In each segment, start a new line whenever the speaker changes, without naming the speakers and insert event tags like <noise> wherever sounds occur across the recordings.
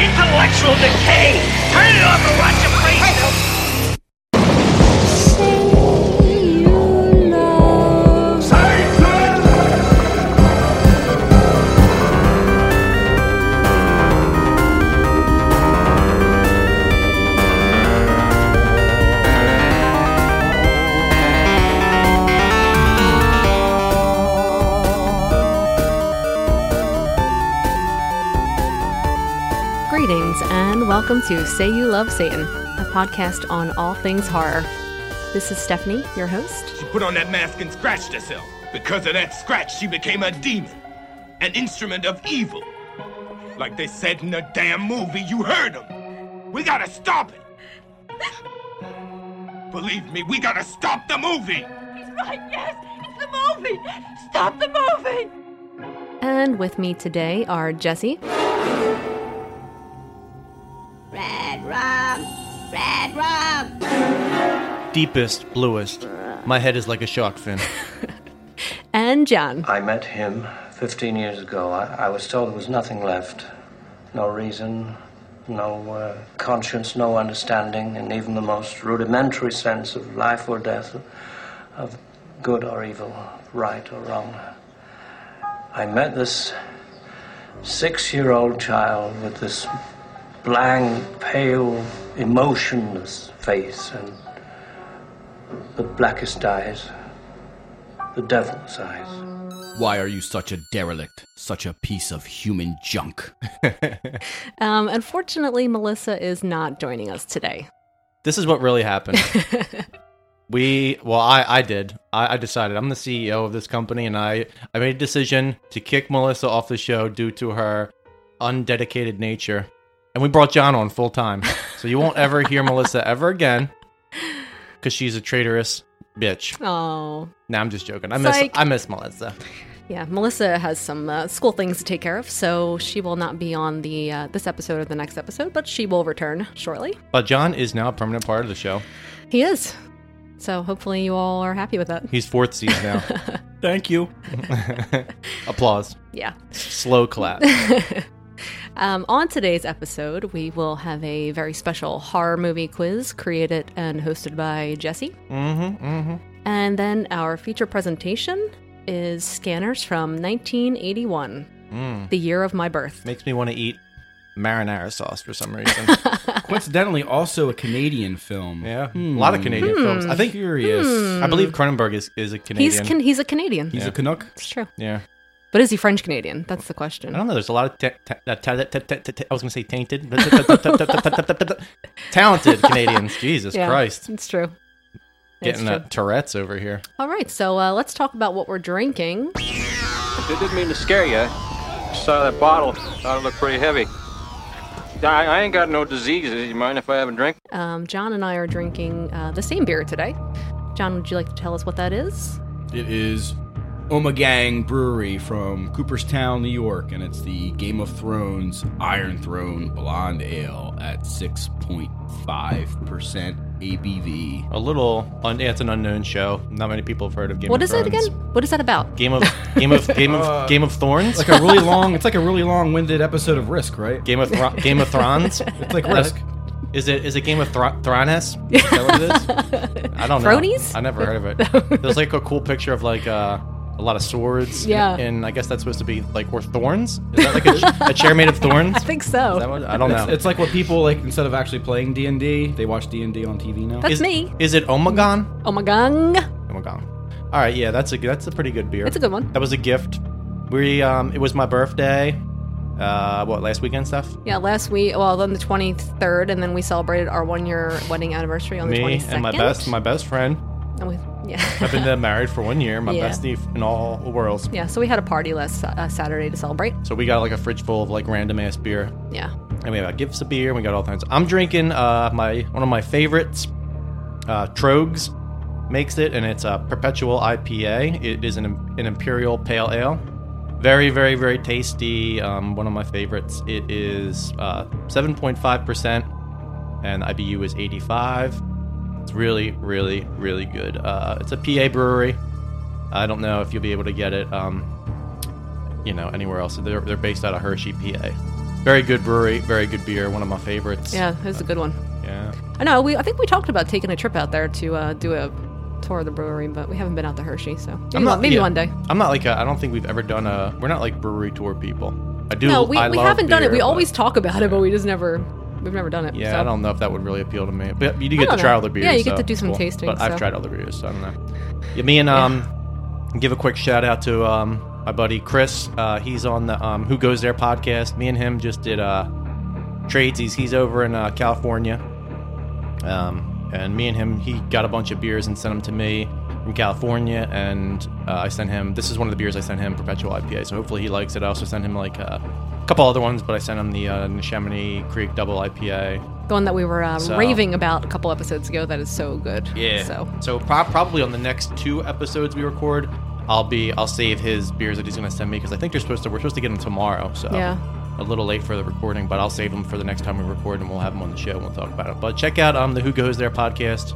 Intellectual decay! Turn it off and watch your face!
Greetings and welcome to Say You Love Satan, a podcast on all things horror. This is Stephanie, your host.
She put on that mask and scratched herself. Because of that scratch, she became a demon, an instrument of evil. Like they said in the damn movie, you heard them. We gotta stop it. Believe me, we gotta stop the movie.
Right, yes, it's the movie. Stop the movie.
And with me today are Jesse,
Red rum, red rum.
deepest, bluest. My head is like a shark fin.
and John.
I met him 15 years ago. I, I was told there was nothing left. No reason, no uh, conscience, no understanding, and even the most rudimentary sense of life or death, of good or evil, right or wrong. I met this six year old child with this blank, pale, emotionless face and the blackest eyes, the devil's eyes.
Why are you such a derelict, such a piece of human junk?
Um, unfortunately, Melissa is not joining us today.
this is what really happened. we, well, I, I did. I, I decided I'm the CEO of this company, and I, I made a decision to kick Melissa off the show due to her undedicated nature. And we brought John on full time, so you won't ever hear Melissa ever again, because she's a traitorous bitch.
Oh,
Now I'm just joking. I miss,
Psych.
I miss Melissa.
yeah. Melissa has some uh, school things to take care of, so she will not be on the uh, this episode or the next episode, but she will return shortly.
But John is now a permanent part of the show.
He is. So hopefully you all are happy with that.
He's fourth season now.
Thank you.
<laughs> Applause.
Yeah. <laughs>
Slow clap.
Um, on today's episode, we will have a very special horror movie quiz created and hosted by Jesse.
Mm-hmm. Mm-hmm.
And then our feature presentation is Scanners from 1981,
Hmm.
the year of my birth.
Makes me want to eat marinara sauce for some reason.
<laughs>
Coincidentally, also a Canadian film. Hmm.
yeah, a lot of Canadian films. I think
Curious.
I believe Cronenberg is, is a Canadian.
Hmm. He's can, he's a Canadian.
He's
Yeah.
a Canuck.
It's true.
yeah,
But is he French Canadian? That's the
I
question.
don't know. There's a lot of ta- ta- uh, ta- ta- ta- ta- ta- I was gonna say tainted, <laughs> but ta- ta- ta- ta- ta- ta- ta- ta- ta- talented Canadians. Jesus
Yeah,
Christ,
It's true. It's
getting uh,
true.
Tourette's over here.
All right, so uh, let's talk about what we're drinking.
It didn't mean to scare you. Saw that bottle. Thought it looked pretty heavy. I, I ain't got no diseases. You mind if I have a drink?
Um, John and I are drinking uh, the same beer today. John, would you like to tell us what that is?
It is Omegang Brewery from Cooperstown, New York, and it's the Game of Thrones Iron Throne Blonde Ale at 6.5% ABV.
A little. Un- yeah, it's an unknown show. Not many people have heard of Game.
What
of
is it
Thrones.
again? What is that about?
Game of Game of Game <laughs> of Game of Thorns.
Like a really long, it's like a really long-winded episode of Risk, right?
Game of Thro- Game of
<laughs>
Thrones.
It's like Risk.
Is it is it Game of Thro- Thrones? Is that what
<laughs>
it is? I don't know.
Thronies?
I never heard
<laughs>
of it. There's like a cool picture of like uh, a lot of swords.
Yeah.
And, and I guess that's supposed to be like or thorns. Is that like a, a chair made of
<laughs>
thorns?
I think so.
Is that what- I don't know.
It's, it's like what people like instead of actually playing D and D, they watch D and D on TV now.
That's
is,
me.
Is it Omegon?
Oh my gang.
Omegon. All right. Yeah. That's a that's a pretty good beer.
It's a good one.
That was a gift. We um it was my birthday. Uh, what last weekend stuff?
Yeah, last week, well, on the 23rd, and then we celebrated our one year wedding anniversary on Oh, the
Me
22nd.
and my best my best friend.
And we-
I've
yeah.
been uh, married for one year.
<laughs>
My
Yeah.
bestie in all worlds.
<laughs> yeah, so we had a party last uh, Saturday to celebrate.
So we got like a fridge full of like random ass beer.
Yeah.
and we got gifts of beer. and We got all kinds. I'm drinking uh, my one of my favorites. Uh, Trogs makes it, and it's a perpetual IPA. It is an, an imperial pale ale. Very, very, very tasty. Um, one of my favorites. It is uh, 7.5%, and the IBU is 85. It's really, really, really good. Uh, it's a PA brewery. I don't know if you'll be able to get it, um, you know, anywhere else. They're, they're based out of Hershey, PA. Very good brewery, very good beer, one of my favorites.
Yeah, it was a good one.
Yeah.
I know. We I think we talked about taking a trip out there to uh, do a tour of the brewery, but we haven't been out to Hershey, so maybe, one- maybe
yeah.
one day.
I'm not like a, I don't think we've ever done a. We're not like brewery tour people. I do.
No, we,
I
we
love
haven't done it.
beer,
We
but-
always talk about it, but we just never we've never done it.
Yeah,
so.
I don't know if that would really appeal to me. But you do get to
don't
try
know.
all the beers.
Yeah, you get
so
to do
it's
some tasting,
But I've
so.
tried all the beers, so I don't know. Yeah, me and um, give a quick shout out to um my buddy Chris. Uh, he's on the um Who Goes There podcast. Me and him just did uh tradesies. He's over in uh, California. Um, and me and him, he got a bunch of beers and sent them to me from California, and uh, I sent him. This is one of the beers I sent him, Perpetual IPA. So hopefully he likes it. I also sent him like uh, a couple other ones, but I sent him the uh, Neshaminy Creek Double IPA.
The one that we were uh,
So-
raving about a couple episodes ago that is so good.
Yeah.
So
so prob- probably on the next two episodes we record, I'll be I'll save his beers that he's gonna send me because I think they're supposed to we're supposed to get them tomorrow. So
Yeah.
a little late for the recording, but I'll save them for the next time we record and we'll have them on the show and we'll talk about it. But check out um the Who Goes There podcast.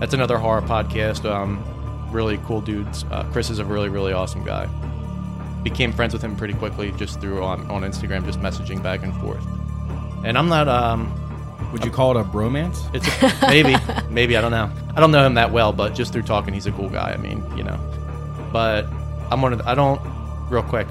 That's another horror podcast. Um, really cool dudes. Uh, Chris is a really really awesome guy. Became friends with him pretty quickly just through on, on Instagram, just messaging back and forth. And I'm not um
Would you call it a bromance?
it's a, maybe, maybe I don't know. I don't know him that well, but just through talking, he's a cool guy. I mean, you know. But I'm one of the, I don't real quick.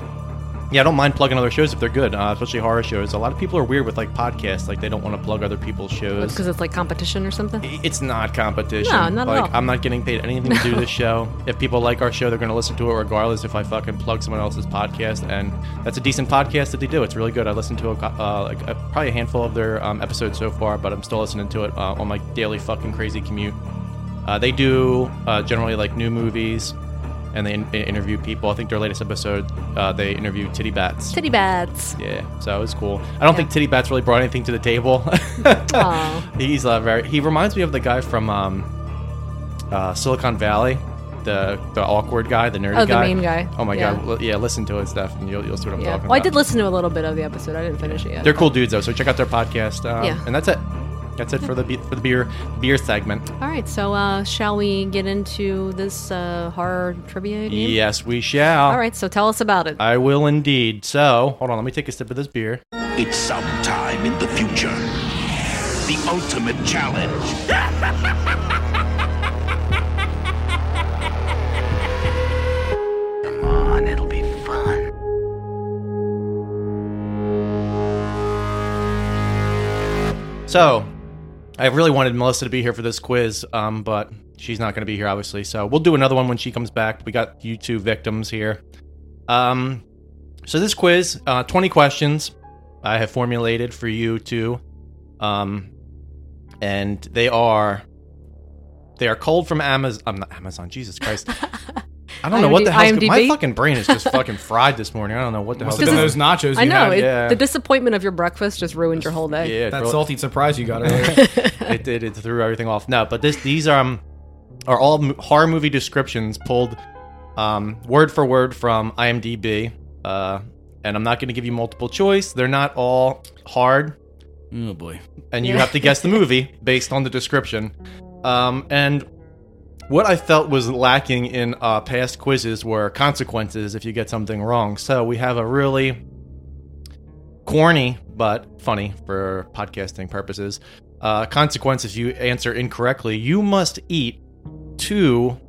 Yeah, I don't mind plugging other shows if they're good, uh, especially horror shows. A lot of people are weird with like podcasts, like they don't want to plug other people's shows.
because it's like competition or something.
It's not competition.
No, not at
like
all.
I'm not getting paid anything to
<laughs>
do this show. If people like our show, they're going to listen to it regardless. If I fucking plug someone else's podcast, and that's a decent podcast that they do. It's really good. I listened to a, co- uh, like a, probably a handful of their um, episodes so far, but I'm still listening to it uh, on my daily fucking crazy commute. Uh, they do uh, generally like new movies, and they in- interview people. I think their latest episode uh, they interviewed Titty Bats.
Titty bats.
Yeah, so it was cool. I don't think Titty Bats really brought anything to the table. <laughs>
Oh,
He's uh, very. He reminds me of the guy from um, uh, Silicon Valley, the the awkward guy, the nerdy
Oh, the
guy.
main guy.
Oh my
Yeah.
god! L- yeah, listen to it, Steph, and you'll, you'll see what I'm
Yeah.
talking
Well, I
about.
did listen to a little bit of the episode. I didn't finish it yet.
They're cool dudes though, so check out their podcast. Um,
Yeah.
and that's it. That's it for the be- for the beer beer segment.
All right. So uh, shall we get into this uh, horror trivia? Game?
Yes, we shall.
All right. So tell us about it.
I will indeed. So hold on, let me take a sip of this beer.
It's sometime in the future. The ultimate challenge. Come on, it'll be fun.
So, I really wanted Melissa to be here for this quiz, um, but she's not going to be here, obviously. So we'll do another one when she comes back. We got you two victims here. Um, so this quiz, uh, twenty questions, I have formulated for you two, um, and they are they are cold from Amazon. I'm not Amazon.
<laughs>
Jesus Christ. I don't know what the hell.
IMD-
My
IMDb?
fucking brain is just fucking fried this morning. I don't know what the hell.
Must have been
This
those nachos.
I
you
know
had.
it,
yeah.
the disappointment of your breakfast just ruined your whole day.
Yeah, it
That
really-
salty surprise you got earlier.
<laughs> it did. It threw everything off. No, but this these um are all m- horror movie descriptions pulled um, word for word from IMDb. Uh, and I'm not going to give you multiple choice. They're not all hard,
oh boy.
and you have to guess the movie based on the description. Um, and what I felt was lacking in uh, past quizzes were consequences if you get something wrong. So we have a really corny but funny for podcasting purposes uh, consequence if you answer incorrectly. You must eat two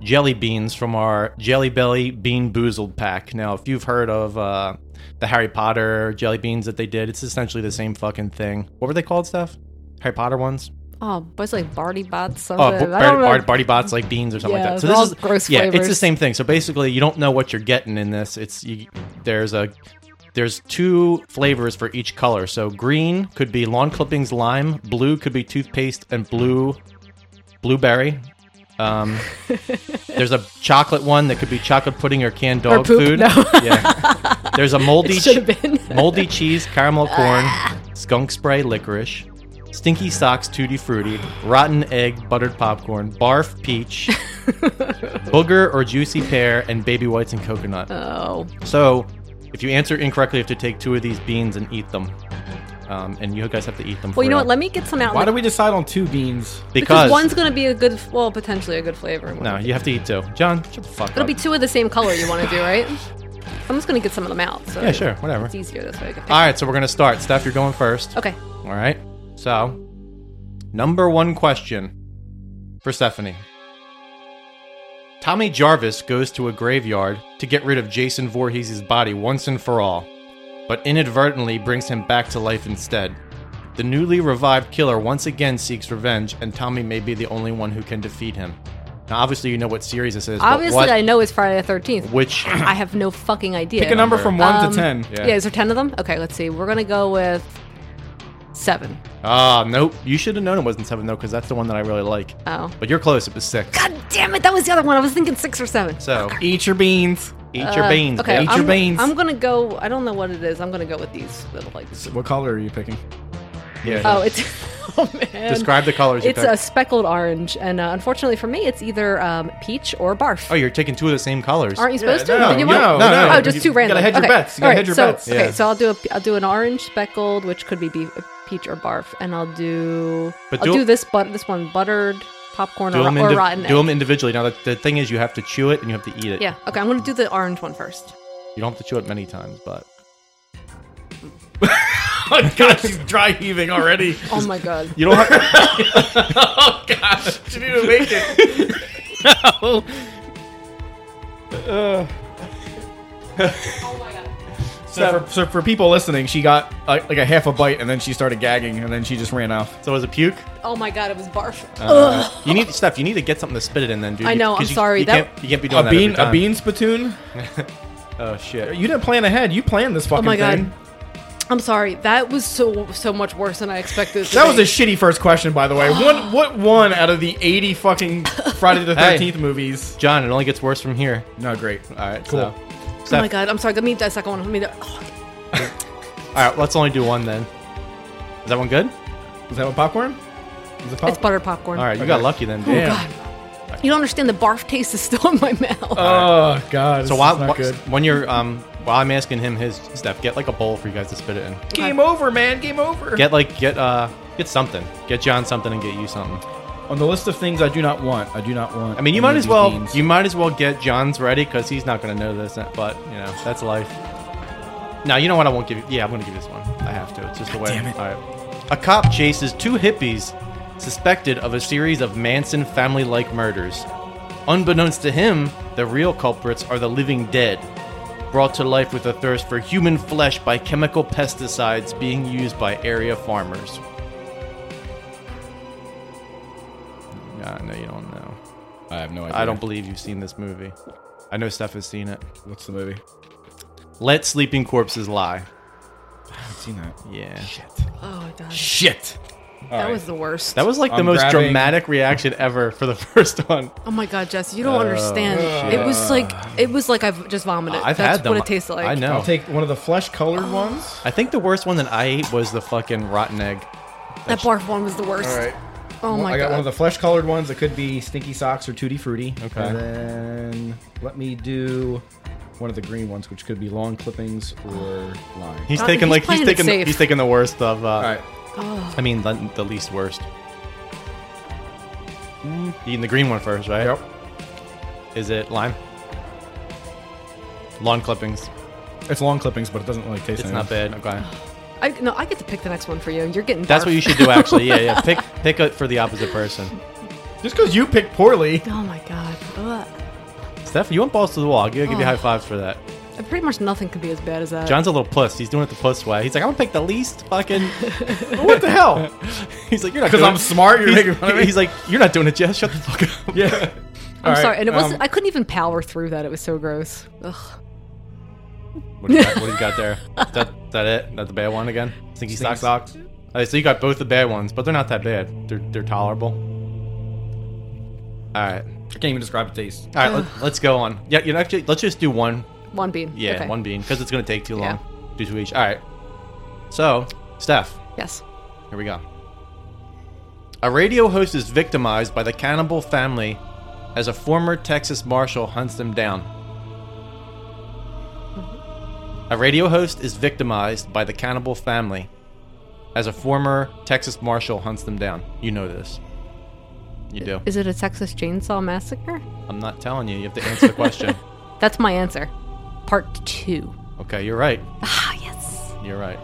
jelly beans from our Jelly Belly Bean Boozled pack. Now, if you've heard of uh, the Harry Potter jelly beans that they did, it's essentially the same fucking thing. What were they called, Steph? Harry Potter ones?
Oh, but it's like Barty Bots. Something.
Oh,
I
b-
don't
Barty,
know.
Barty, Barty Bots like beans or something
Yeah,
like that. So
they're
this
all
is
gross
yeah, it's the
flavors.
same thing. So basically, you don't know what you're getting in this. It's you, there's a there's two flavors for each color. So green could be lawn clippings lime, blue could be toothpaste, and blue blueberry.
<laughs>
Um, there's a chocolate one that could be chocolate pudding or canned dog
poop,
food.
no.
Yeah. There's a moldy
Should
che-
have been.
<laughs>
Ah.
moldy cheese, caramel corn, skunk spray licorice, stinky socks tutti frutti, rotten egg buttered popcorn,
<laughs>
barf peach, booger or juicy pear, and baby whites and coconut.
Oh,
So, if you answer incorrectly, you have to take two of these beans and eat them. Um, and you guys have to eat them. for
well, you know what?
real.
Let me get some out.
Why
in
do
the-
we decide on two beans?
because
one's gonna be a good, well, potentially a good flavor. and
no,
one's-
you have to eat two. John, shut the fuck
It'll
up.
be two of the same color you want to do, right? I'm just gonna get some of them out. So
Yeah, sure, whatever.
It's easier this way. I can pick
All right, so we're going to start. Steph, you're going first.
Okay.
All right. So, number one question for Stephanie Tommy Jarvis goes to a graveyard to get rid of Jason Voorhees' body once and for all, but inadvertently brings him back to life instead. The newly revived killer once again seeks revenge, and Tommy may be the only one who can defeat him. Now, obviously, you know what series this is. but
Obviously,
what-
I know it's Friday the 13th. <coughs>
Which
I have no fucking idea. Um,
pick a number from one to ten?
Yeah. is there 10 of them? Okay, let's see. We're gonna go with seven.
Ah, nope. You should have known it wasn't seven though, because that's the one that I really like.
Oh.
But you're close. It was six.
God damn it, that was the other one. I was thinking six or seven.
So
Eat your beans.
eat your beans.
Uh, Okay,
baby.
I'm, I'm gonna go. I don't know what it is. I'm gonna go with these little like.
What color are you picking?
Yeah.
Oh, it's. <laughs> Oh man.
Describe the colors. you
It's
picked.
a speckled orange, and uh, unfortunately for me, it's either um, peach or barf.
oh, you're taking two of the same colors.
Aren't you supposed
no,
to? Did you
no,
want?
no, no.
Oh, just
You
two
gotta
random.
hedge your
okay.
bets. You gotta
All
hedge your
so,
bets.
Okay,
Yeah.
so I'll do a I'll do an orange speckled, which could be beef, peach or barf, and I'll do
But
I'll
do-
do, this but this one buttered popcorn
do
or,
them,
or
indiv-
rotten.
do
egg.
'em individually. Now, the, the thing is, you have to chew it and you have to eat it.
Yeah. Okay, I'm gonna do the orange one first.
You don't have to chew it many times, but
<laughs> Oh God, she's dry heaving already.
Oh my
<laughs>
god.
<laughs> you don't. Have-
oh God, she didn't even make it.
oh.
So for, so for people listening, she got uh, like a half a bite, and then she started gagging, and then she just ran off.
So was it puke? Uh,
Oh my god, it was barf.
You need Steph. You need to get something to spit it in, then, dude.
I
You-
know,
'cause
I'm
you-
sorry,
You,
that-
can't, you can't be doing
A
that
bean,
every
a
time.
bean <laughs> spittoon.
Oh shit.
You didn't plan ahead. You planned this fucking
Oh my God.
thing.
I'm sorry. That was so so much worse than I expected. it to
That was
be.
a shitty first question, by <gasps> the way. What what one out of the eighty fucking Friday <laughs> the
Hey.
Thirteenth movies?
John, it only gets worse from here.
No, great.
All right.
Cool.
So.
Oh
Steph,
my god, I'm sorry. Let me do a second one. Let me do. Oh,
All right, let's only do one then. Is that one good?
Is that what popcorn? Is it
it's
popcorn?
buttered popcorn.
All right, you got lucky then.
Oh
dude.
god. You don't understand the barf taste is still in my mouth.
Oh God.
So
this
while,
is not good.
when you're um while I'm asking him his stuff, get like a bowl for you guys to spit it in.
Game over, man. Game over.
Get like get uh get something. Get John something and get you something.
On the list of things I do not want, I do not want.
I mean, you
any
might
of
as
these
well
beans.
you might as well get John's ready because he's not gonna know this. But you know that's life. No, you know what? I won't give you. Yeah, I'm gonna give you this one. I have to. It's just the way.
damn it.
All right. A cop chases two hippies suspected of a series of Manson family-like murders. Unbeknownst to him, the real culprits are the living dead, brought to life with a thirst for human flesh by chemical pesticides being used by area farmers. Yeah, no, you don't know.
I have no idea.
I don't believe you've seen this movie. I know Steph has seen it.
What's the movie?
Let Sleeping Corpses Lie.
I've seen that.
Yeah.
Oh my god.
Shit.
That was the worst.
That was like the
I'm
most
grabbing-
dramatic reaction ever for the <laughs> first one.
oh my god, Jess, you don't understand. It was like it was like I've just vomited.
Oh. I've
That's
had them.
what it tasted like.
I know.
I'll take one of the flesh colored ones.
I think the worst one that I ate was the fucking rotten egg.
That barf one was the worst. Oh
Well,
my
I got
god.
one of the flesh colored ones that could be Stinky Socks or Tutti Frutti.
Okay.
And then let me do one of the green ones, which could be lawn clippings or lime.
He's
Oh,
taking
he's
like he's
playing it
taking
safe.
he's taking the worst of. Uh,
All right.
I mean the, the least worst. Mm, Eating the green one first, right?
Yep.
Is it lime? Lawn clippings.
It's lawn clippings, but it doesn't really taste
It's not
anything.
bad. Okay.
I, no, I get to pick the next one for you. You're getting.
That's
barf.
what you should do actually. Yeah, yeah.
<laughs>
Pick pick it for the opposite person.
Just because you picked poorly. <laughs>
Oh my god. Ugh.
Steph, you went balls to the wall. I'll give you high fives for that.
And Pretty much nothing could be as bad as that.
John's a little puss. He's doing it the puss way. He's like, I'm gonna pick the least
<laughs>
fucking.
what the hell?
<laughs> He's like, you're not.
'Cause
doing
I'm
it."
smart, you're
he's,
making fun of me?
He's like, you're not doing it, Jess. Shut the fuck
<laughs>
up.
yeah.
I'm sorry, and it
um,
wasn't. I couldn't even power through that. It was so gross. Ugh.
What do you got, what do you got there? Is that, is that it? That the bad one again? Stinky sock socks. All right, so you got both the bad ones, but they're not that bad. They're they're tolerable. All right, all
I can't even describe the taste.
right. let, let's go on. Yeah, you know, actually, let's just do one.
One bean.
Yeah,
Okay.
one bean because it's gonna take too
Yeah.
long. Do two each. All right. So, Steph,
Yes.
Here we go. A radio host is victimized by the cannibal family as a former Texas Marshal hunts them down. A radio host is victimized by the cannibal family as a former Texas Marshal hunts them down. You know this. You do.
Is it a Texas Chainsaw Massacre? <laughs>
I'm not telling you. You have to answer the question.
That's my answer. part two.
Okay, you're right.
Ah, yes.
You're right.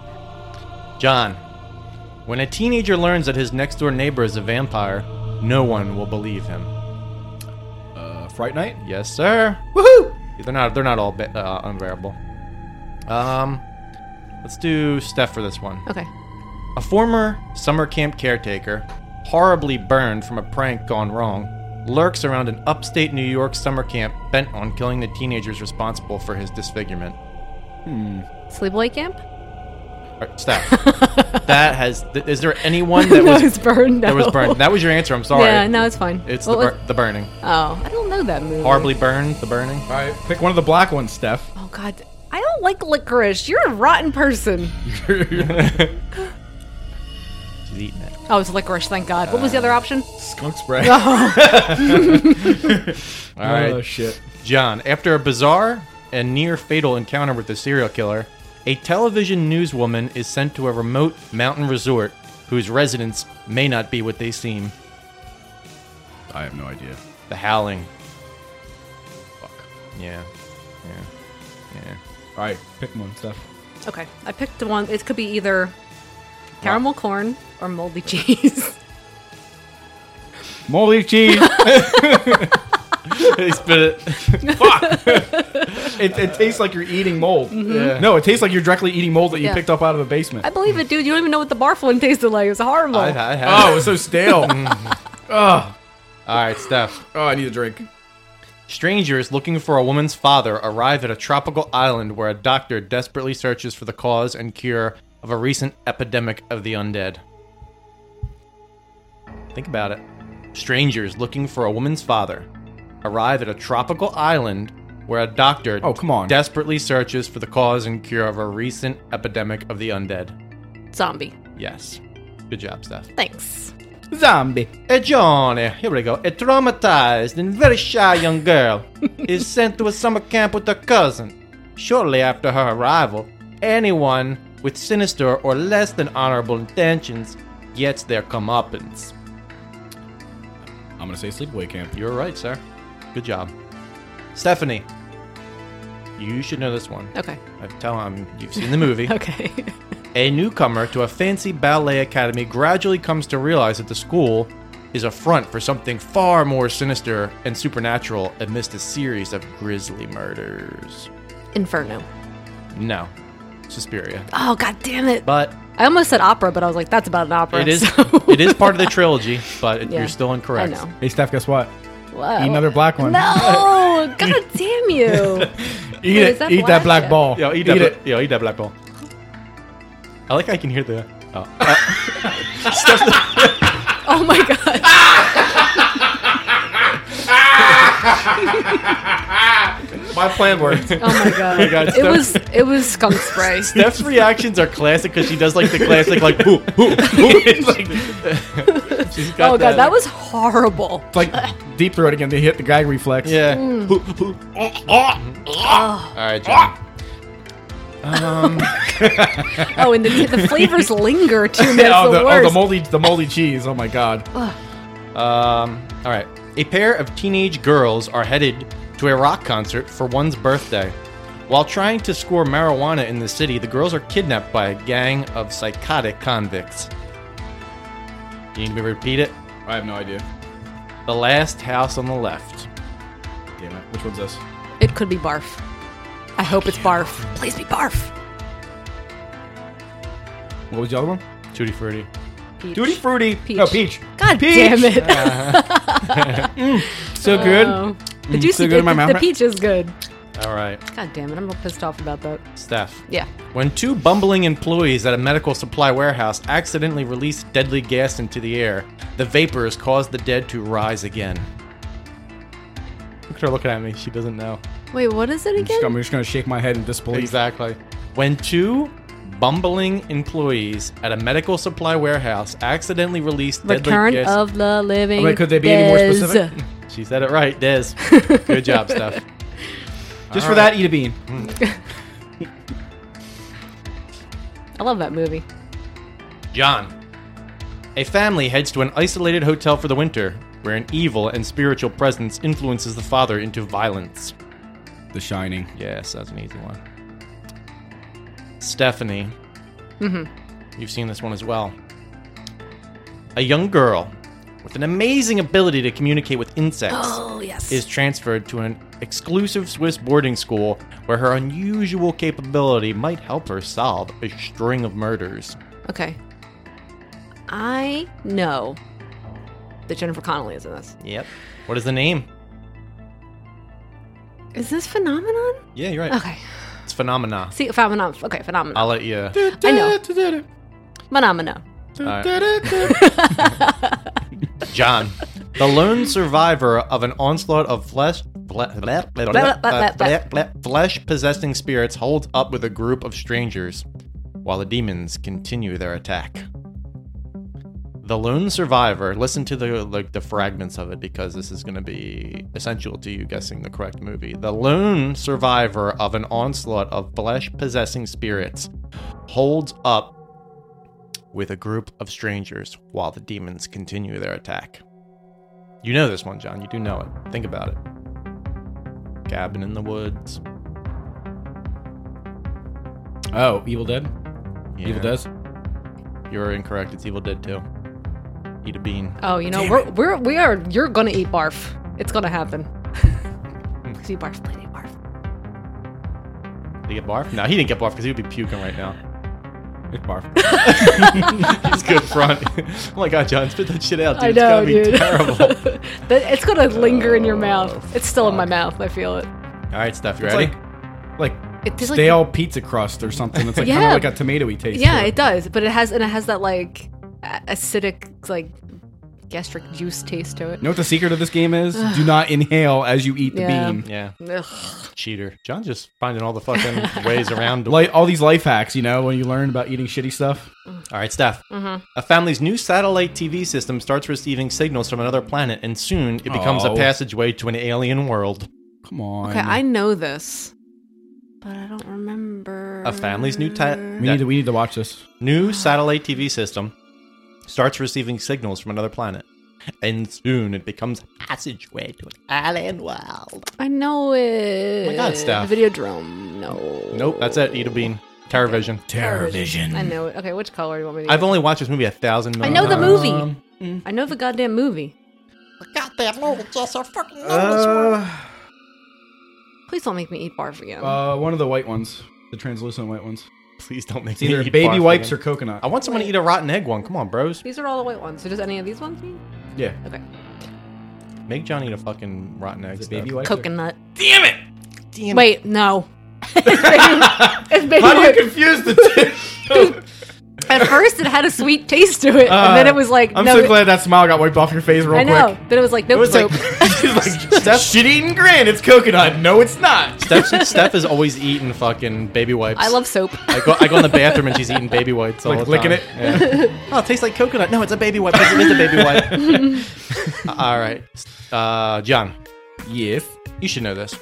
John, when a teenager learns that his next door neighbor is a vampire, no one will believe him.
Uh, Fright Night?
Yes, sir. Woohoo! They're not. They're not all ba- uh, unbearable. Um, let's do Steph for this one.
Okay.
A former summer camp caretaker, horribly burned from a prank gone wrong, lurks around an upstate New York summer camp bent on killing the teenagers responsible for his disfigurement.
Sleepaway camp?
All right, <laughs> Steph, that has. Th- is there <laughs> anyone
<laughs>
that
no,
was
it's burned.
that was
no. <laughs>
burned? That was your answer. I'm sorry.
Yeah, no, it's fine.
It's the,
What
bur-
was-
the burning.
Oh, I don't know that movie.
Horribly burned. The burning.
All right, pick one of the black ones, Steph.
Oh God, I don't like licorice. You're a rotten person.
<laughs>
She's eating it.
Oh, it's licorice. Thank God. What was the other option?
Skunk spray.
All right.
Oh shit.
John, after a bizarre and near fatal encounter with a serial killer, a television newswoman is sent to a remote mountain resort whose residents may not be what they seem.
I have no idea.
The Howling.
Fuck.
Yeah. Yeah. Yeah.
All right, pick one, Steph.
Okay, I picked the one. It could be either caramel corn or moldy <laughs> cheese.
Moldy <laughs> cheese.
he spit it.
<laughs> it, it tastes like you're eating mold.
Yeah.
No, it tastes like you're directly eating mold that you
Yeah.
picked up out of the basement.
I believe it, dude. You don't even know what the barf one tasted like. It was horrible.
I, I had
<laughs> oh,
it.
it's so <laughs> stale. oh,
All right, Steph.
Mm. oh, I need a drink.
Strangers looking for a woman's father arrive at a tropical island where a doctor desperately searches for the cause and cure of a recent epidemic of the undead. Think about it. Strangers looking for a woman's father arrive at a tropical island where a doctor
Oh, come on.
desperately searches for the cause and cure of a recent epidemic of the undead.
Zombie.
Yes. Good job, Steph.
Thanks.
Zombie.
A E Johnny, here we go. A traumatized and very shy young
<laughs>
girl is sent to a summer camp with her cousin. Shortly after her arrival, anyone with sinister or less than honorable intentions gets their comeuppance.
I'm gonna say sleepaway camp.
You're right, sir. Good job. Stephanie, you should know this one.
Okay. <laughs>
I tell him you've seen the movie.
Okay.
A newcomer to a fancy ballet academy gradually comes to realize that the school is a front for something far more sinister and supernatural amidst a series of grisly murders.
Inferno.
No, Suspiria.
Oh God damn it!
But
I almost said opera, but I was like, that's about an opera. <laughs>
it is
so-
it is
<laughs>
part of the trilogy, but it,
Yeah.
you're still incorrect.
I know.
Hey, Steph, guess what?
Whoa.
Eat another black one.
<laughs> No! God damn you!
Eat
<laughs> Wait,
it.
is that
eat that
black
black
yet?
ball.
Yo, eat, that, bla- Yo, eat that black ball. I like how I can hear the. Oh.
Oh my God.
My
<laughs>
plan <laughs> worked.
Oh my
<laughs>
God.
God,
it
Steph-
was it was skunk spray.
Steph's reactions are classic because she does like the classic, like, <laughs> boo, boo, boo. It's like,
<laughs>
she's got
Oh God, that was horrible.
It's like deep throat again. They hit the gag reflex.
Yeah. All right, John.
Oh, and the, the
<laughs>
flavors linger too. Man, it's
Oh,
the,
the, oh,
worst.
the moldy, the moldy cheese. Oh my god.
Um, all right. A pair of teenage girls are headed to a rock concert for one's birthday. While trying to score marijuana in the city, the girls are kidnapped by a gang of psychotic convicts. Do you need me to repeat it?
I have no idea.
The last house on the left.
Damn it. Which one's this?
it could be barf. I hope it's barf. Please be barf.
What was the other one?
Tutti Frutti.
Peach.
Duty fruity.
Peach.
No peach.
God
Peach.
damn it!
<laughs> So good.
Oh. the juice
so
is
good in
good.
my
The,
mouth.
the peach is good.
All right,
God damn it! I'm real pissed off about that.
Steph.
Yeah.
When two bumbling employees at a medical supply warehouse accidentally release deadly gas into the air, the vapors cause the dead to rise again. Look at her looking at me. She doesn't know.
Wait, what is it
I'm just, I'm
again?
just gonna shake my head in disbelief.
Exactly. When two bumbling employees at a medical supply warehouse accidentally release deadly
Return
gas.
of the living.
Oh, Wait, could they be any more
Dez.
specific?
she said it right, Des.
<laughs>
Good job, Steph.
Just
All
for that, eat a bean.
I love that movie.
John. A family heads to an isolated hotel for the winter, where an evil and spiritual presence influences the father into violence.
The Shining.
Yes, that's an easy one. Stephanie. Mm-hmm. You've seen this one as well. A young girl with an amazing ability to communicate with insects <gasps>
Oh, yes.
is transferred to an exclusive Swiss boarding school where her unusual capability might help her solve a string of murders.
okay. I know that Jennifer Connelly is in this.
Yep. What is the name?
Is this Phenomenon?
Yeah, you're right.
Okay.
It's Phenomena.
See, Phenomenon. Okay, Phenomenon.
I'll let you.
I know. Phenomenon.
<laughs> John, the lone survivor of an onslaught of flesh flesh possessing spirits holds up with a group of strangers while the demons continue their attack. The lone survivor, listen to the like the fragments of it because this is going to be essential to you guessing the correct movie. The lone survivor of an onslaught of flesh possessing spirits holds up with a group of strangers while the demons continue their attack. You know this one, John. You do know it. Think about it. Cabin in the woods.
Oh, Evil Dead?
Yeah.
Evil Dead?
You're incorrect. It's Evil Dead 2. Eat a bean.
Oh, you know, we're, we're, we are, you're gonna eat barf. It's gonna happen.
Hmm.
Cause you barf, plenty of barf.
Did he get barf? No, he didn't get barf because he would be puking right now. <laughs>
It's
<laughs>
barf.
He's good front. <laughs> oh my god, John, spit that shit out, dude.
I know,
it's
dude.
gotta
<laughs>
be terrible. Oh,
But it's
<laughs>
gonna linger in your mouth. It's still in my mouth. I feel it.
All right, Steph, you
It's
ready?
like, like
It tastes like-
stale pizza crust or something. It's like
Yeah.
kind of like a tomatoey taste.
Yeah,
to
it does. But it has, and it has that like a- acidic, like gastric juice taste to it.
You know what the secret of this game is? Do not inhale as you eat the
Yeah.
bean.
yeah,
Ugh.
cheater. John just finding all the fucking ways around
Like all these life hacks, you know, when you learn about eating shitty stuff.
All right, Steph.
Mm-hmm.
A family's new satellite TV system starts receiving signals from another planet, and soon it becomes
Oh.
a passageway to an alien world.
Come on.
Okay, I know this, but I don't remember.
A family's new ta-
we need to we need to watch this.
new satellite TV system starts receiving signals from another planet, and soon it becomes a passageway to an alien world.
I know it.
Oh my God, Steph.
Videodrome. No.
Nope, that's it. Eat a bean. Terrorvision.
Terrorvision.
I know it. Okay, which color do you want me to?
I've only watched this movie a thousand
I
million.
know the
times.
movie.
Um,
I know the goddamn movie. Oh, Please don't make me eat barf again.
Uh, one of the white ones, the translucent white ones.
<laughs> Please don't make
It's either
me eat
baby
barf
wipes
again.
or coconut.
I want someone to eat a rotten egg one. Come on, bros.
these are all the white ones. So does any of these ones mean?
yeah,
Okay.
Make John eat a fucking rotten egg.
is it
Steph.
baby wipes. or-
Coconut.
Damn it! Damn it.
Wait,
<laughs>
no. it's baby, it's baby
How do you
whip.
confuse the
<laughs>
two?
At first, it had a sweet taste to it, and
Uh,
then it was like,
I'm
no,
so glad that smile got wiped off your face real
I know.
quick.
Then it was like,
It
nope,
was like,
soap.
<laughs>
she's
<laughs>
like <laughs> Steph,
Shit eating grin. It's coconut. No, it's not.
Steph, Steph is always eating fucking baby wipes.
I love soap.
<laughs> I go, I go in the bathroom and she's eating baby wipes all
Like
the
licking
time.
it? <laughs>
it. Oh, it tastes like coconut. No, it's a baby wipe. Yes, It is a baby wipe. <laughs> all right, uh, John,
Yes.
you should know this.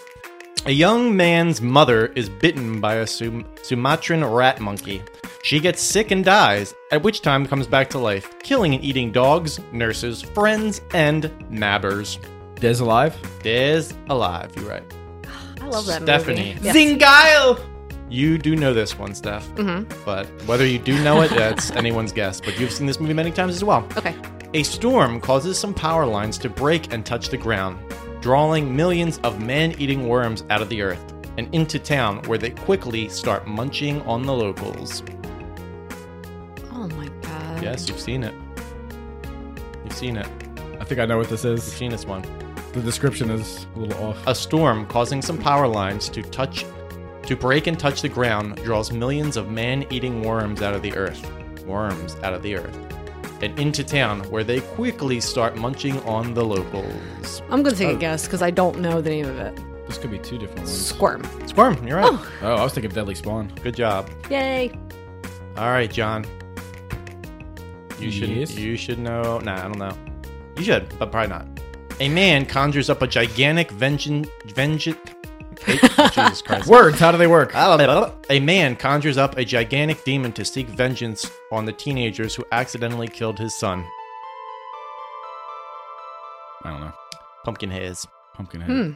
A young man's mother is bitten by a Sum- Sumatran rat monkey. She gets sick and dies, at which time comes back to life, killing and eating dogs, nurses, friends, and nabbers.
Des alive.
Is alive. You're right.
I love that
Stephanie.
movie. Yes.
Zingile.
You do know this one, Steph. Mm-hmm. But whether you do know it, that's anyone's guess. But you've seen this movie many times as well.
Okay.
A storm causes some power lines to break and touch the ground, drawing millions of man eating worms out of the earth and into town where they quickly start munching on the locals.
Oh my god.
Yes, you've seen it. You've seen it.
I think I know what this
You've
is.
seen this one.
The description is a little off.
A storm causing some power lines to touch to break and touch the ground draws millions of man-eating worms out of the earth. Worms out of the earth. And into town where they quickly start munching on the locals.
I'm gonna
Uh,
take a guess because I don't know the name of it.
This could be two different ones.
Squirm.
Squirm, you're right.
Oh, I was thinking Deadly
<laughs>
Spawn.
Good job.
Yay.
All right, John. You should
Yes?
you should know. Nah, I don't know. You should, but probably not. A man conjures up a gigantic vengeance vengeance Jesus
<laughs>
Christ.
Words. How do they work?
Ah, A man conjures up a gigantic demon to seek vengeance on the teenagers who accidentally killed his son.
I don't know.
Pumpkin Haze.
Pumpkinhead.
Hmm.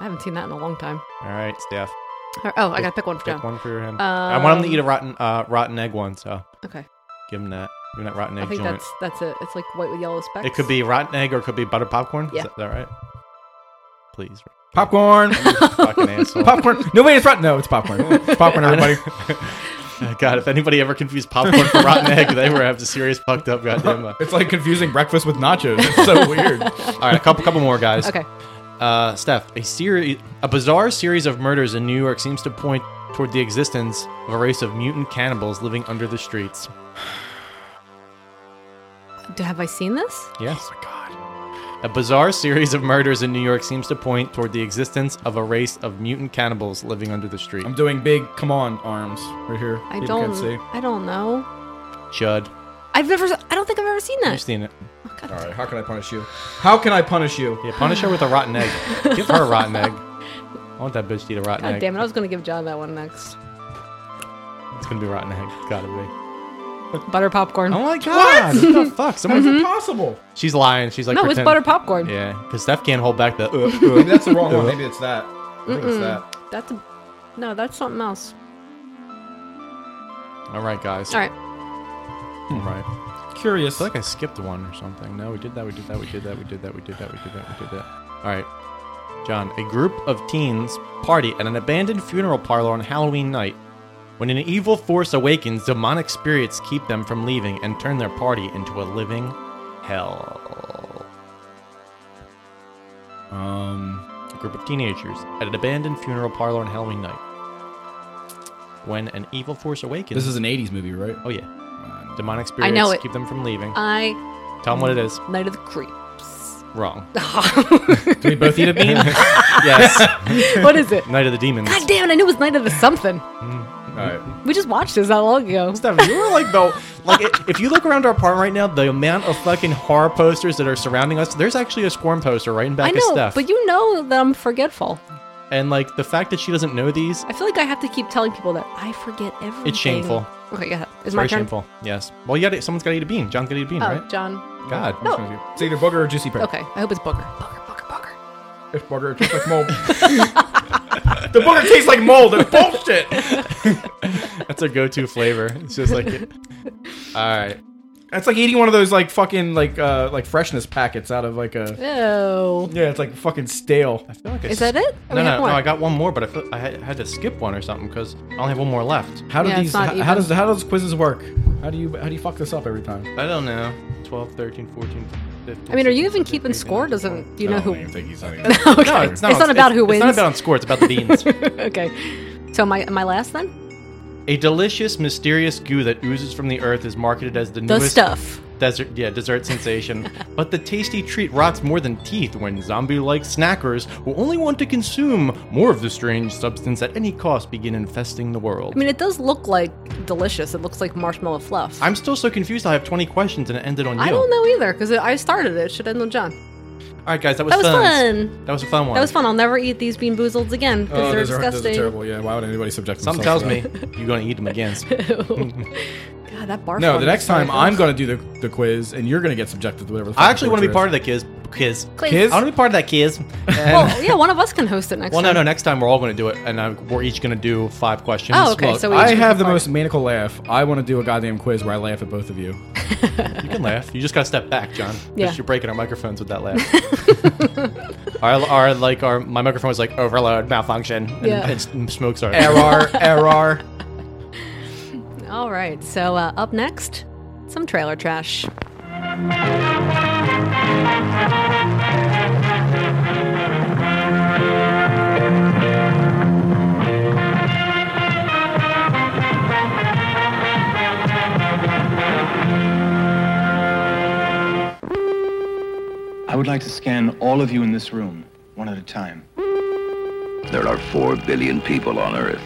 I haven't seen that in a long time.
All right, Steph.
Or- Oh, I gotta pick one for
Pick
John.
one for him. I want him to eat a
Um,
rotten uh, rotten egg one, so
Okay,
give him that. Give him that rotten
I
egg
think
joint.
that's that's it. It's like white with yellow specks.
It could be rotten egg or it could be butter popcorn.
Yeah.
Is that, that right? Please.
<laughs>
Popcorn. <laughs>
Fucking asshole. <laughs>
popcorn. No, wait, it's rotten. No, it's
<laughs>
popcorn. It's popcorn, everybody.
God, if anybody ever confused popcorn for rotten egg, they were have the serious fucked up goddamn. Uh,
It's like confusing breakfast with nachos. It's
<laughs>
so weird.
Oh
all right, a couple couple more guys.
Okay.
Uh, Steph, a series, a bizarre series of murders in New York seems to point toward the existence of a race of mutant cannibals living under the streets.
Do, have I seen this?
Yes. Oh my god. A bizarre series of murders in New York seems to point toward the existence of a race of mutant cannibals living under the street.
I'm doing big. Come on, arms right here.
I
People
don't.
can see.
I don't know.
Chud.
I've never. s- I don't think I've ever seen
You've
that.
seen it.
All right. How can I punish you? How can I punish you?
Yeah, punish her with a rotten egg. Give her a rotten egg. I want that bitch to eat a rotten
God
egg.
damn it! I was gonna give John that one next.
It's gonna be rotten egg. It's gotta be.
Butter popcorn.
Oh my god!
<laughs>
What, the fuck? Someone's
Impossible.
She's lying. She's like
no, it's
pretend-
butter popcorn.
Yeah, because Steph can't hold back the.
<laughs>
Uh,
Maybe that's the wrong one. Maybe it's that. I think it's that.
That's a. No, that's something else.
All right, guys.
All right.
All right. I
Curious.
feel like I skipped one or something. No, we did that. We did that. We did that. We did that. We did that. We did that. We did that. All right. John, a group of teens party at an abandoned funeral parlor on Halloween night. When an evil force awakens, demonic spirits keep them from leaving and turn their party into a living hell.
Um,
a group of teenagers at an abandoned funeral parlor on Halloween night. When an evil force awakens.
this is an '80s movie, right?
Oh, yeah. Demonic
Mm. I
spirits
know it. Uh,
keep them from leaving.
I
Tell them what it is.
Night of the Creep. <laughs>
Wrong.
Do we both eat a bean?
yes.
what is
<laughs>
it?
Night of the Demons.
God damn it! I knew it was Night of the something.
All right.
We just watched this not long ago.
Steph, you were like the like i- if you look around our apartment right now, the amount of fucking horror posters that are surrounding us. There's actually a squirm poster right in back
I know,
of Steph,
but you know that I'm forgetful.
and like the fact that she doesn't know these,
I feel like I have to keep telling people that I forget everything.
shameful.
Okay, yeah. Is
it's
my
very
turn?
shameful. Yes. Well, you got to someone's got to eat a bean. John got to eat a bean,
Oh,
right?
John.
God.
No.
It's either booger or juicy pear.
Okay, I hope it's Booker. Booker, Booker, Booker.
It's booger. It tastes like <laughs> mold. the booger tastes like mold. It's bullshit.
<laughs> That's a go-to flavor. It's just like, <laughs> all right.
That's like eating one of those like fucking like uh like freshness packets out of like a
Oh.
yeah. It's like fucking stale.
I feel like I
Is that it? Or we
No,
have
no, no.
more?
I got one more, but I, feel, I had, had to skip one or something because I only have one more left.
How do
Yeah, it's
these?
not
How,
even.
how does how does quizzes work? How do you how do you fuck this up every time?
I don't know. 12, 13, 14, 15.
I mean, are you
16,
even
17,
keeping
18,
score?
19,
Doesn't you know who? Okay.
think he's
<laughs>
No, it's not,
It's not about who
It's
wins.
not about score. It's about the
<laughs>
beans.
okay. So my my last then?
a delicious, mysterious goo that oozes from the earth is marketed as the
The
newest
stuff.
desert, yeah,
<laughs>
dessert sensation. but the tasty treat rots more than teeth when zombie-like snackers who only want to consume more of the strange substance at any cost begin infesting the world.
I mean, it does look like delicious. It looks like marshmallow fluff.
I'm still so confused. I have 20 questions and it ended on you.
I don't know either because I started it. It Should end with John.
All right, guys, that was,
That was
fun.
fun.
That was a fun one.
That was fun. I'll never eat these bean boozled again
Oh,
Oh,
because they're disgusting.
terrible. Yeah, why would anybody subject
Something
themselves
tells
to
me
that?
you're going to eat them again.
<laughs> God, that barf.
No,
one
the
is
next time
terrible.
I'm gonna do the, the quiz and you're gonna get subjected to whatever. The
I actually want to be part of that kids. Kids.
Quiz.
I want to be part of that kids. <laughs>
Well, yeah, one of us can host it next.
well, no,
time.
no. Next time we're all going to do it, and i we're each going to do five questions.
Oh, okay.
Well,
so we
I
each
have
get
the
part.
most maniacal laugh. I want to do a goddamn quiz where I laugh at both of you.
you can laugh. You just got to step back, John. 'cause
Yeah.
You're breaking our microphones with that
<laughs>
laugh. our, our like our my microphone was like overload, malfunction, and,
Yeah.
and smoke started.
Error, error.
All right. So uh, up next, some trailer trash.
I would like to scan all of you in this room, one at a time.
There are 4 billion people on Earth.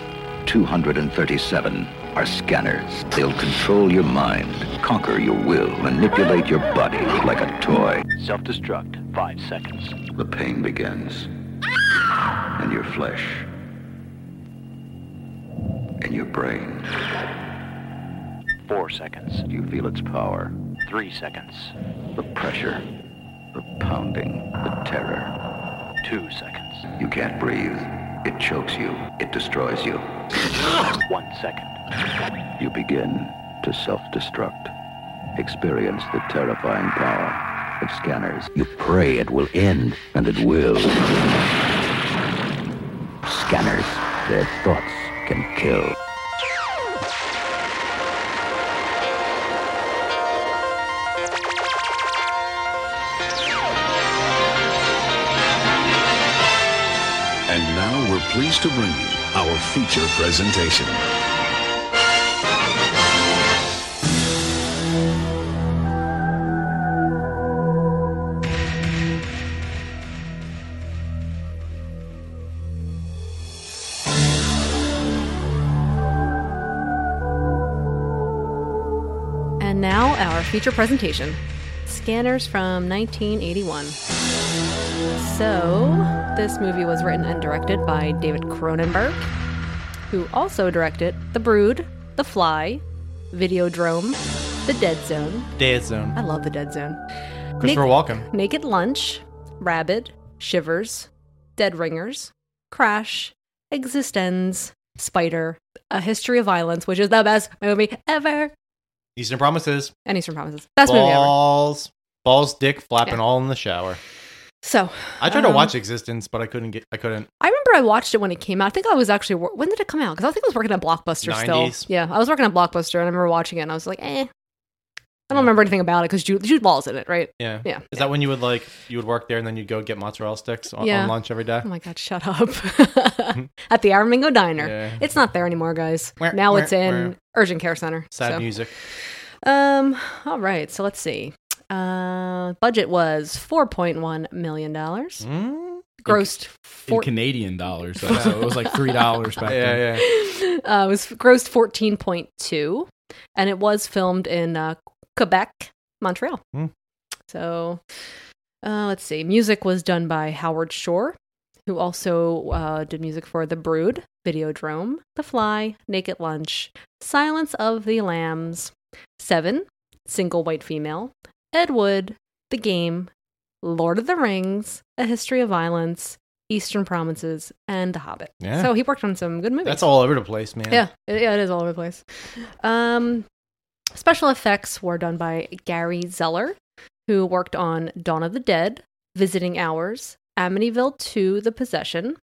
237 are scanners. They'll control your mind, conquer your will, manipulate your body like a toy.
Self destruct, five seconds.
The pain begins. And your flesh. And your brain.
Four seconds,
You feel its power.
three seconds,
The pressure. The pounding. The terror.
two seconds.
You can't breathe. It chokes you. It destroys you.
One second.
You begin to self-destruct. Experience the terrifying power of scanners. You pray it will end, and it will. Scanners, their thoughts can kill.
And now we're pleased to bring you our feature presentation.
And now our feature presentation Scanners from 1981. So, this movie was written and directed by David Cronenberg, who also directed The Brood, The Fly, Videodrome, The Dead Zone.
Dead Zone.
I love The Dead Zone.
Christopher
Uh, Nick-
Walken.
Naked Lunch, Rabid, Shivers, Dead Ringers, Crash, Existence, Spider, A History of Violence, which is the best movie ever.
Eastern Promises.
And Eastern Promises. Best movie ever.
balls, balls, dick flapping
Yeah.
all in the shower.
So
I tried to
um,
watch Existence, but I couldn't get. I couldn't.
I remember I watched it when it came out. I think I was actually wor- when did it come out? Because I think I was working at Blockbuster
90s.
still. Yeah, I was working at Blockbuster, and I remember watching it, and I was like, eh. I don't remember anything about it because Jude, Jude Law's in it, right?
Yeah.
Yeah.
Is that when you would like you would work there and then you'd go get mozzarella sticks on,
Yeah.
on lunch every day?
Oh my God, shut up. <laughs> At the Aramingo Diner.
Yeah.
It's not there anymore, guys.
Where-
now
where-
it's in
where?
Urgent Care Center.
Sad
so.
music.
Um, all right, so let's see. Uh, budget was $4.1 million.
Mm?
Grossed
in
four,
Canadian dollars. So, so it was like three dollars back then.
Yeah, yeah.
<laughs> uh, it was grossed 14.2 and it was filmed in uh, Quebec, Montreal.
Hmm.
So uh, let's see. Music was done by Howard Shore, who also uh, did music for The Brood, Videodrome, The Fly, Naked Lunch, Silence of the Lambs, Seven, Single White Female, Ed Wood, The Game, Lord of the Rings, A History of Violence, Eastern Promises, and The Hobbit.
Yeah.
So he worked on some good movies.
That's all over the place, man.
Yeah, it, yeah, it is all over the place. Um, special effects were done by Gary Zeller, who worked on Dawn of the Dead, Visiting Hours, Amityville 2: The Possession,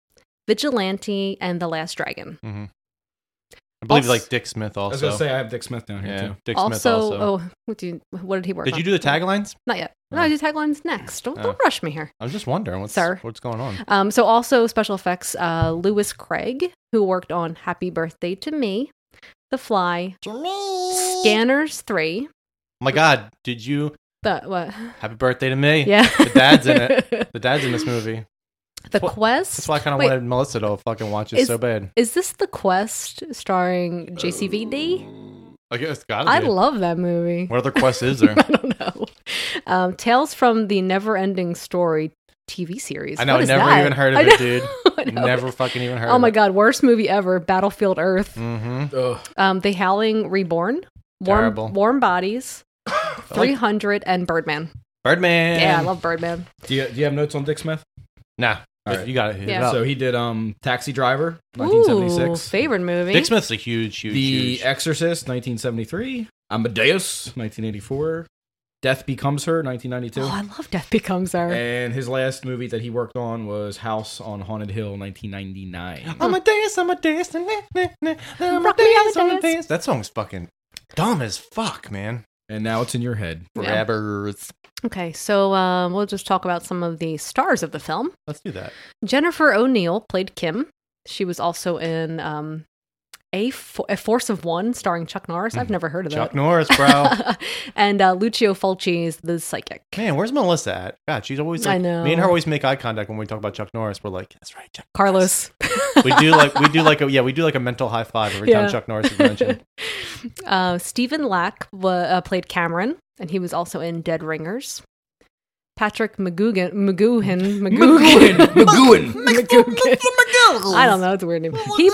Vigilante, and The Last Dragon.
I believe
Also-
like Dick Smith
I was
also.
gonna say I have Dick Smith down here
yeah,
too.
Dick Smith
also,
also.
oh, what, do you, what did he work?
Did
on?
you do the Oh. taglines?
Not yet. No, I do taglines next. Don't, don't rush me here.
I was just wondering what's
Sir.
what's going on.
Um, so also special effects, uh, Lewis Craig, who worked on Happy Birthday to Me, The Fly, Scanners Three.
Oh my God, did you?
The
<laughs>
what?
Happy birthday to me.
Yeah,
The dad's
<laughs>
in it. The dad's in this movie.
The
That's wh-
Quest.
That's why I kind of
Wait,
wanted Melissa to fucking watch it
Is-
so bad.
Is this The Quest starring JCVD?
Like it's gotta
I
be.
love that movie.
what other quest is there?
<laughs> I don't know. Um, Tales from the Never Ending Story TV series.
I know.
What
I
is
never
that?
even heard
I
of it,
know- <laughs> I
dude.
know.
Never fucking even heard.
Oh my god! Worst movie ever. Battlefield Earth.
Mm-hmm.
Um, the Howling Reborn. Warm,
Terrible.
Warm Bodies.
<laughs>
Three Hundred and Birdman.
Birdman.
yeah, I love Birdman.
Do you do you have notes on Dick Smith?
Nah,
All right.
you got to hit it
Yeah.
up.
So he did um Taxi Driver,
Ooh,
1976.
favorite movie.
Dick Smith's a huge, huge,
The
huge.
Exorcist, 1973. Amadeus, 1984. Death Becomes Her, 1992.
Oh, I love Death Becomes Her.
and his last movie that he worked on was House on Haunted Hill, 1999.
I'm a dance, I'm a dance, nah, nah, nah, I'm a
Rock me, I'm a
dance, I'm a
dance.
dance. That song's fucking dumb as fuck, man.
And now it's in your head.
Yeah.
Grabbers.
Okay, so um, we'll just talk about some of the stars of the film.
Let's do that.
Jennifer O'Neill played Kim. She was also in um, a, Fo- a Force of One, starring Chuck Norris. I've never heard of
Mm. Chuck
that.
Norris,
<laughs>
bro.
and uh, Lucio Fulci is the psychic.
Man, where's Melissa at? God, she's always. Like,
I know.
Me and her always make eye contact when we talk about Chuck Norris. We're like, that's right, Chuck.
Carlos.
We
<laughs>
do like we do like a yeah we do like a mental high five every
Yeah.
time Chuck Norris is mentioned.
uh, Stephen Lack wa- uh, played Cameron, and he was also in Dead Ringers. Patrick McGugan,
<laughs>
McGuhan, <laughs> McGugan,
McGowan.
McGugan. I don't know. It's a weird name. He,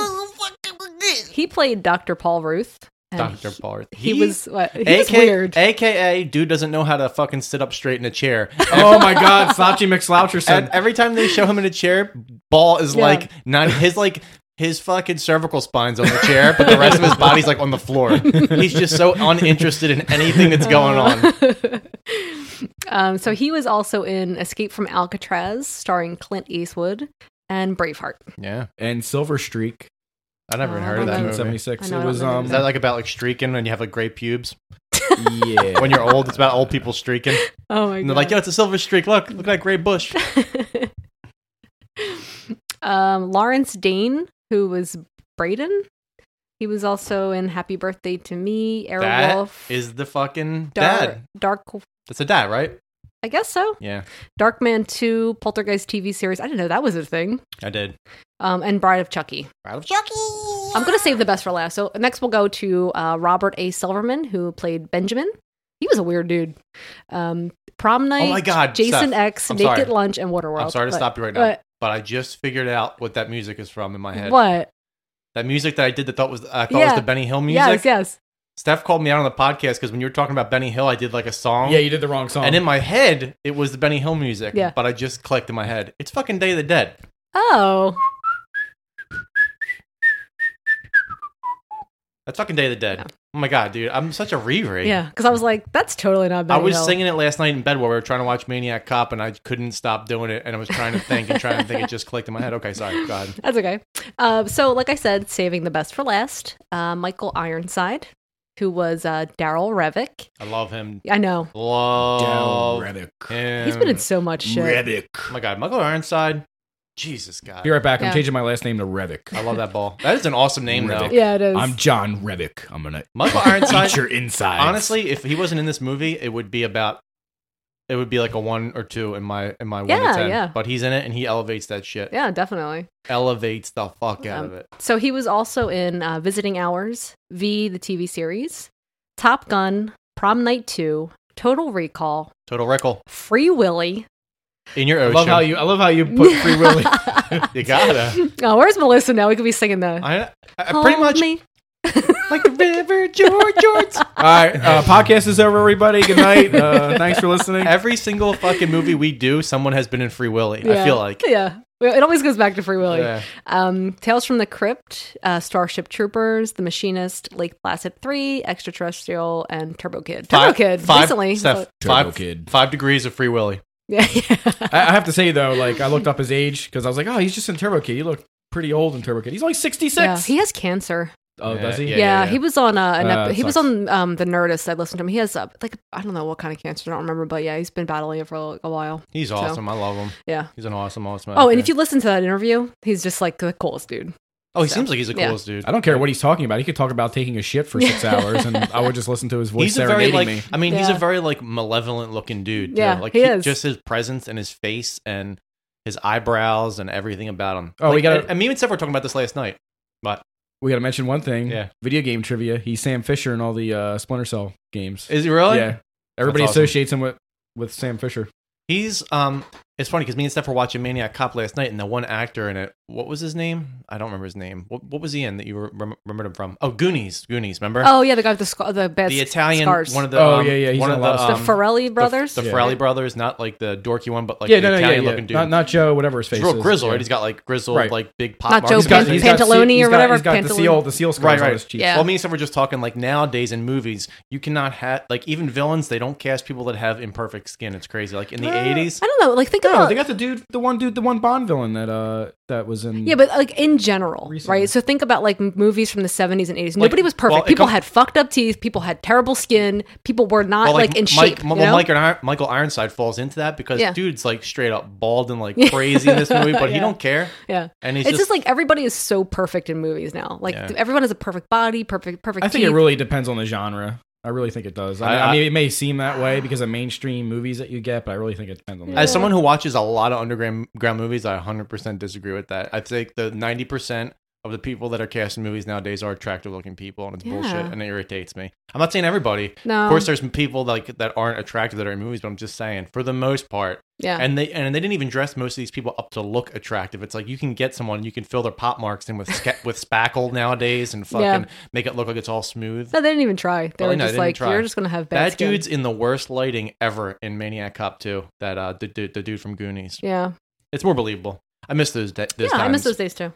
he played Dr. Paul Ruth, <laughs> And
Dr. Barth.
he was- what- he was weird.
AKA, dude doesn't know how to fucking sit up straight in
<laughs>
a chair.
<laughs> Oh my God, Slouchy McSloucherson.
And every time they show him in a chair, Ball is
Yeah.
like, not his like. His fucking cervical spine's on the chair, but the rest of his body's like on
<laughs>
the floor. He's just so uninterested in anything that's
<laughs>
going on.
Um, so he was also in Escape from Alcatraz, starring Clint Eastwood and Braveheart.
Yeah,
and Silver Streak.
I never even
Oh,
heard of that movie.
1976.
I know, I
It
don't
was
remember
um
Is that like about like streaking and you have like gray pubes?
yeah.
<laughs> When you're old, it's about old
<laughs>
people streaking.
Oh my
And they're like, yo,
god!
it's a silver streak. Look, look at that
<laughs>
gray bush.
um, Lawrence Dane, who was Braden, he was also in Happy Birthday to Me,
That
Airwolf,
is the fucking
Dark,
dad.
Dark.
That's a dad, right?
I guess so.
Yeah,
Darkman Two, Poltergeist TV series. I didn't know that was a thing.
I did.
Um, and Bride of Chucky.
Out of Chucky.
I'm going to save the best for last. So next we'll go to uh, Robert A. Silverman, who played Benjamin. He was a weird dude. Um, Prom night.
Oh my God,
Jason
Steph,
X,
I'm
Naked
sorry.
Lunch, and Waterworld.
I'm sorry to
But-
stop you right now,
but-
but I just figured out what that music is from in my head.
What?
That music that I did that thought was I thought
Yeah.
was the Benny Hill music.
Yes, yes.
Steph called me out on the podcast because when you were talking about Benny Hill, I did like a song.
Yeah, you did the wrong song.
And in my head, it was the Benny Hill music.
Yeah.
But I just clicked in my head. It's fucking Day of the Dead.
Oh,
That's fucking Day of the Dead. Oh my god, dude, I'm such a re-read.
yeah. Because I was like, that's totally not
I
Benny
was
Hill.
singing it last night in bed while we were trying to watch Maniac Cop, and I couldn't stop doing it. And I was trying to think and trying to think. It just clicked in my head. Okay, sorry. Go ahead.
That's okay. Um, so, like I said, saving the best for last. Uh, Michael Ironside, who was uh, Daryl Revick.
I love him.
I know.
Love
Reddick.
him.
He's been in so much shit.
Reddick.
Oh my god, Michael Ironside. Jesus God.
Be right back.
Yeah.
I'm changing my last name to Revick.
I love that ball. That is an awesome name
Reddick.
though.
Yeah, it is.
I'm John Revick. I'm gonna
Michael Ironside.
eat your insides.
honestly, if he wasn't in this movie, it would be about it would be like a one or two in my in my one
Yeah,
to ten.
yeah.
But he's in it and he elevates that shit.
yeah, definitely.
Elevates the fuck out
Um,
of it.
So he was also in uh, Visiting Hours, V, the TV series, Top Gun, Prom Night 2, Total Recall,
Total Recall.
Free Willy.
In your
I
ocean.
love how you I love how
<laughs>
you <laughs> put free willy.
You gotta.
Oh, where's Melissa now? We could be singing that.
I, I pretty
Hold
much
me.
like the river George
<laughs>
George.
All right,
<laughs>
uh, <laughs> podcast is over, everybody. Good night. Uh, thanks for listening.
Every single fucking movie we do, someone has been in Free Willy. I
Yeah.
feel like.
Yeah. Well, It always goes back to Free Willy.
Yeah.
Um, Tales from the Crypt, uh, Starship Troopers, The Machinist, Lake Placid 3, Extraterrestrial, and Turbo Kid. Turbo Kid,
five,
recently.
Steph,
so- <laughs>
Turbo
five,
Kid.
five degrees of Free Willy.
yeah, yeah.
I, I have to say though, like I looked up his age because I was like, oh, he's just in Turbo Kid. He looked pretty old in Turbo Kid. He's only sixty
Yeah,
six.
He has cancer.
oh, does he?
Yeah,
Yeah, he was on uh, an
Uh,
epi- he was
sucks.
on um, the Nerdist. I listened to him. He has uh, like I don't know what kind of cancer. I don't remember, but yeah, he's been battling it for a, a while.
He's awesome. I love him.
Yeah.
He's an awesome, awesome.
Oh, and
actor.
if you listen to that interview, he's just like the coolest dude.
oh, he
so-
seems like he's the
yeah.
coolest dude.
I don't care what he's talking about. He could talk about taking a shit for six hours, and I would just listen to his voice
he's a very
serenading
like
me.
I mean he's a
Yeah.
very like malevolent looking dude. too.
Yeah,
like
he is.
just his presence and his face and his eyebrows and everything about him.
Oh,
like,
we gotta-
And, and me and Steph were talking about this last night. But
We got to mention one thing.
Yeah.
Video game trivia. He's Sam Fisher in all the uh, Splinter Cell games.
is he really?
Yeah. Everybody
awesome.
associates him with with Sam Fisher.
He's um. It's funny because me and Steph were watching Maniac Cop last night, and the one actor in it, what was his name? I don't remember his name. What, what was he in that you rem- remembered him from? Oh, Goonies. Goonies. Remember?
Oh yeah, the guy with the sc- the best
the Italian
scars.
one of the
Oh,
um,
yeah, yeah, he's
one
in
of
a
the,
lot of
the
um,
Ferrelli brothers.
the, the
Yeah.
Farrelly brothers, not like the dorky one, but like
yeah,
the
no, no, yeah,
Italian
yeah.
looking dude.
Not, not Joe, whatever his face
he's real
is.
grizzle,
Yeah.
right? He's got like grizzled,
Right.
like big pop.
Not Joe
marks.
He's got,
Pan-
he's got se-
Pantalone
he's
or
got-
whatever,
He's got the seal,
Pantalone.
the seal scars
Right,
on
right.
his cheeks.
Yeah.
Well, me and Steph were just talking like nowadays in movies, you cannot have like even villains. They don't cast people that have imperfect skin. It's crazy. Like in the
Uh,
eighties,
I don't know. Like think
No,
about
they got the dude, the one dude, the one Bond villain that uh that was in.
Yeah, but like in general,
Recently.
right? So think about like m- movies from the 70s and 80s. Nobody was perfect.
well, it
people
com-
had fucked up teeth. People had terrible skin. People were not like, in
Mike,
shape.
well,
you know?
Mike and Iron, Michael Ironside falls into that because
Yeah.
dude's like straight up bald and
<laughs>
like crazy in this movie, but he
Yeah.
don't care.
yeah.
And he's
It's just,
just,
like everybody is so perfect in movies now. Like
Yeah.
th- everyone has a perfect body, perfect, perfect.
I think it
teeth.
really depends on the genre. I really think it does. I
I-
mean, I,
I-
mean, it may seem that way because of mainstream movies that you get, but I really think it depends on. the
as someone who watches a lot of underground ground movies, I 100 percent disagree with that. I think the 90 percent of the people that are cast in movies nowadays are attractive looking people, and it's bullshit,
Yeah. Um,
and it irritates me. I'm not saying everybody.
No.
Of course, there's people like that aren't attractive that are in movies, but I'm just saying for the most part.
Yeah.
And they and they didn't even dress most of these people up to look attractive. It's like you can get someone, you can fill their pop marks in with sca- <laughs> with spackle nowadays, and fucking
Yeah.
make it look like it's all smooth.
No, they didn't even try. They
Oh,
were
no,
just
didn't
like,
try.
you're just going to have bad,
That
skin."
dude's in the worst lighting ever in Maniac Cop 2. That uh, the, the, the dude from Goonies.
Yeah.
It's more believable. I miss those. Da- those
yeah, I miss
times.
those days too.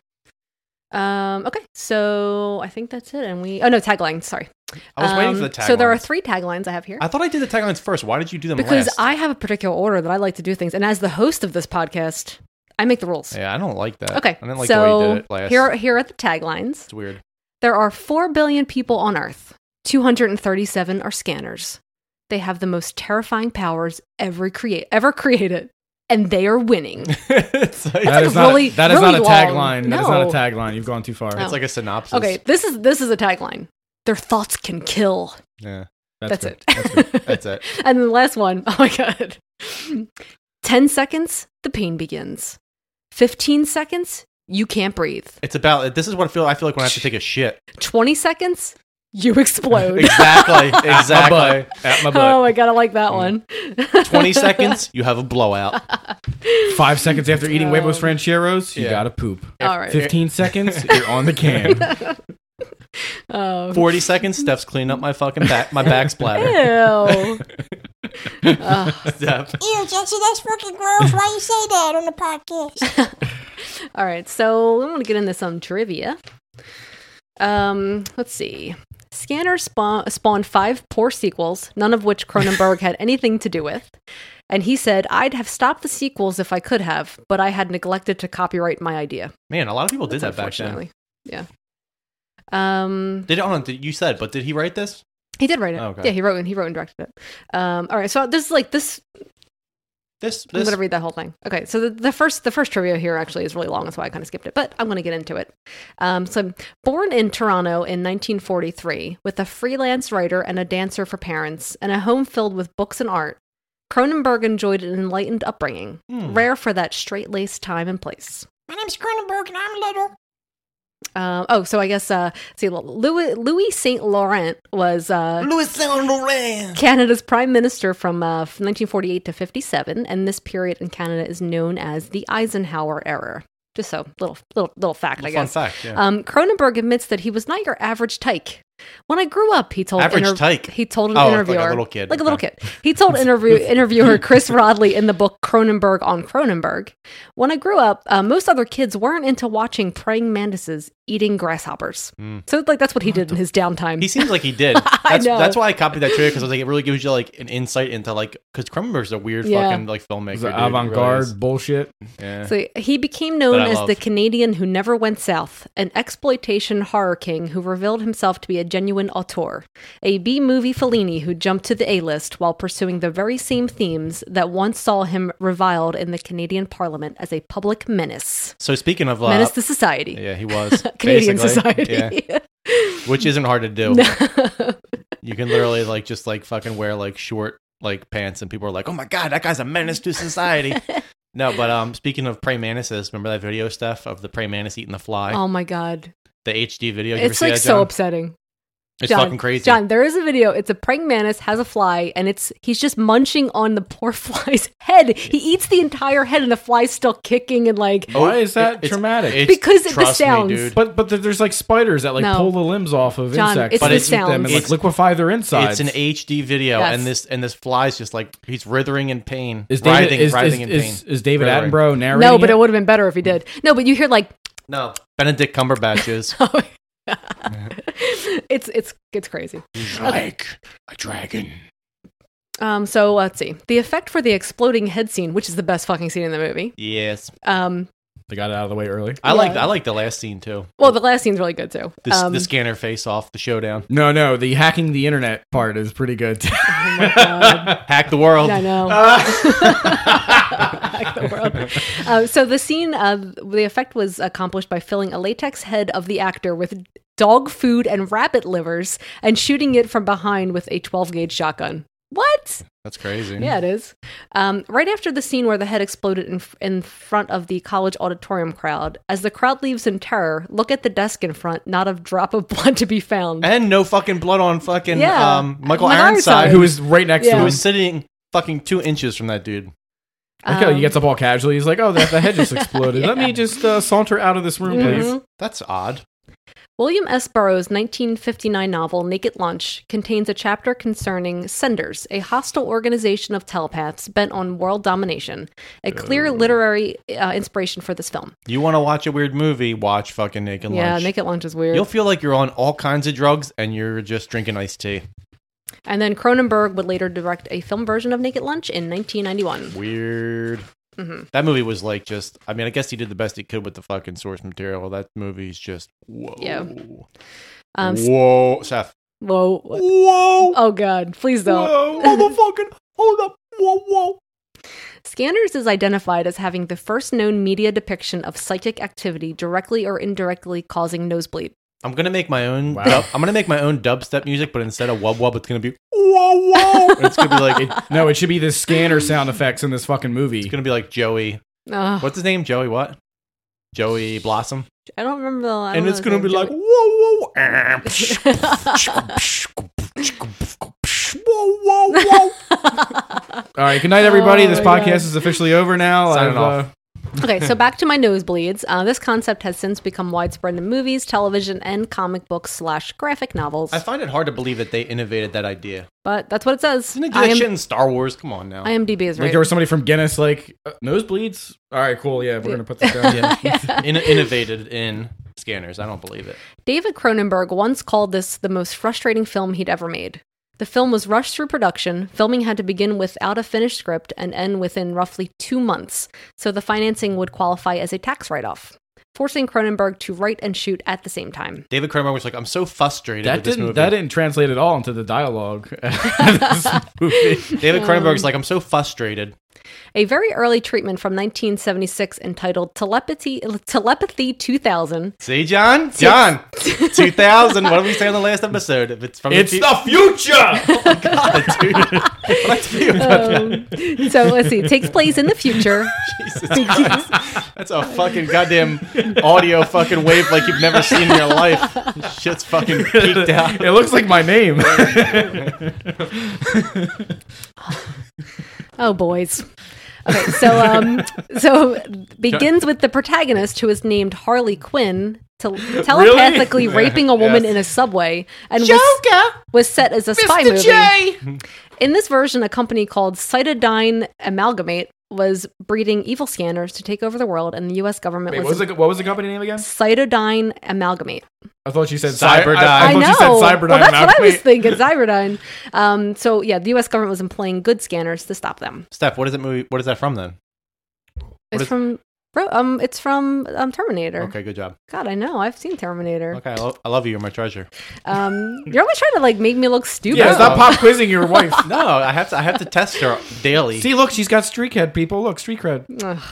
Um, okay, so I think that's it. And we, oh no, tagline. Sorry.
I was waiting for
Um,
the
So there are
taglines.
three taglines I have here.
I thought I did the taglines first. Why did you do them
because
last?
I have a particular order that I like to do things. And as the host of this podcast, I make the rules.
yeah, I don't like that.
Okay.
I didn't like
so
the way you did it last.
Here, are- here are the taglines.
it's weird. <laughs>
There are 4 billion people on Earth. 237 are scanners. They have the most terrifying powers ever, create, ever created, and they are
<laughs>
winning.
it's like,
That
like
is not,
really-
that is
really
not a
long.
tagline. That is not a
No.
tagline. You've gone too far.
No.
it's like a synopsis.
okay, this is, this is a tagline. Their thoughts can kill.
Yeah.
That's,
good.
it.
That's
<laughs>
good.
That's it.
and then the last one, <laughs> oh my god. 10 seconds, the pain begins. 15 seconds, you can't breathe.
It's about. This is what I feel. I feel like when I have to take a shit.
20 seconds, you <laughs> explode.
<laughs> Exactly.
At my
Exactly.
butt. At my
<laughs> oh
butt.
my god, I like
Mm.
that
<laughs>
one. Oh.
Twenty seconds, you have a
<laughs>
blowout.
Five seconds after eating huevos
Um,
rancheros, you
Yeah.
gotta poop.
All right.
Fifteen
<laughs>
seconds, you're on the
<laughs>
can.
Um,
Forty seconds, Steph's cleaning up my fucking back, my
<laughs>
back splatter.
Ew. Ugh.
<laughs> Steph.
Ew, Jesse, that's fucking gross. Why you say that on the podcast?
All right, so I'm going to get into some trivia. Um, let's see. Scanner spawn, spawned five poor sequels, none of which Cronenberg had anything to do with. And he said, I'd have stopped the sequels if I could have, but I had neglected to copyright my idea.
Man, a lot of people did that back then.
Unfortunately. Yeah. Um,
Did it on? You said, but did he write this?
he did write it.
Oh, okay.
Yeah, he wrote and he wrote and directed it. Um, all right, so this is like this
This,
I'm
this
gonna read that whole thing. Okay, so the, the first the first trivia here actually is really long, that's why I kind of skipped it, but I'm gonna get into it. Um, so, born in Toronto in 1943, with a freelance writer and a dancer for parents, and a home filled with books and art, Cronenberg enjoyed an enlightened upbringing,
Hmm.
rare for that straight laced time and place.
My name's Cronenberg and I'm little.
Um, oh, so I guess uh, see Louis Louis Saint Laurent was uh,
Louis Saint Laurent.
Canada's prime minister from uh, 1948 to 57, and this period in Canada is known as the Eisenhower era. Just so little little little fact, I
Fun
guess.
fact. Yeah.
Um, Cronenberg admits that he was not your average tyke. When I grew up, he told
Average tyke?
He told an
Oh, like a
interviewer,
little kid.
like a little kid. He
<laughs>
told interview interviewer Chris Rodley in the book Cronenberg on Cronenberg. When I grew up, uh, most other kids weren't into watching praying mantises eating grasshoppers. So like that's what he did in his downtime.
Hmm. he seems like he
<laughs>
did. That's,
know.
that's why I copied that trivia because I was like, it really gives you like an insight into like because Cronenberg's a weird
Yeah.
fucking like filmmaker,
It's
dude,
like
he really
avant-garde
is.
bullshit.
Yeah.
So he became known
I
as
love.
the Canadian who never went south, an exploitation horror king who revealed himself to be a genuine auteur, a B movie Fellini who jumped to the A list while pursuing the very same themes that once saw him reviled in the Canadian Parliament as a public menace,
So speaking of uh,
menace to society,
yeah, he was
<laughs> Canadian
basically.
society.
yeah, which isn't hard to do. You can literally like just like fucking wear like short like pants, and people are like, oh my god, that guy's a menace
<laughs>
to society. No, but um, speaking of prey mantises, remember that video stuff of the prey mantis eating the
<laughs>
fly,
oh my god,
the HD video. You ever
it's
see
like
that,
so
John?
upsetting.
It's
John,
fucking crazy.
John, there is a video. It's a praying mantis has a fly, and it's he's just munching on the poor <laughs> fly's head. He eats the entire head, and the fly's still kicking and like.
Why is that
Oh, it's-
traumatic?
it's-
Because of the
trust me,
sounds.
dude.
but but th- there's like spiders that like
No.
pull the limbs off of
John,
insects,
it's
but
the
eat them and
sounds.
like
It's-
liquefy their insides.
It's an HD video,
Yes.
and this and this flies just like he's writhing in pain,
is David,
writhing,
is,
writhing in
is,
pain.
is, is David
Writhing.
Attenborough narrating?
No, but it would have been better if he did. No, but you hear like <laughs> oh,
No, Benedict Cumberbatch is
it's it's it's crazy.
Like a dragon.
Um, so let's see the effect for the exploding head scene, which is the best fucking scene in the movie.
yes.
Um,
They got it out of the way early.
I like
Yeah.
I like the last scene too.
well, the last scene's really good too.
The, s-
um,
the scanner face off, the showdown,
No, no, the hacking the internet part is pretty good.
<laughs> oh my God.
<laughs>
hack the world.
I know. <laughs> Hack the world. Uh, so the scene, uh, the effect was accomplished by filling a latex head of the actor with dog food and rabbit livers and shooting it from behind with a 12 gauge shotgun. What?
That's crazy.
Yeah, it is. Um, right after the scene where the head exploded in, in front of the college auditorium crowd, as the crowd leaves in terror, look at the desk in front, not a drop of <laughs> blood to be found.
And no fucking blood on fucking
Yeah.
um, Michael
Like
Ironside,
Ironside.
who was right
next to Yeah.
Who
him.
was sitting fucking two inches from that dude.
Like how he gets up all casually. He's like, "Oh, the, the
<laughs>
head just exploded. Let me just uh, saunter out of this room, please."
Mhm.
That's odd.
William S. Burroughs' 1959 novel Naked Lunch contains a chapter concerning Senders, a hostile organization of telepaths bent on world domination, a
Oh.
clear literary uh, inspiration for this film.
You want to watch a weird movie? Watch fucking Naked
yeah,
Lunch.
Naked Lunch is weird.
You'll feel like you're on all kinds of drugs and you're just drinking iced tea.
and then Cronenberg would later direct a film version of Naked Lunch in 1991.
Weird.
Mhm.
That movie was like just. I mean, I guess he did the best he could with the fucking source material. That movie's just whoa,
Yeah. Um, s-
whoa, Seth.
Whoa.
Whoa.
Oh, God. Please don't.
motherfucking. Hold up. Whoa, whoa.
Scanners is identified as having the first known media depiction of psychic activity directly or indirectly causing nosebleed.
I'm gonna make my own.
Wow.
Dub, I'm gonna make my own dubstep music, but instead of wub wub, it's gonna be
Whoa, whoa.
<laughs> It's gonna be like it-
no, it should be the scanner sound effects in this fucking movie. It's
gonna be like Joey.
Ugh.
What's his name? Joey what? Joey Blossom.
I don't remember the I
And
don't
it's
know
gonna
his
be
name.
like,
Joey-
Ah.
<laughs>
Whoa, whoa,
All right, good night, everybody.
Oh
this
my
podcast
God.
is officially over now. I've,
Signing off.
uh,
okay, so back to my nosebleeds. Uh, this concept has since become widespread in movies, television, and comic books slash graphic novels.
I find it hard to believe that they innovated that idea.
but that's what it says.
Didn't they do
I
that
am-
shit in Star Wars? Come on now.
IMDb is
like
right.
there was somebody from Guinness, like uh, nosebleeds. All right, cool. Yeah, we're gonna put
<laughs>
this down.
Yeah. In- innovated in scanners. I don't believe it.
David Cronenberg once called this the most frustrating film he'd ever made. The film was rushed through production. Filming had to begin without a finished script and end within roughly two months, so the financing would qualify as a tax write off, forcing Cronenberg to write and shoot at the same time.
David Cronenberg was like, "I'm so frustrated
That
with this
didn't
movie."
that didn't translate at all into the dialogue.
David
Um,
Cronenberg's like, "I'm so frustrated."
A very early treatment from 1976 entitled Telepathy, Telepathy 2000.
See, John,
<laughs>
John, two thousand. What did we say on the last episode? If it's
<laughs>
from
It's the future.
Um, so let's see, it takes place in the future.
That's a fucking goddamn audio fucking wave like you've never seen in your life. Shit's fucking
<laughs>
peaked
<laughs>
out.
it looks like my
<laughs>
name.
Oh, boys. Okay, so um, so begins with the protagonist who is named Harley Quinn tel- telepathically
Really?
raping a woman
Yes.
in a subway and was, was set as a spy movie. In this version, a company called Cytodyne Amalgamate was breeding evil scanners to take over the world, and the U.S. government
Wait, what
was
was the what was the company name again?
Cytodyne Amalgamate.
I thought you said
Cyberdyne.
Cyberdyne. I, I
I
thought
know.
you said Cyberdyne.
well, that's what I was
Wait.
<laughs>
thinking. Cyberdyne. Um, so yeah, the U.S. government was employing good scanners to stop them.
Steph, what is that movie? What is that from then?
It's from Ro- um, it's from um, Terminator.
Okay, good job.
God, I know. I've seen Terminator.
Okay, I, lo- I love you. You're
<laughs>
my treasure. <laughs>
Um, you're always trying to like make me look stupid. <laughs>
quizzing your wife.
no, I have to. I have to test her daily.
See, look, she's got streak head. People, look, streak head.
Ugh.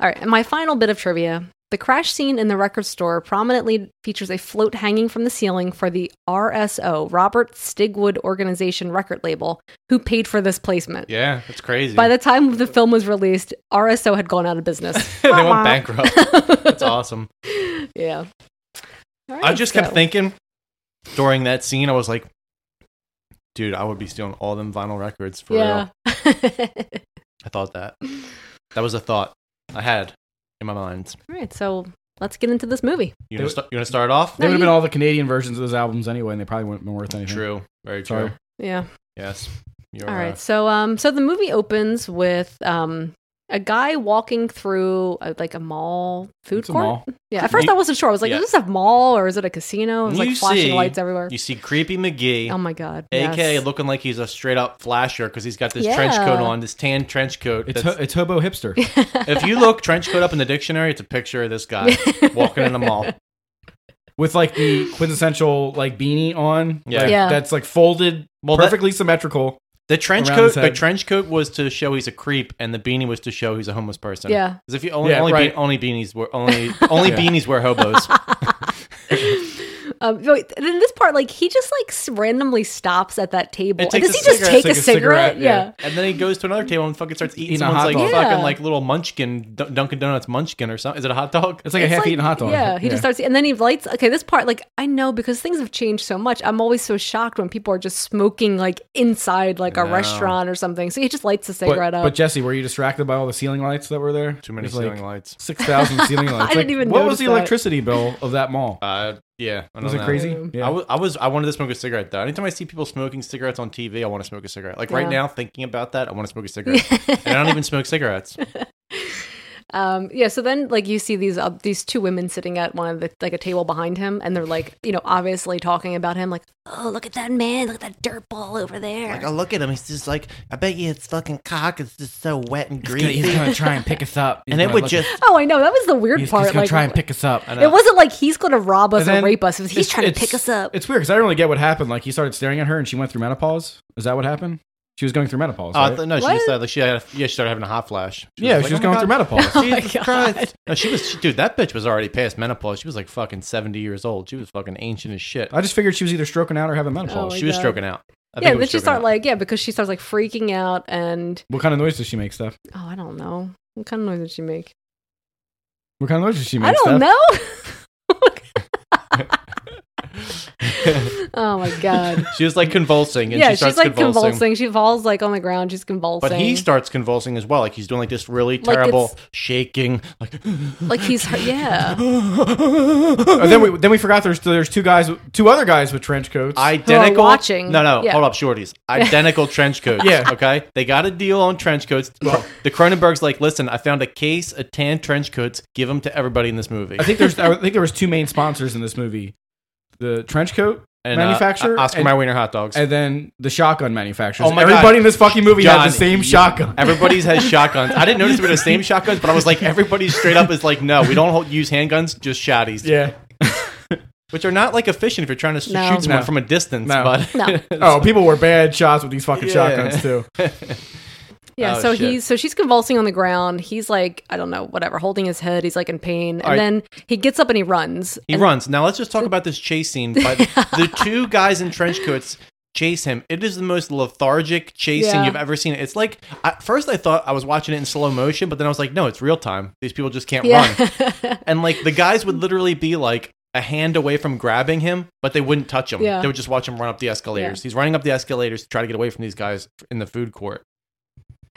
All right, and my final bit of trivia. The crash scene in the record store prominently features a float hanging from the ceiling for the RSO, Robert Stigwood Organization record label, who paid for this placement.
yeah, that's crazy.
By the time the film was released, RSO had gone out of business.
<laughs> <laughs>
<laughs>
they went bankrupt. that's awesome.
yeah. All
I
right,
just kept
so-
thinking during that scene. I was like, dude, I would be stealing all them vinyl records for
Yeah. <laughs>
real. I thought
<laughs>
that. That was a thought I had in my mind.
All right, so let's get into this movie.
You want to st- you wanna start off?
They would have been all the Canadian versions of those albums anyway, and they probably wouldn't have been worth anything.
True. Very
Sorry.
true.
Yeah.
Yes. You're uh,
All
right.
right. So um so the movie opens with um a guy walking through uh like a mall food
a
court.
mall.
Yeah. At first
You-
I wasn't sure. I was like,
yeah.
is this a mall or is it a casino? It was like
You
flashing
see-
lights everywhere.
You see creepy McGee.
Oh my God,
AK
yes.
looking like he's a straight up flasher because he's got this trench coat
Yeah.
on, this tan trench coat.
It's, ho-
that's-
it's hobo hipster.
<laughs>
if you look trench coat up in the dictionary, it's a picture of this
<laughs>
guy walking in a mall.
with like the quintessential like beanie on.
Yeah.
like,
Yeah.
that's like folded,
that-
perfectly symmetrical.
The trench
around
coat,
his
the
head.
trench coat was to show he's a creep, and the beanie was to show he's a homeless person.
Yeah.
because if you only
Yeah,
only,
right. <laughs>
be- only beanies were only only
Yeah.
beanies were hobos.
Um, so in this part, like he just like s- randomly stops at that table.
It
And
takes
does
a
he just
cigarette.
take a
Take
cigarette?
a cigarette,
yeah.
And then he goes to another table and fucking starts eating
Eating a
someone's
hot
like
dog.
fucking
Yeah.
like little munchkin, D- Dunkin' Donuts munchkin or something. Is it a hot dog?
It's like a It's half-eaten like- hot dog.
Yeah, he just starts, and then he lights. Okay, this part, like I know because things have changed so much. I'm always so shocked when people are just smoking like inside like a
No.
restaurant or something. So he just lights a
But,
cigarette up.
but Jesse, were you distracted by all the ceiling lights that were there? Too
many ceiling lights.
<laughs>
Six thousand ceiling lights.
I didn't
Like,
even
What
notice
was the
that.
electricity bill of that mall?
Uh, yeah. I
Was
don't
it
know.
crazy?
I wa- I was. I wanted to smoke a cigarette though. Anytime I see people smoking cigarettes on TV, I want to smoke a cigarette. Like right
Yeah.
now, thinking about that, I want to smoke
<laughs>
a cigarette. and I don't even smoke cigarettes.
Um, yeah, so then like you see these uh, these two women sitting at one of the like a table behind him, and they're like you know obviously talking about him, like oh look at that man, look at that dirt ball over there.
Like I look at him, he's just like, I bet you his fucking cock is just so wet and greasy.
us up,
And it would just
oh, I know that was the weird part. like,
us up.
It wasn't like he's going to rob us
And then
or rape us. It was he's
it's-
trying to
it's-
pick us up.
It's weird because I don't really get what happened. Like he started staring at her, and she went through menopause. Is that what happened? She was going through menopause.
Oh, I
right?
uh,
thought- no, she just started, like she had a, yeah, she started having a hot flash.
Yeah, she was
oh
going
my God.
<laughs>
through menopause. Oh my
Jesus Christ. No, she was, she- dude. That bitch was already past menopause. She was like fucking seventy years old. She was fucking ancient as shit. Oh,
I just figured she was either stroking out or having menopause.
my
she was
God.
stroking out.
yeah,
I think it
then she
was stroking
starts
out.
like yeah because she starts like freaking out and
What kind of noise does she make, Steph?
oh I don't know what kind of noise did she make?
What kind of noise does she make?
I don't
Steph?
<laughs>
know. oh my god.
she
<laughs>
was like convulsing, and
yeah,
she starts
she's like convulsing.
convulsing.
She falls like on the ground. She's convulsing.
But he starts convulsing as well. Like he's doing like this really
Like
terrible
it's-
shaking. Like
like he's
<laughs>
hurt. Yeah.
Oh, then we then we forgot there's there's two guys two other guys with trench coats.
identical.
watching.
No, no,
<laughs> Yeah.
hold up, shorties. Identical trench coats.
Yeah.
Okay. They got a deal on trench coats. Well, the Cronenberg's like, listen, I found a case of tan trench coats. Give them to everybody in this movie.
I think there's I think there was two main sponsors in this movie: the trench coat
And, uh,
manufacturer,
O- Oscar
and-
Mayer Wiener hot dogs.
and then the shotgun manufacturers.
Oh my
Everybody
God.
in this fucking movie
John,
had the same
you-
shotgun.
<laughs>
Everybody's has shotguns. I didn't notice we were the same shotguns, but I was like, everybody straight up is like, no, we don't hold, use handguns, just
<laughs>
shotties.
Yeah.
Which are not like efficient if you're trying to s-
No.
shoot someone
No.
from a distance.
No.
But
No.
oh, people were bad shots with these fucking
Yeah.
shotguns too.
Yeah,
Oh,
so
shit.
he's so she's convulsing on the ground. He's like, I don't know, whatever, holding his head. He's like in pain, and
All right.
then he gets up and he runs.
<laughs> He
And-
runs. Now let's just talk about this
<laughs>
chase scene. But the two guys in trench coats chase him. It is the most lethargic chase scene
Yeah.
you've ever seen. It's like at first I thought I was watching it in slow motion, but then I was like, no, it's real time. These people just
<laughs>
can't
Yeah.
run. And like the guys would literally be like a hand away from grabbing him, but they wouldn't touch him.
Yeah.
They would just watch him run up the escalators.
Yeah.
He's running up the escalators to try to get away from these guys in the food court.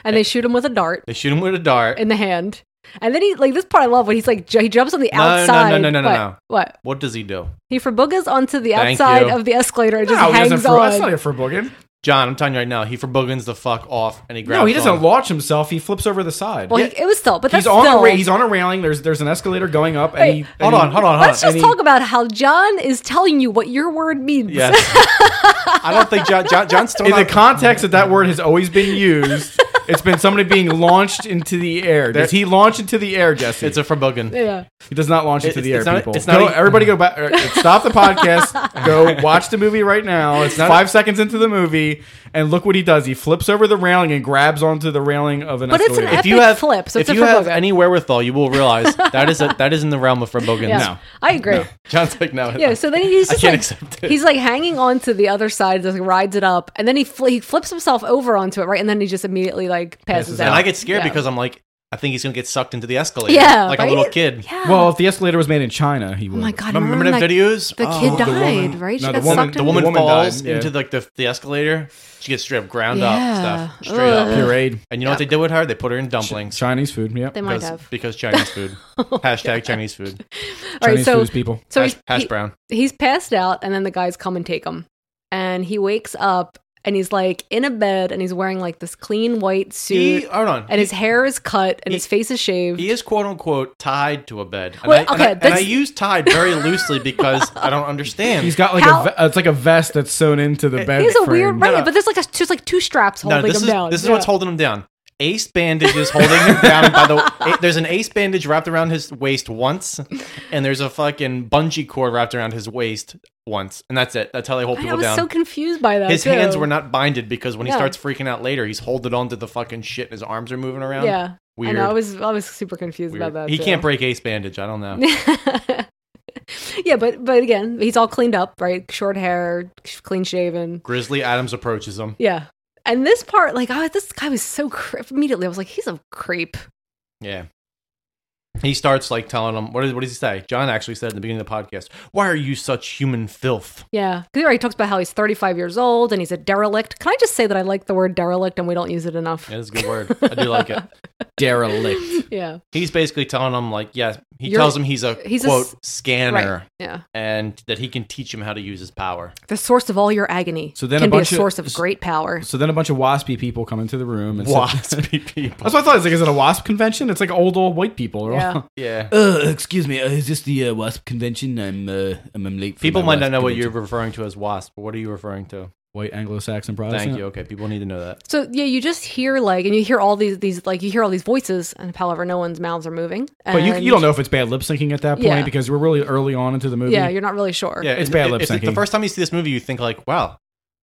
<laughs> and they shoot him with a dart
They shoot him with a dart.
in the hand. And then he like this part I love when he's like j- he jumps on the
No, no, no,
outside.
no, no, no,
what?
no.
What?
What does he do?
He forboogas onto the
Thank
outside
you.
of the escalator and just
No, he doesn't
hangs
for- that's not
on.
a forboogan.
John, I'm telling you right now, he forbogans the fuck off and he grabs
No, he doesn't
on.
launch himself. He flips over the side.
Well, he, it was still, but that's
he's on
still.
a ra- he's on a railing. There's there's an escalator going up. and he,
Wait.
and
Hold on, hold on, hold on.
Let's just
and he-
talk about how John is telling you what your word means. <laughs>
Yes. I don't think John, John John's still
in the
not.
context that that word has always
<laughs>
been used, it's been somebody being launched into the air. Does he launch into the air, Jesse?
it's a forbidden.
yeah.
he does not launch into
It's-
the air,
it's not-
people.
it's not
Go-
a-
everybody go
<laughs>
back. er, Stop the podcast. go watch the movie right now. It's
not a-
five seconds into the movie, and look what he does. He flips over the railing and grabs onto the railing of an
But it's an
escalator.
epic
If you have
flip, so
if
it's a
you have
forbidden.
any wherewithal, you
<laughs>
will realize that is a, that is in the realm of forbidden.
Yeah. I agree.
<laughs> John's like no.
Yeah, so then he's
I
just
can't
like
accept it.
he's like hanging on to the other side, just like, rides it up, and then he fl- he flips himself over onto it, right, and then he just immediately like passes out.
and I get scared
Yeah.
because I'm like, I think he's gonna get sucked into the escalator,
Yeah,
like
right?
a little kid.
yeah.
well, if the escalator was made in China, he would.
oh my god,
Remember, Oh, remember
remember
them
that-
videos?
The kid died, right?
no,
she
the
got
woman-
sucked
The
in-
woman,
The woman
falls
died, yeah.
into like the, the escalator. She gets straight up ground
Yeah.
up, stuff straight
Ugh.
up.
Pureed.
And you know what they did with her? They put her in dumplings.
Chinese food.
<laughs>
Yep.
They might <laughs>
because,
have.
because Chinese food. Hashtag Chinese food.
All right,
Chinese
so
food is people.
<laughs> so
hash,
he's-
hash
he-
brown.
he's passed out and then the guys come and take him and he wakes up and he's like in a bed and he's wearing like this clean white
He,
suit
hold on.
and his hair is cut and his face is shaved
He is quote unquote tied to a bed. And,
Well,
I, and,
okay,
I, and I
that's-
use tied very loosely because I
<laughs>
don't understand.
He's got like
How-
a ve- uh, it's like a vest that's sewn into the bed.
he has a weird
frame.
right
No, no.
but there's like a, just like two straps holding him
this is,
down
This is
Yeah.
what's holding him down. Ace bandage is holding him down
<laughs>
by the. it- there's an ace bandage wrapped around his waist once, and there's a fucking bungee cord wrapped around his waist once, and that's it. That's how they hold
I,
people
I was
down.
so confused by that
his
too.
hands were not binded because when he
Yeah.
starts freaking out later, he's holding onto the fucking shit. and His arms are moving around.
yeah
weird.
I know I was I was super confused <laughs>
weird.
about that
he
too. <laughs>
can't break ace bandage. I don't know.
yeah, but but again, he's all cleaned up, right? Short hair, clean shaven.
Grizzly Adams approaches him.
Yeah. And this part, like, oh, this guy was so creep. Immediately, I was like, he's a creep.
Yeah. He starts like telling him, what, is, what does he say? John actually said in the beginning of the podcast, Why are you such human filth?
Yeah. Because he already talks about how he's 35 years old and he's a derelict. Can I just say that I like the word derelict and we don't use it enough?
Yeah, that's a good word. I
<laughs>
do like it.
Derelict.
Yeah.
He's basically telling him, like, yeah, he
You're-
tells him he's a
he's a
quote
s-
scanner
Right. Yeah.
and that he can teach him how to use
<laughs>
his power.
The source of all your agony
So then
can
a bunch
be a
of-
source of, great power.
So then a bunch of waspy people come into the room and sit-
Waspy <laughs>
<laughs>
people.
That's what I thought. It's like, is it a wasp convention? It's like old, old white people. Or
Yeah.
Yeah.
Uh, excuse me. Uh, is this the uh, wasp convention? I'm uh, I'm, I'm late. For
People
my
might
wasp
not know what
convention.
you're referring to as WASP. What are you referring to?
White Anglo-Saxon Protestant.
Thank you. Okay. People need to know that.
So yeah, you just hear like, and you hear all these these like you hear all these voices, and however, no one's mouths are moving. And
But you, you don't know if it's bad lip syncing at that point
Um, Yeah.
because we're really early on into the movie.
Yeah, you're not really sure.
it's bad
if-
lip
if the- The
syncing.
first time you see this movie, you think like, "Wow,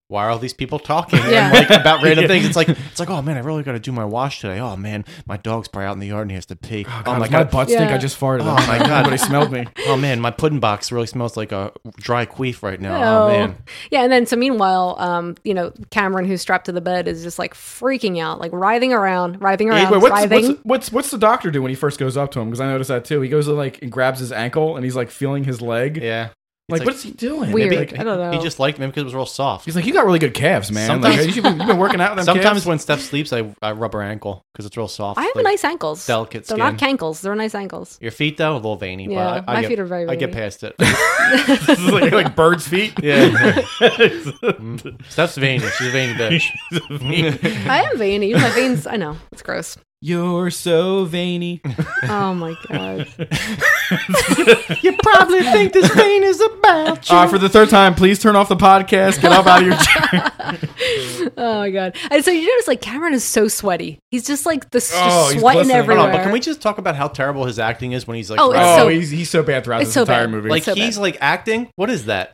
why are all these people talking and,
Yeah.
like about
<laughs>
random
Yeah.
things?" It's like, it's like, "Oh man, I really got to do my wash today. Oh man, my dog's probably out in the yard and he has to pee. Oh,
God, does my butt stink? I Yeah. just farted.
Oh my god,
Everybody smelled
<laughs>
me.
Oh man, my pudding box really smells like a dry queef right now. Oh,
<laughs>
man,
Yeah, and then so meanwhile, um, you know, Cameron, who's strapped to the bed, is just like freaking out, like writhing around, writhing
Hey,
around,
wait, what's,
writhing.
what's, what's, what's the doctor do when he first goes up to him? Because I noticed that too. He goes to like and grabs his ankle and he's like feeling his leg.
Yeah.
Like,
It's
what's he doing?
Weird.
Like,
I don't know.
He just liked me because it was real soft.
he's like, you got really good calves, man.
Sometimes-
Like, you've, been, you've been working out with them
Sometimes
calves?
when Steph sleeps, I, I rub her ankle because it's real soft.
I have
like,
nice ankles.
delicate
They're
skin.
not cankles. They're nice
<laughs>
ankles.
Your feet though, a little veiny. but
Yeah,
I, I
my
get,
feet are very
I get
veiny. <laughs>
past it.
This is
<laughs>
like, like bird's feet.
Yeah. Mm. Steph's veiny. She's a veiny bitch.
I am veiny. My veins. I know it's gross.
You're so veiny.
Oh my god.
<laughs>
<laughs>
You probably think this vein is about you.
Uh, for the third time, please turn off the podcast. Get up out of <laughs> your chair.
Oh my god. And so you notice like Cameron is so sweaty. He's just like the s-
Oh,
just sweating
he's glistening. Hold on,
everywhere.
but
But can we just talk about how terrible his acting is when he's like,
Oh, it's
drunk?
oh,
so-
he's, he's so bad throughout
It's
this
so
entire
bad.
movie.
like
so
he's
bad.
like acting. What is that?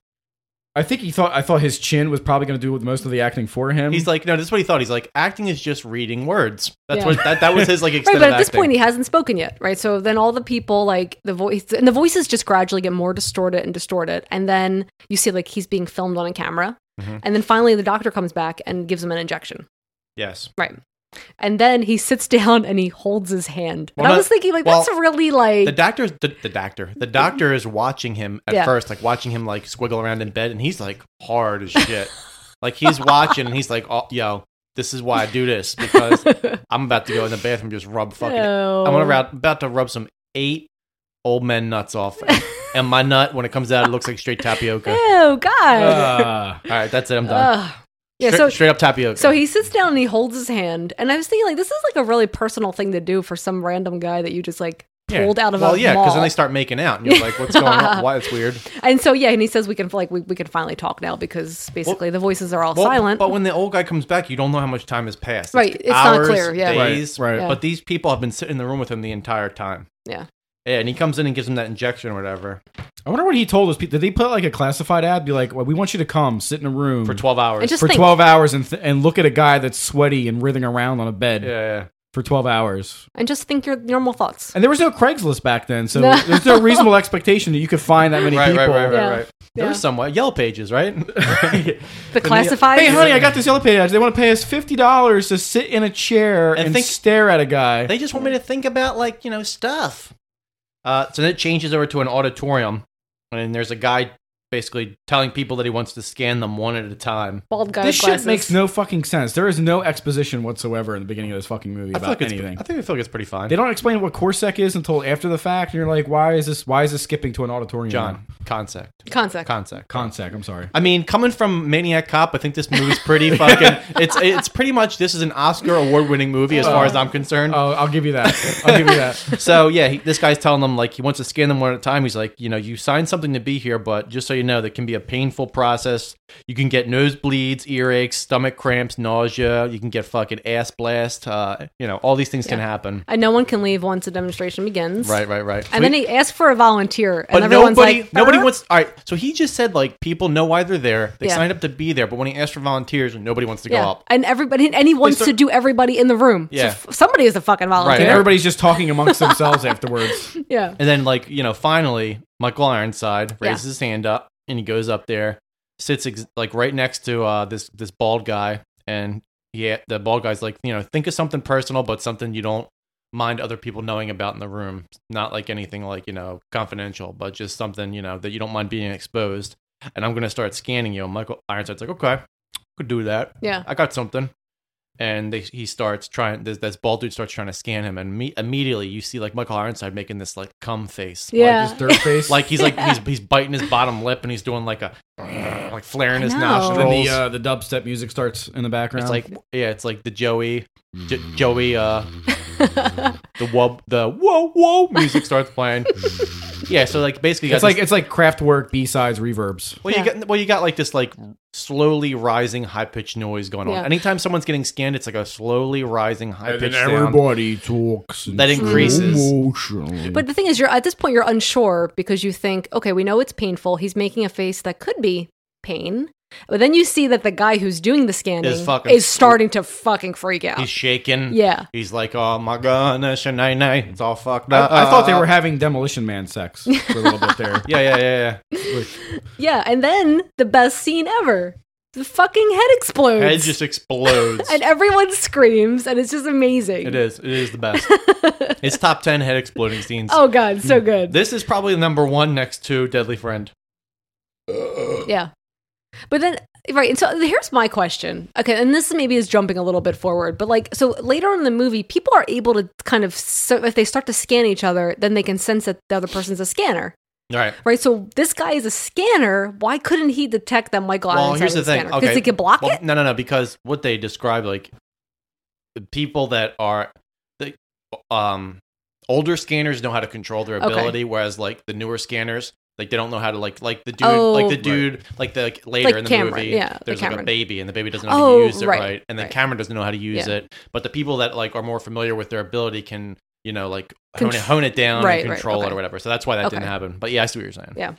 I think he thought I thought his chin was probably going to do with most of the acting for him.
He's like, no, this is what he thought. He's like, acting is just reading words. That's
Yeah.
what that, that was his
<laughs>
like
Right,
extent
but
of
at this
acting.
point he hasn't spoken yet, right? So then all the people like the voice and the voices just gradually get more distorted and distorted, and then you see like he's being filmed on a camera,
Mhm.
and then finally the doctor comes back and gives him an injection,
yes.
right? And then he sits <laughs> down and he holds his hand.
Well,
and I
no-
was thinking like
well,
that's really like
The doctor, the, the doctor, the doctor is watching him at
Yeah.
first, like watching him like squiggle around in bed, and he's like hard
<laughs>
as shit. like he's watching, and he's like, oh, yo, this is why I do
<laughs>
this because I'm about to go in the bathroom, and just rub fucking.
No.
I'm gonna rub, about to rub some eight old men nuts off, and, and my nut when it comes out, it looks like
<laughs>
straight tapioca.
oh god.
Uh,
<laughs>
Ah.
All right, that's it. I'm done.
Ugh. Uh, yeah,
straight,
so
straight up tapioca.
So he sits down and he holds his hand, and I was thinking like this is like a really personal thing to do for some random guy that you just like pulled out of
well,
a
yeah,
mall.
then they start making out, and you're like, "What's
<laughs>
going on? Why? It's weird."
and so yeah, and he says we can like we, we can finally talk now because basically the voices are all
Well,
silent.
But when the old guy comes back, you don't know how much time has passed.
Right, it's not
hours,
clear, yeah. Right,
days,
right.
Yeah.
But these people have been sitting in the room with him the entire time.
yeah,
Yeah, and he comes in and gives him that injection or whatever
I wonder what he told those people. Did they put like a classified ad? Be like, well, we want you to come sit in a room
for twelve hours.
And just-
for
think.
12 hours and, th- and look at a guy that's sweaty and writhing around on a bed
yeah, yeah.
for 12 hours.
and just think your normal thoughts.
And there was no Craigslist back then, so
No.
there's
<laughs>
no reasonable expectation that you could find that many
Right,
people.
right, right, right,
Yeah.
right. There
Yeah.
was somewhat yellow pages, right? <laughs>
The classifieds.
Hey, honey, I got this yellow page ad. They want to pay us $50 to sit in a chair
And
and,
think-
stare at a guy.
they just want me to think about like you know stuff. Uh, so then it changes over to an auditorium, and there's a guy basically telling people that he wants to scan them one at a time.
bald guy.
this
with glasses.
shit makes no fucking sense. There is no exposition whatsoever in the beginning of this fucking movie
I feel
about
like it's,
anything.
I think I feel like it's pretty fine.
They don't explain what Corsac is until after the fact, and you're like, why is this? Why is this skipping to an auditorium?
John, concept,
concept.
concept,
Consac, I'm sorry.
I mean, coming from Maniac Cop, I think this
<laughs>
movie's pretty fucking. It's it's pretty much this is an Oscar award winning movie as far as I'm concerned.
Oh, I'll give you that. I'll give you that.
So yeah, he, this guy's telling them like he wants to scan them one at a time. He's like, you know, you signed something to be here, but just so you know, that can be a painful process. You can get nosebleeds, earaches, stomach cramps, nausea. You can get fucking ass blast. Uh, you know, all these things can
Yeah.
happen.
and no one can leave once the demonstration begins.
Right, right, right.
And then he asks for a volunteer, and
But
everyone's
nobody,
like,
nobody Nobody wants. All right, so he just said like people know why they're there. They
Yeah.
signed up to be there, but when he asked for volunteers, nobody wants to go
yeah.
up.
And everybody, and he wants
start-
to do everybody in the room.
Yeah.
So f- somebody is a fucking volunteer.
And everybody's
just talking amongst themselves afterwards.
Yeah.
And then, like, you know, finally, Michael Ironside
Yeah.
raises his hand up and he goes up there, sits ex- like right next to uh, this this bald guy, and yeah, the bald guy's like, you know, think of something personal, but something you don't mind other people knowing about in the room. Not like anything like you know confidential, but just something you know that you don't mind being exposed. And I'm gonna start scanning you. And Michael Ironside's like, okay, could do that.
Yeah.
I got something and they, he starts trying this, this bald dude starts trying to scan him and me, immediately you see like michael ironside making this like cum face
Yeah.
like,
Like his dirt face?
like he's like
<laughs> Yeah.
he's, he's biting his bottom lip and he's doing like a like flaring his
I know.
nostrils
Then the uh, the dubstep music starts in the background.
it's like yeah it's like the joey J- joey uh
<laughs>
the wub the whoa whoa music starts
<laughs>
playing yeah so like basically you
It's
got
like
this-
it's like Kraftwerk B sides reverbs.
well, you got well, you got like this like slowly rising high pitched noise going on.
Yeah.
Anytime someone's getting scanned, it's like a slowly rising high
And
pitched
then
sound.
everybody talks in
that increases.
slow
But the thing is, you're at this point, you're unsure because you think, okay, we know it's painful. He's making a face that could be pain, but then you see that the guy who's doing the scanning
Is
is,
fucking-
starting to fucking freak out.
He's shaking.
Yeah.
He's like, oh my goodness, and I, I, it's all fucked
I,
up.
I thought they were having Demolition Man sex for a little bit there.
<laughs> Yeah, yeah, yeah,
yeah.
yeah, and then the best scene ever: the fucking head explodes,
Head
<laughs>
just explodes.
and everyone screams, and it's just amazing.
it is. It is the best. it's top ten head
<laughs>
exploding scenes.
<laughs> Oh god, so good.
Hmm. This is probably number one next to Deadly Friend.
Yeah. But then right, and so here's my question. Okay, and this maybe is jumping a little bit forward, but like so later on in the movie, people are able to kind of so if they start to scan each other, then they can sense that the other person's a scanner.
All right.
Right? So this guy is a scanner. Why couldn't he detect that Michael
Well,
Ironside
here's
was
the
a
thing.
scanner?
Okay.
he could block
Well,
it?
No, no, no. Because what they describe, like the people that are the um older scanners know how to control their
Okay.
ability, whereas like the newer scanners. Like they don't know how to like like the dude
Oh.
like the dude like the like, later
Like
in the
Cameron,
movie
yeah, like
there's like a
Cameron.
baby and the baby doesn't know how to
Oh,
use it right,
right,
and then
right.
Cameron doesn't know how to use
Yeah.
it but the people that like are more familiar with their ability can you know like hone it
Contr-
hone it down
Right,
and
right,
control it
okay.
or whatever so that's why that didn't
Okay.
happen but yeah I see what you're saying
Yeah.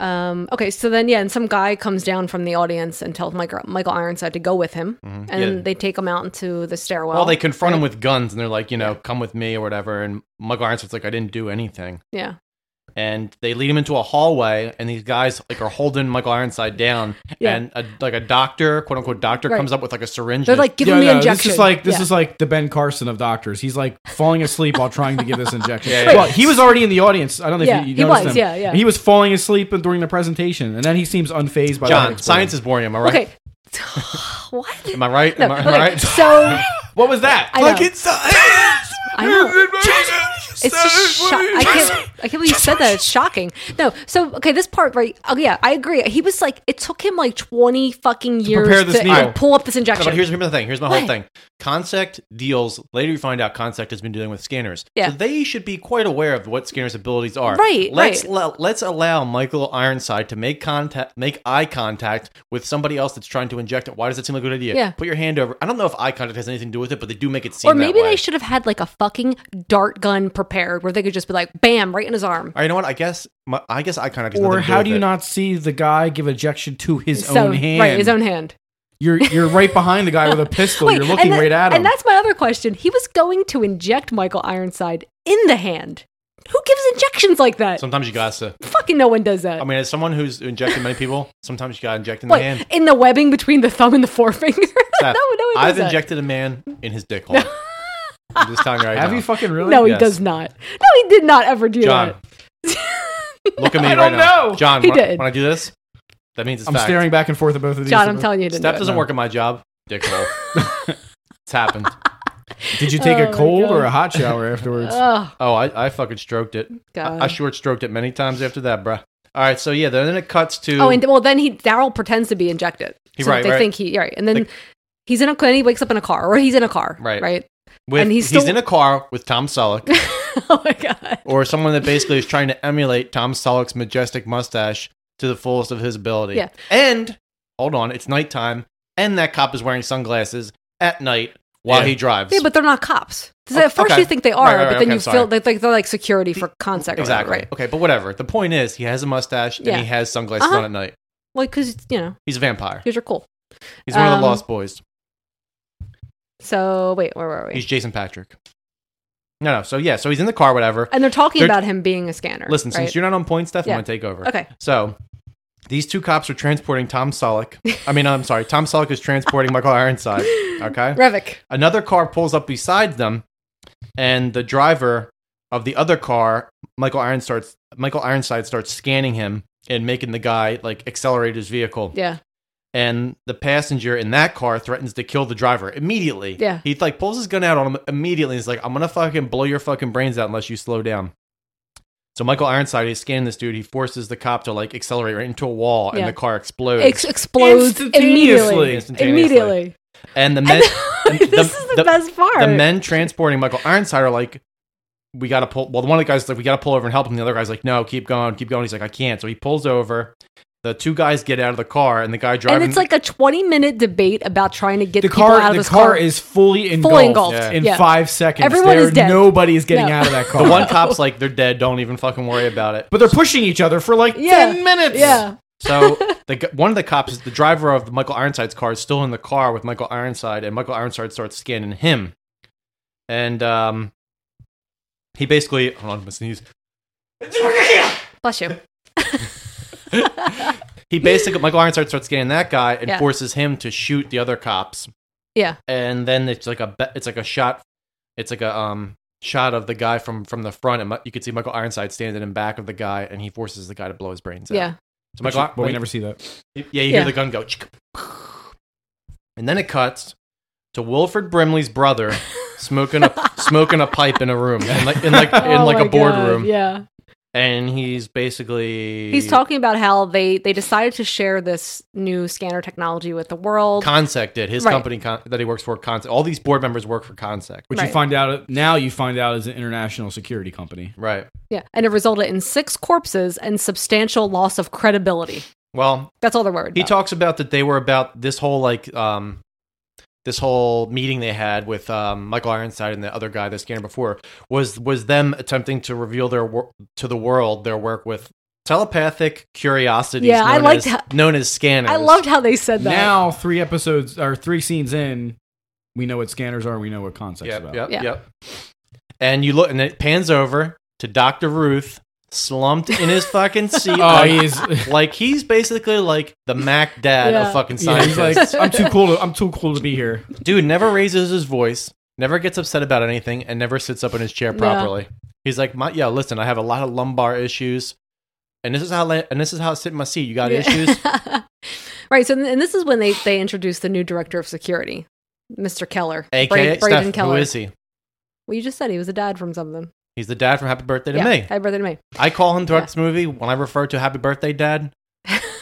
Um, okay, so then yeah, and some guy comes down from the audience and tells Michael, Michael Ironside to go with him,
Mhm.
and
Yeah.
then they take him out into the stairwell.
well, they confront him with guns and they're like, you know, come with me or whatever. And Michael Ironside's like, I didn't do anything.
yeah,
And they lead him into a hallway, and these guys like are holding Michael Ironside down,
Yeah.
and a, like a doctor, quote unquote doctor,
Right.
comes up with like a syringe.
They're
and-
like, "Give him the injection."
This is like this
Yeah.
is like the Ben Carson of doctors. He's like falling asleep while trying to give
<laughs>
this injection.
Yeah, yeah.
Well, he was already in the audience. I don't know
Yeah,
if you, you
he
noticed
was,
him.
yeah, yeah.
And he was falling asleep during the presentation, and then he seems unfazed by
John,
that.
science is boring. Am I right? <laughs>
Okay. <sighs> what?
Am I right?
No,
Am I, am I
okay,
right? <laughs>
So
What was that?
I know. I know. It's just sho- I can't. I can't believe you said that. It's shocking. No. So okay, this part right. Oh yeah, I agree. He was like, it took him like twenty fucking years
prepare this
to
needle.
like, pull up this
No,
injection.
But here's, here's my thing. Here's my whole
What?
thing. Consect deals. Later, you find out Consect has been dealing with scanners.
Yeah.
So they should be quite aware of what scanners' abilities are.
Right,
Let's
right.
lo- let's allow Michael Ironside to make contact, make eye contact with somebody else that's trying to inject it. Why does that seem like a good idea?
Yeah.
Put your hand over. I don't know if eye contact has anything to do with it, but they do make it seem.
or maybe
that way.
they should have had like a fucking dart gun prepared, where they could just be like, bam, right in his arm.
All right, you know what? I guess my, I guess eye contact. Has
Or
nothing to
how
with
do you
it.
not see the guy give injection to his
So-
own hand?
Right, his own hand.
You're you're right behind the guy with a pistol. you're looking
and that-
right at him.
And that's my other question. He was going to inject Michael Ironside in the hand. Who gives injections like that?
Sometimes you gotta.
fucking no one does that.
I mean, as someone who's injected many people, sometimes you gotta inject in
What,
the
<laughs>
hand.
in the webbing between the thumb and the forefinger? <laughs>
Seth,
no, no, one
I've
does that.
injected a man in his
<laughs>
dick hole. I'm just telling you right
Have
now.
you fucking really?
No, he
Yes.
does not. No, he did not ever do
John,
that. <laughs>
look at me
I
right
don't
now.
know.
John,
He
when, I-
did.
when I do this, that means it's
I'm
fact.
staring back and forth at both of these.
John, I'm telling you, he didn't.
Steph
do it.
doesn't work at my job. Dickhole.
<laughs>
it's happened.
Did you take
Oh
a
my
cold or
God.
a hot shower
<laughs>
afterwards?
Ugh.
Oh, I, I fucking stroked it. I, I
God.
short stroked it many times after that, bruh. All right, so yeah, then it cuts to.
Oh, and well, then he Daryl pretends to be injected.
He-
so that
right,
they
right.
think he right, and then
Like-
he's in a and he wakes up in a car, or he's in a car,
Right.
right. <laughs>
with,
and
he's,
he's still-
in a car with Tom Selleck.
<laughs>
oh my god. Or someone that basically is trying to emulate Tom Selleck's majestic mustache to the fullest of his ability.
Yeah.
And hold on, it's nighttime, and that cop is wearing sunglasses at night while he drives.
Yeah, but they're not cops. 'Cause
Oh,
at first
okay.
you think they are,
Right, right,
but
right,
then
okay,
you
sorry.
feel like, like they're like security for contact. or whatever,
exactly.
Right.
Okay, but whatever. The point is, he has a mustache
Yeah.
and he has sunglasses
Uh-huh.
on at night.
Like, because, you know,
He's a vampire.
here's your cool.
He's one of
Um,
the Lost Boys.
So, wait, where were we?
He's Jason Patrick. No, no. So yeah, so he's in the car, whatever.
and they're talking
They're-
about him being a scanner.
Listen,
Uh, right?
since you're not on point, Steph,
Yeah.
I'm gonna take over.
Okay.
So these two cops are transporting Tom Selleck. I mean, I'm sorry, Tom Selleck is transporting
<laughs>
Michael Ironside. Okay.
Revic.
Another car pulls up beside them, and the driver of the other car, Michael Ironside, starts, Michael Ironside starts scanning him and making the guy like accelerate his vehicle.
Yeah.
And the passenger in that car threatens to kill the driver immediately.
Yeah.
He like pulls his gun out on him immediately. He's like, I'm gonna fucking blow your fucking brains out unless you slow down. So Michael Ironside is scanning this dude. He forces the cop to like accelerate right into a wall,
Yeah.
and the car explodes.
Ex- explodes immediately.
Instantaneously.
Immediately.
And the men,
<laughs>
and the,
this is the best part.
The men transporting Michael Ironside are like, we gotta pull. Well, one of the guys is like, we gotta pull over and help him. The other guy's like, no, keep going, keep going. He's like, I can't. So he pulls over. The two guys get out of the car, and the guy driving
and it's like a 20 minute debate about trying to get
The
people
car,
out of
the
this
car, is fully engulfed,
Fully engulfed. Yeah.
in
Yeah.
five seconds.
Everyone
There-
is dead.
Nobody is getting
No.
out
<laughs>
of that car.
The
Oh.
one cop's like, they're dead. Don't even fucking worry about it.
but they're pushing each other for like
Yeah.
ten minutes.
Yeah.
So the gu- one of the cops, the driver of Michael Ironside's car, is still in the car with Michael Ironside, and Michael Ironside starts scanning him, and um, he basically hold on, I'm gonna sneeze.
Bless you.
He basically Michael Ironside starts scanning that guy and
Yeah.
forces him to shoot the other cops,
Yeah.
and then it's like a be- it's like a shot, it's like a um shot of the guy from from the front, and Mi- you can see Michael Ironside standing in back of the guy, and he forces the guy to blow his brains out.
Yeah.
So Michael,
But we never see that.
Yeah, you
Yeah.
hear the gun go, chick, and then it cuts to Wilfred
<laughs>
Brimley's brother smoking a smoking a pipe in a room, in like in like, in
Oh
like a
my
boardroom.
God, Yeah.
and he's basically
He's talking about how they they decided to share this new scanner technology with the world.
Consec did his
Right.
company con- that he works for. Consec. All these board members work for Consec,
Which
Right.
you find out now, you find out is an international security company.
right?
yeah, and it resulted in six corpses and substantial loss of credibility.
Well,
That's all they're worried
he
about.
talks about that they were about this whole like um this whole meeting they had with um, Michael Ironside and the other guy, the scanner before, was was them attempting to reveal their wor- to the world their work with telepathic curiosities.
Yeah, I
known
liked
as,
how-
known as scanners.
I loved how they said that.
Now, three episodes or three scenes in, we know what scanners are. and We know what concepts
Yep,
about.
yep,
Yeah.
yep. And you look, and it pans over to Doctor Ruth, slumped in his
<laughs>
fucking
Oh,
seat. like,
he is- <laughs>
like he's basically like the Mac Dad
Yeah.
of fucking
Yeah, he's
science.
like, I'm too cool. To, I'm too cool to be here.
dude never raises his voice, never gets upset about anything, and never sits up in his chair
Yeah.
properly. He's like, my, yeah, listen, I have a lot of lumbar issues, and this is how, la- and this is how I sit in my seat. You
<laughs>
got issues?
right. So, and this is when they they introduced the new director of security, Mr. Keller,
AKA
Bra- Braden
Steph,
Keller.
who is he?
Well, you just said he was a dad from something.
He's the dad from Happy Birthday to
yeah,
Me.
Happy birthday to me. <laughs>
I call him throughout this movie when I refer to Happy Birthday, Dad.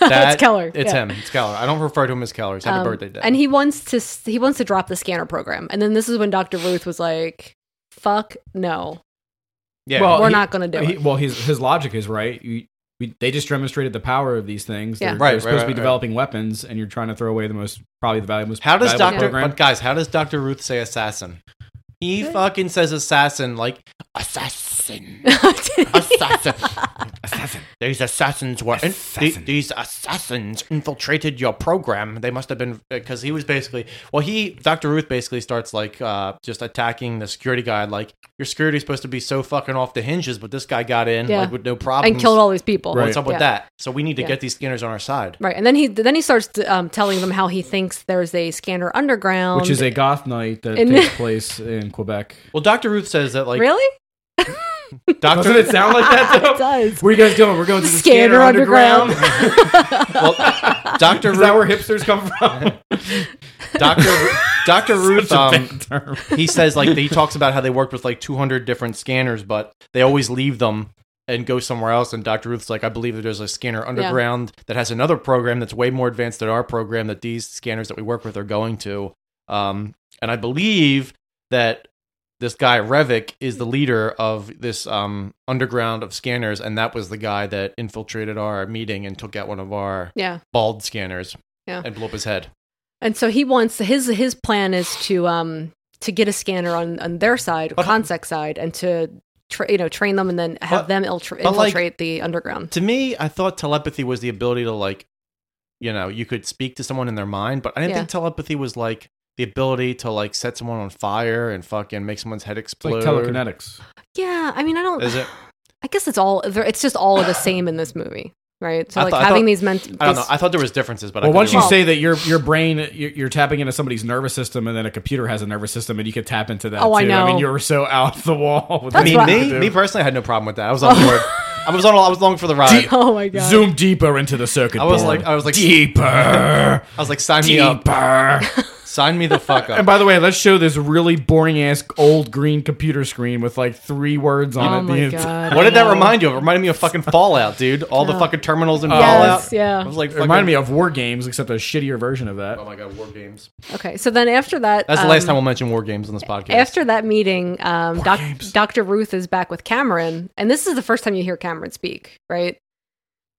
Dad-
it's Keller.
It's
yeah.
him. It's Keller. I don't refer to him as Keller. It's Happy
Um,
Birthday, Dad.
And he wants to s- he wants to drop the scanner program. And then this is when Dr. Ruth was like, "Fuck no." <laughs>
yeah.
We're not gonna do
he-
it.
Well, his his logic is right. You, we, they just demonstrated the power of these things.
Yeah.
They're,
Right,
they're
right,
supposed
right,
to be
right.
developing weapons, and you're trying to throw away the most probably the valuable. most
how does
valuable
Doctor
program.
guys? How does Doctor Ruth say assassin? He fucking says assassin like
<laughs>
assassin, assassin, assassin. These assassins were in-
Assassin.
the- these assassins infiltrated your program. They must have been because he was basically well. He Doctor Ruth basically starts like uh, just attacking the security guy. Like your security's supposed to be so fucking off the hinges, but this guy got in
Yeah.
like with no problem
and killed all these people.
What's up with
Yeah.
that? So we need to
Yeah.
get these scanners on our side.
Right. And then he then he starts um, telling them how he thinks there's a scanner underground.
Which is a goth night that
In- <laughs>
takes place in Quebec.
Well, Doctor Ruth says that like
really?
Doctor
Doesn't it sound like that?
<laughs> it does.
Where you guys going? We're going to the
Scanner
scanner, underground.
well, Doctor
Is that
Ruth
where hipsters come
<laughs>
from? <laughs>
Doctor Doctor Ruth.
Such a
Um,
bad term.
he says like he talks about how they worked with like 200 different scanners, but they always leave them and go somewhere else. And Doctor Ruth's like, I believe that there's a scanner underground that has another program that's way more advanced than our program that these scanners that we work with are going to. Um, and I believe that this guy Revik is the leader of this um, underground of scanners, and that was the guy that infiltrated our meeting and took out one of our
Yeah.
bald scanners
Yeah.
and blew up his head.
And so he wants his his plan is to um to get a scanner on, on their side, Consec side, and to tra- you know train them and then have
But-
them iltra-
but, like-
infiltrate the underground.
To me, I thought telepathy was the ability to like, you know, you could speak to someone in their mind, but I didn't
Yeah.
think telepathy was like the ability to like set someone on fire and fucking make someone's head explode.
telekinetics.
Yeah, I mean, I don't.
Is it?
I guess it's all. they're- It's just all of the same in this movie, right? So
I
like
thought- I
having
thought-
these mental.
I don't know. I thought there was differences, but I
well,
could
once
be
you
wrong.
say that your your brain you're, you're tapping into somebody's nervous system, and then a computer has a nervous system, and you could tap into that.
Oh, I
too. I mean,
know.
you were so out the wall. With
I mean,
what you
me,
do.
me personally, I had no problem with that. I was on board. I was on. I was along for the ride.
<laughs> oh my god!
Zoom deeper into the circuit.
I was
board.
like, I was like,
deeper.
<laughs> I was like, sign me up.
Deeper.
Sign me the fuck up.
and by the way, let's show this really boring ass old green computer screen with like three words on
Oh
<laughs> it.
my
It's-
God,
What did that remind you of? It reminded me of fucking Fallout, dude. All the
Oh.
fucking terminals in
Oh.
Fallout.
Yes, yeah.
I was like,
It reminded
fucking-
me of War Games, except a shittier version of that.
Oh my god, War Games.
Okay, so then after that,
That's the last
um,
time we'll mention War Games on this podcast.
After that meeting, um, doc- Dr. Ruth is back with Cameron, and this is the first time you hear Cameron speak, right?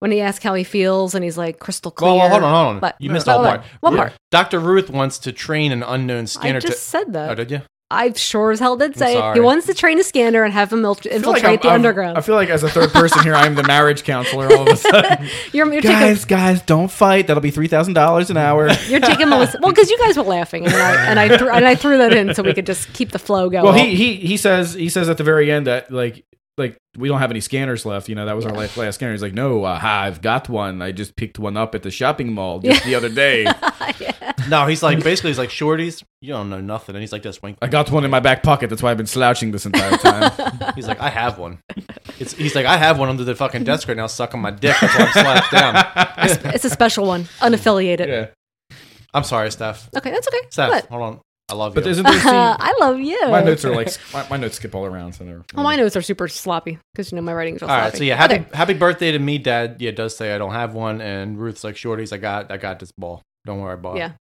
When he asks how he feels, and he's like crystal clear.
well, well, hold on, hold on.
But-
you missed
but
all
hold on.
part.
One
Yeah.
part.
Dr. Ruth wants to train an unknown scanner
I just
to.
said that.
Oh, did you?
I sure as hell did
I'm
say it.
sorry.
He wants to train a scanner and have him il-
I feel like
infiltrate
I'm-
the
I'm-
underground.
I feel like as a third person here, I am the marriage counselor all of a sudden.
you're, you're taking,
guys, guys, don't fight. That'll be three thousand dollars an hour.
you're taking Melissa. Well, because you guys were laughing, and I and
<laughs>
I, threw and I threw that in so we could just keep the flow going.
well, he he he says he says at the very end that like like we don't have any scanners left. You know that was our last, last scanner. He's like, no, uh, I've got one. I just picked one up at the shopping mall just the
<laughs>
other day.
<laughs> No, he's like, basically, he's like, shorties, you don't know nothing. And he's like, just wink.
I got one in my back pocket. That's why I've been slouching this entire time.
<laughs>
He's like, I have one. It's, he's like, I have one under the fucking desk right now, sucking my dick. That's why I'm slapped <laughs> down.
it's a special one, unaffiliated.
I'm sorry, Steph.
Okay, that's okay.
Steph,
What?
hold on. I love
But
you.
isn't there a
<laughs>
scene-
I love you.
my notes are like my, my notes skip all around. So they're-
Well, my notes are super sloppy because you know my writing's all,
All right,
sloppy.
so yeah, happy
Okay.
happy birthday to me, Dad. Yeah, does say I don't have one, and Ruth's like, "Shorties, I got I got this ball. Don't worry about it."
yeah.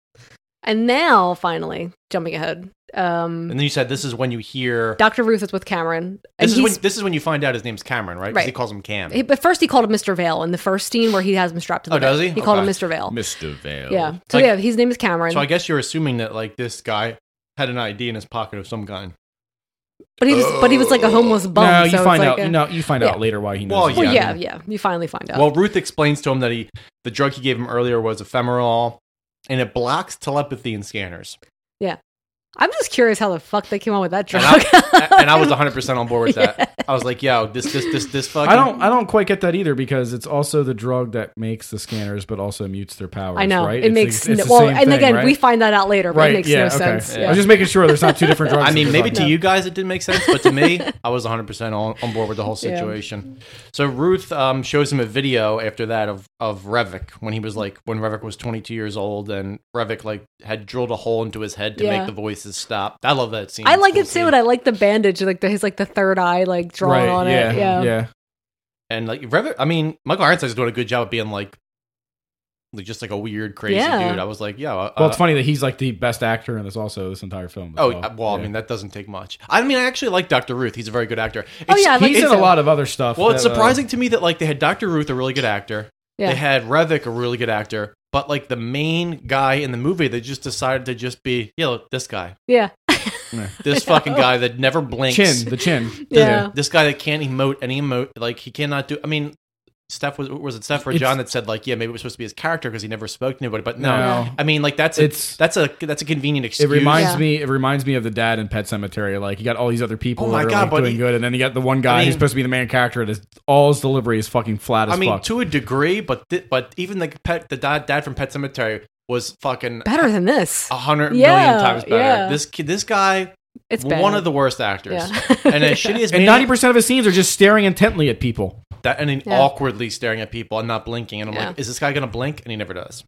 And now, finally, jumping ahead,
And
um,
then you said this is when you hear
Doctor Ruth is with Cameron, and
this is when
he's.
this is when you find out his name's Cameron, right? 'Cause
Right.
He calls him Cam.
he- but first, he called him Mr. Vale in the first scene where he has him strapped to the
oh,
bed.
does he?
He called him
Okay.
Mr. Vale.
Mr. Vale.
Yeah. So
Like-
yeah, his name is Cameron.
So I guess you're assuming that like this guy had an ID in his pocket of some kind.
but he was, but he was like a homeless bum.
Oh. no, you
so it's
find
like
out.
a-
you know, you find
yeah.
out later why he knows.
Well,
it.
Well, yeah,
Yeah, I
yeah,
mean-
You finally find out.
Well, Ruth explains to him that he the drug he gave him earlier was ephemeral, and it blocks telepathy in scanners.
yeah. I'm just curious how the fuck they came on with that
And
drug. <laughs>
I, and I was 100 percent on board with that. I was like, "Yo, this this this this fucking."
I don't. I don't quite get that either because it's also the drug that makes the scanners, but also mutes their powers.
I know
right?
it
It's the-
makes
it's
no,
the
well,
same
and
thing,
again,
right?
we find that out later, but
Right,
it makes
yeah,
no
okay.
sense.
I was just making sure there's not two different drugs.
I mean,
that
maybe
they're
to
talking
you guys it didn't make sense, but
<laughs>
to me, I was 100% on, on board with the whole
Yeah.
situation. So Ruth um, shows him a video after that of, of Revik when he was like, when Revik was 22 years old and Revik like had drilled a hole into his head to
Yeah.
make the voices stop. I love that scene.
I
It's
like
a cool
it too,
scene.
and I like the bandage, like the, his like the third eye, like drawn
Right,
on
yeah,
it. Yeah,
yeah.
And like Revik, I mean, Michael Ironside's doing a good job of being like, like just like a weird, crazy
Yeah.
dude. I was like, yeah. uh,
Well, it's funny that he's like the best actor in this also this entire film.
Oh, well, I mean, that doesn't take much. I mean, I actually like Dr. Ruth. He's a very good actor.
Oh, yeah, I like
he's in
him
a
too.
lot of other stuff.
Well, it's
that, uh,
surprising to me that like they had Dr. Ruth, a really good actor.
Yeah.
They had Revik, a really good actor. But like the main guy in the movie, they just decided to just be, you know, this guy,
yeah. <laughs>
this fucking guy that never blinks,
Chin, the chin.
Th-
Yeah.
this guy that can't emote any emote, like he cannot do. I mean, Steph was was it Steph or
It's-
John that said like, yeah, maybe it was supposed to be his character because he never spoke to anybody. But no,
No.
I mean, like that's a,
It's-
that's a that's a convenient excuse.
It reminds
Yeah.
me. It reminds me of the dad in Pet Cemetery. Like you got all these other people
Oh
that
my
are
God,
like,
but
doing
he-
good, and then you got the one guy
I mean-
who's supposed to be the main character. That is, all his delivery is fucking flat as
I mean,
fuck.
to a degree, but th- but even like pet the dad, dad from Pet Cemetery was fucking
Better than this.
Uh,
a hundred million
Yeah,
times better.
yeah.
This kid, this guy,
It's
one
bad.
of the worst
<laughs>
actors,
Yeah.
<laughs> and as shitty as
and
ninety
ninety percent of his scenes are just staring intently at people.
that, and then
Yeah.
awkwardly staring at people and not blinking, and I'm
Yeah.
like, is this guy gonna blink? And he never does.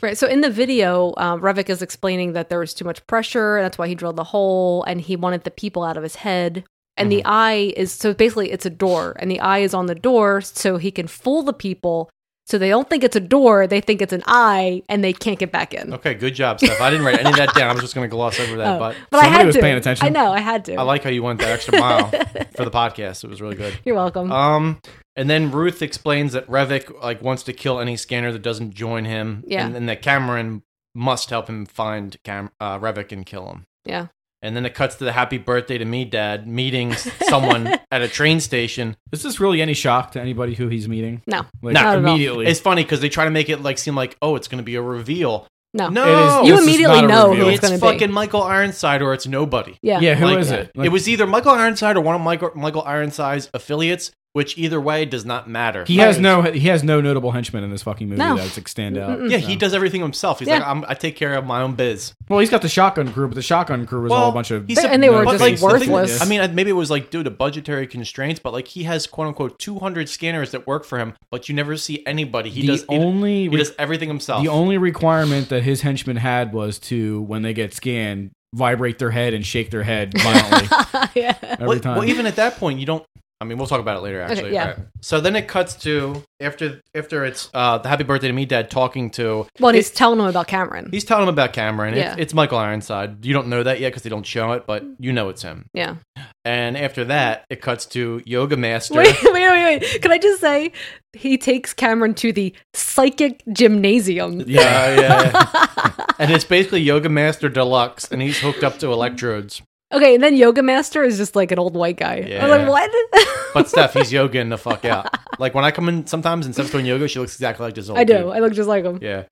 Right. So in the video, um, Revik is explaining that there was too much pressure. That's why he drilled the hole and he wanted the people out of his head. And
Mm-hmm.
the eye is so basically it's a door and the eye is on the door so he can fool the people. So they don't think it's a door. They think it's an eye and they can't get back in.
Okay, good job, Steph. I didn't write any of that down. I was just gonna gloss over that,
<laughs> Oh, I
but
somebody
had
was
to.
paying attention.
I know. I had to.
I like how you went that extra mile for the podcast. It was really good.
You're welcome.
Um, and then Ruth explains that Revik like wants to kill any scanner that doesn't join him,
Yeah.
and, and that Cameron must help him find Cam- uh, Revik and kill him.
yeah.
And then it cuts to the happy birthday to me, dad, meeting s-
<laughs>
someone at a train station.
Is this really any shock to anybody who he's meeting?
No.
Like,
Not at all.
immediately.
It's funny because they try to make it like seem like, oh, it's going to be a reveal.
No.
no,
You immediately know who it's
it's
going to be.
fucking Michael Ironside or it's nobody.
Yeah.
Yeah, who
Who is
is it? Like-
it was either Michael Ironside or one of Michael, Michael Ironside's affiliates, which either way does not matter.
He has no he has no notable henchmen in this fucking movie
No.
that's like stand out.
Yeah, he does everything himself. He's
Yeah.
like, I'm, I take care of my own biz.
Well, he's got the shotgun crew, but the shotgun crew was all a bunch of
he's-
And they were
but,
just
like, the thing-
worthless.
I mean, I- maybe it was like due to budgetary constraints, but like he has quote unquote 200 scanners that work for him, but you never see anybody. He
The
does he-
only
he,
re-
does everything himself.
The only requirement that his henchmen had was to, when they get scanned, vibrate their head and shake
<laughs>
their head violently every
well,
time.
well, even at that point, you don't. I mean, we'll talk about it later.
Okay,
Actually,
yeah. Right.
So then it cuts to after after it's uh, the Happy Birthday to Me Dad talking to.
Well, and
it-
he's telling him about Cameron.
he's telling him about Cameron. It's,
Yeah.
it's Michael Ironside. You don't know that yet because they don't show it, but you know it's him.
Yeah.
And after that, it cuts to Yoga Master.
Wait, <laughs> wait, wait, wait. Can I just say he takes Cameron to the psychic gymnasium?
Yeah, yeah. <laughs> and it's basically Yoga Master Deluxe, and he's hooked up to electrodes.
Okay, and then Yoga Master is just like an old white guy. I was
Yeah.
like, what?
<laughs> But Steph, he's yogaing the fuck out. Like when I come in sometimes and Steph's doing yoga, she looks exactly like this
<laughs>
old
I do.
dude.
I look just like him.
Yeah.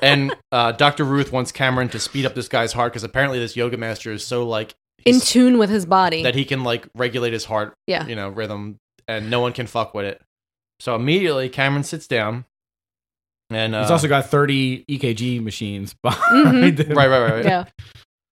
and uh, Dr. Ruth wants Cameron to speed up this guy's heart because apparently this yoga master is so like
In tune with his body.
that he can like regulate his heart,
Yeah.
you know, rhythm, and no one can fuck with it. So immediately Cameron sits down, and uh,
he's also got 30 EKG machines behind
right,
Mm-hmm.
him.
right, right, right. <laughs>
Yeah.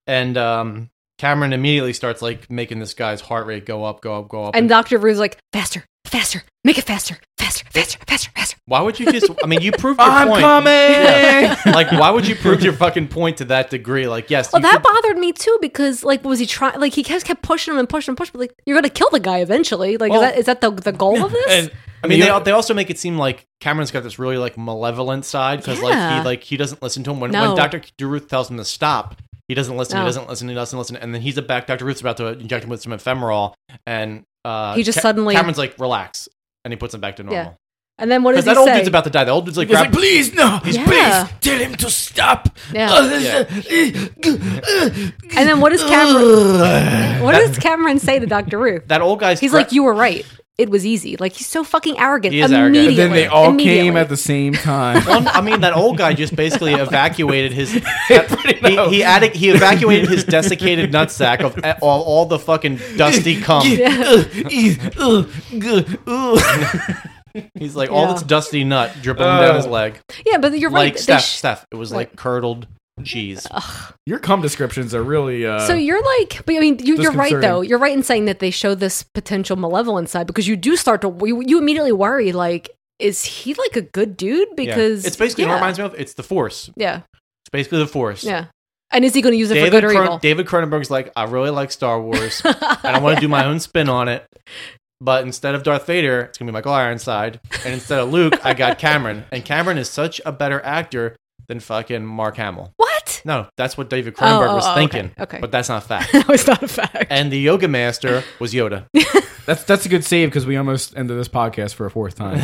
And um, Cameron immediately starts like making this guy's heart rate go up, go up, go up.
and Dr. Rue's like, faster, faster, make it faster, faster, faster, faster, faster.
Why would you just? I mean, you
<laughs>
proved your
I'm
point.
coming!
Yeah. Like, why would you prove your fucking point to that degree? Like, yes,
Well,
you
that bothered me too because, like, was he trying? Like, he just kept pushing him and pushing him, pushing. But like, you're gonna kill the guy eventually. Like,
Well-
is that is that the the goal of this?
And I mean, they, al- they also make it seem like Cameron's got this really like malevolent side because like
Yeah.
he like he doesn't listen to him when
No.
when Doctor Ruth tells him to stop. He doesn't listen.
No.
He doesn't listen. He doesn't listen. And then he's back. Doctor Ruth's about to inject him with some ephemeral, and uh,
He just suddenly-
Cameron's like relax, and he puts him back to
yeah.
normal.
And then what
Because
does he
that old
say?
dude's about to die. The old dude's like,
He's
grab-
like, please, no,
He's
Yeah.
please, tell him to stop.
Yeah.
Uh, this-
<laughs> Yeah. <laughs>
and then what does
Uh,
Cameron? what does Cameron say to Dr. Rue?
that old guy's.
He's
gra-
like, you were right. It was easy. Like he's so fucking arrogant.
He is arrogant.
immediately.
And then they all came
Immediately.
at the same
<laughs>
time.
Well, I mean, that old guy just basically evacuated his. he, he, added,
<laughs>
he evacuated his desiccated nutsack of a- all, all the fucking
<laughs>
dusty cum. He's like all
Yeah.
this dusty nut dribbling down his leg.
Yeah, but you're
like
right. They
Steph,
sh- Uh,
Steph. It was like, curdled
<laughs>
cheese.
<laughs> Your cum descriptions are really. Uh,
so you're like, but I mean, you, you're right
disconcerting.
though. You're right in saying that they show this potential malevolent side because you do start to you, you immediately worry like, is he like a good dude?
Yeah.
Because
it's basically
yeah,
it reminds me of it's the force.
yeah,
It's basically the force.
yeah. And is he going to use it for
David,
good or
Cron-
evil?
David Cronenberg's like, I really like
<laughs>
Star Wars, and I want to do my own spin on it. But instead of Darth Vader, it's gonna be Michael Ironside, and instead of Luke, I got Cameron. And Cameron is such a better actor than fucking Mark Hamill.
What? <laughs>
No, that's what David Cronenberg
Oh, oh,
was
oh, okay,
thinking.
okay.
but that's not
<laughs>
fact.
No, it's not a fact.
And the Yoga Master was Yoda.
That's that's a good save because we almost ended this podcast for a fourth
<laughs>
time.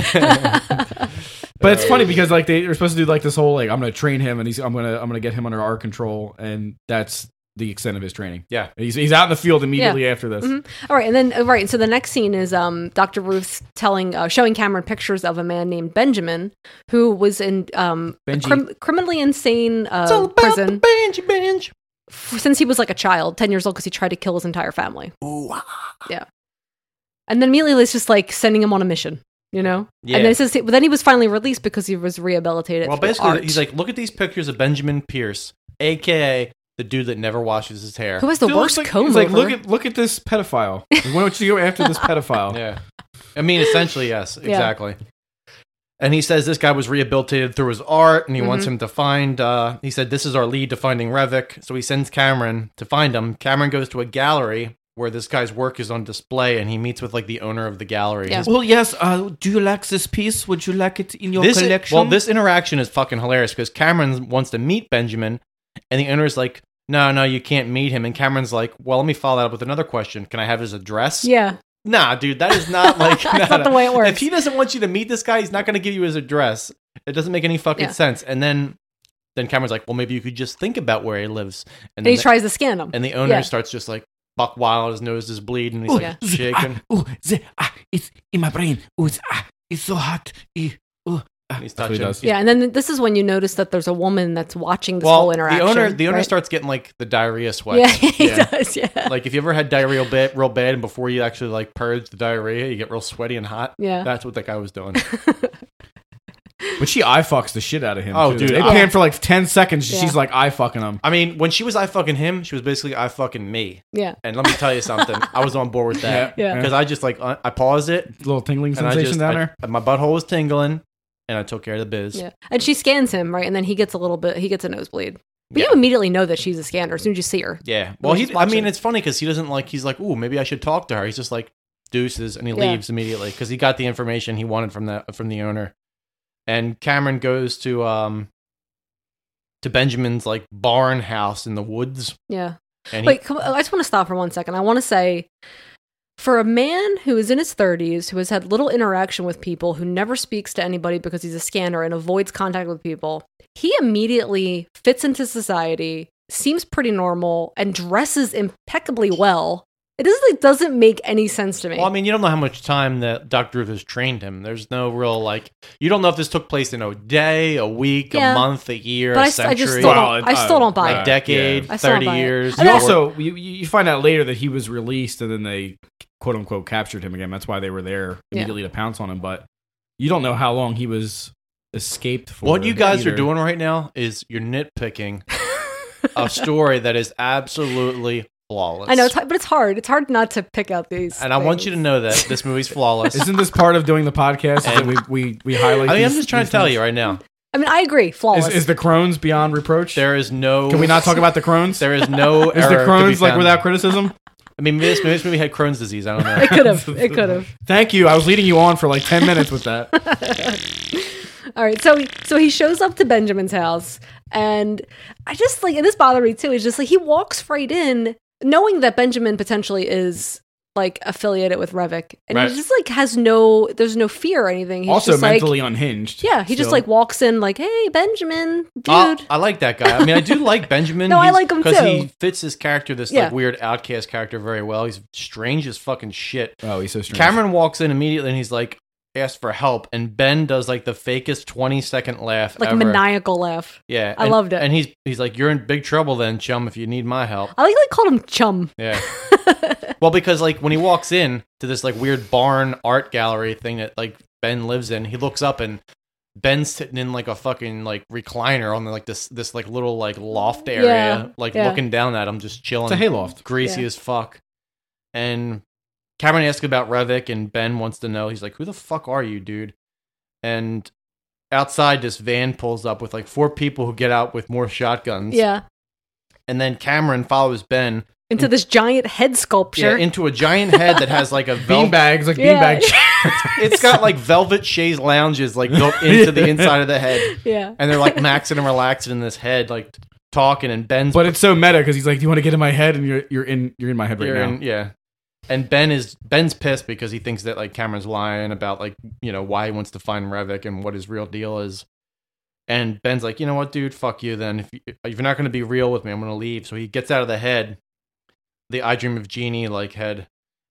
but it's funny because like they are supposed to do like this whole like I'm gonna train him and he's I'm gonna I'm gonna get him under our control and that's the extent of his training.
Yeah.
he's he's out in the field immediately after this.
Mhm. All right, and then all right. So the next scene is um, Dr. Ruth telling, uh, showing Cameron pictures of a man named Benjamin who was in um, a
Benji.
crim- criminally insane uh, prison
Benji, Benji.
f- since he was like a child, ten years old, because he tried to kill his entire family. Yeah, and then immediately it's just like sending him on a mission, you know.
Yeah.
And then it says, but then he was finally released because he was rehabilitated.
Well,
through
basically,
art.
he's like, look at these pictures of Benjamin Pierce, aka the dude that never washes his hair.
who has the
Dude, it looks
worst
like,
comb
he's like
over?
look at look at
<laughs>
this pedophile. Like, Why don't you go after this pedophile?
Yeah. I mean, essentially, yes, exactly. And he says this guy was rehabilitated through his art, and he wants
Mhm.
him to find. Uh, he said this is our lead to finding Revik, so he sends Cameron to find him. Cameron goes to a gallery where this guy's work is on display, and he meets with like the owner of the gallery. His-
Well, yes. Uh, do you like this piece? Would you like it in your
this
collection?
well, this interaction is fucking hilarious because Cameron wants to meet Benjamin, and the owner's like, "No, no, you can't meet him." And Cameron's like, "Well, let me follow that up with another question. Can I have his address?"
yeah,
Nah, dude, that is
<laughs>
not like <laughs>
That's not the way it works.
If he doesn't want you to meet this guy, he's not going to give you his address. It doesn't make any fucking
Yeah.
sense. And then Then Cameron's like, well, maybe you could just think about where he lives.
And he tries to scan him.
And the owner
Yeah.
starts just like buck wild, his nose is bleeding, and he's
Oh,
like
yeah.
<laughs>
shaking.
Oh, the, ah, it's in my brain. Oh, it's, ah, it's so hot.
E.
Eh, oh, ah.
He's
what he
touching.
does.
Yeah, and then this is when you notice that there's a woman that's watching this
well,
whole interaction.
the owner the owner
right?
starts getting like the diarrhea sweat.
Yeah, <laughs> he does. Yeah,
<laughs> Like if you ever had diarrhea bit real bad, and before you actually like purge the diarrhea, you get real sweaty and hot.
Yeah.
that's what that guy
<laughs>
was doing.
But she eye fucks the shit out of him.
Oh,
too.
dude,
They
I-
pan for like 10 seconds.
Yeah.
She's like eye fucking him.
I mean, when she was I fucking him, she was basically I fucking me.
Yeah.
And let me tell you something, I was on board with that.
Yeah. Yeah.
Because I just like un- I paused it,
little tingling
and I
sensation
just
down
I-
there.
my butthole was tingling, and I took care of the biz.
yeah, and she scans him right, and then he gets a little bit. He gets a nosebleed, but you immediately know that she's a scanner as soon as you see her.
Yeah.
Well,
Well,
he's
he. I mean,
watching.
it's funny because he doesn't like. He's like, "Ooh, maybe I should talk to her." He's just like deuces, and he
Yeah.
leaves immediately because he got the information he wanted from the from the owner. And Cameron goes to um to Benjamin's like barn house in the woods.
Yeah.
And he,
Wait, come, I just want to stop for one second. I want to say for a man who is in his 30s, who has had little interaction with people, who never speaks to anybody because he's a scanner and avoids contact with people, he immediately fits into society, seems pretty normal, and dresses impeccably well. It doesn't, it doesn't make any sense to me.
well, I mean, you don't know how much time that Doctor Ruth has trained him. There's no real like. You don't know if this took place in a day, a week,
Yeah.
a month, a year,
But
a
I s- I
century, uh,
just still don't- Well, it- I still don't buy
a
it.
decade,
Yeah. I still don't
thirty
buy it.
years.
And
You
I-
also, you, you you find out later that he was released and then they quote unquote captured him again. That's why they were there
Yeah.
immediately to pounce on him. But you don't know how long he was escaped for.
What you guys
either.
are doing right now is you're nitpicking
<laughs>
a story that is absolutely flawless.
I know, it's, hard- but it's hard. It's hard not to pick out these.
and I want you to know that
<laughs>
this movie's
<laughs>
flawless.
Isn't this part of doing the podcast? is that we, we, we highlight
I mean, I'm
these-
just trying to
these
tell
things?
you right now.
I mean, I agree. Flawless.
Is, is the Crohn's beyond reproach?
There is no.
Can we not talk about the Crohn's?
<laughs>
<laughs>
There is no.
Is the
error to be
Crohn's like
found.
without criticism?
I mean, this, this movie had Crohn's disease. I don't know.
it could have.
<laughs>
It could have.
Thank you. I was leading you on for like 10 minutes with
<laughs>
that.
All right, so so he shows up to Benjamin's house, and I just like and this bothered me too. Is just like he walks right in, knowing that Benjamin potentially is like affiliated with Revic, and
Right.
he just like has no, there's no fear or anything. He's
also
just, like-
mentally unhinged.
yeah. He just
still. Ah,
like walks in, like, hey, Benjamin, dude.
Oh, I like that guy. I mean, I do
<laughs>
like Benjamin.
No, I
He's-
like him too.
he fits his character, this
Yeah.
like weird outcast character, very well. He's strange as fucking shit.
Oh, he's so strange.
Cameron walks in immediately and he's like, asks for help, and Ben does like the fakest twenty second laugh,
like
ever.
maniacal laugh.
Yeah,
I
and-
loved it.
And he's he's like, "You're in big trouble, then, chum. If you need my help."
I like they called him chum.
<laughs>
Yeah. well, because like when he walks in to this like weird barn art gallery thing that like Ben lives in, he looks up and Ben's sitting in like a fucking like recliner on like this this like little like loft area,
Yeah,
like
yeah.
looking down at him, just chilling.
It's a hayloft.
greasy
Yeah.
as fuck. And Cameron asks about Revic, and Ben wants to know. He's like, "Who the fuck are you, dude?" And outside, this van pulls up with like four people who get out with more shotguns.
Yeah,
And then Cameron follows Ben
into this giant head sculpture.
yeah, into a giant head that
<laughs>
has like a vel-
Beanbags, like
Yeah.
beanbag
<laughs>
it's got like velvet chaise lounges
<laughs>
like built into the inside of the head.
Yeah.
And they're like maxing and relaxing in this head, like talking and Ben's
But it's so meta because he's like, "Do you want to get in my head?" And you're you're in you're in my head right
you're
now.
in- yeah. And Ben is Ben's pissed because he thinks that like Cameron's lying about like, you know, why he wants to find Revic and what his real deal is. And Ben's like, you know what, dude, fuck you then. If, you, if you're not going to be real with me, I'm going to leave. So he gets out of the head, the I Dream of Genie like head.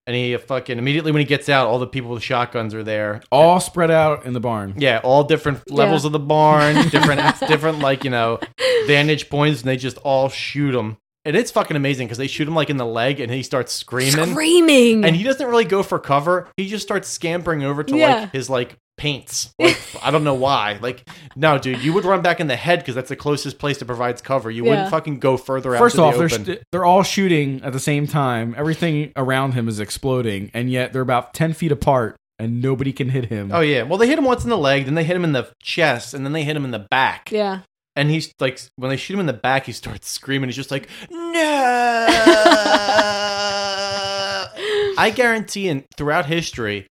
And he fucking immediately when he gets out, all the people with shotguns are there.
All spread out in the barn.
Yeah, all different
Yeah.
levels of
<laughs>
the barn, different, different like you know vantage points, and they just all shoot him. And it's fucking amazing because they shoot him like in the leg, and he starts screaming,
Screaming.
and he doesn't really go for cover. He just starts scampering over to
Yeah.
like his like paints. Like,
<laughs>
I don't know why. Like, no, dude, you would run back in the head because that's the closest place that provides cover. You
Yeah.
wouldn't fucking go further out.
First
to
off,
the
they're
open.
sh- they're all shooting at the same time. Everything around him is exploding, and yet they're about ten feet apart, and nobody can hit him.
oh yeah. Well, they hit him once in the leg, then they hit him in the chest, and then they hit him in the back.
yeah.
And he's like, when they shoot him in the back, he starts <laughs> screaming. He's just like,
No.
I guarantee, in throughout history,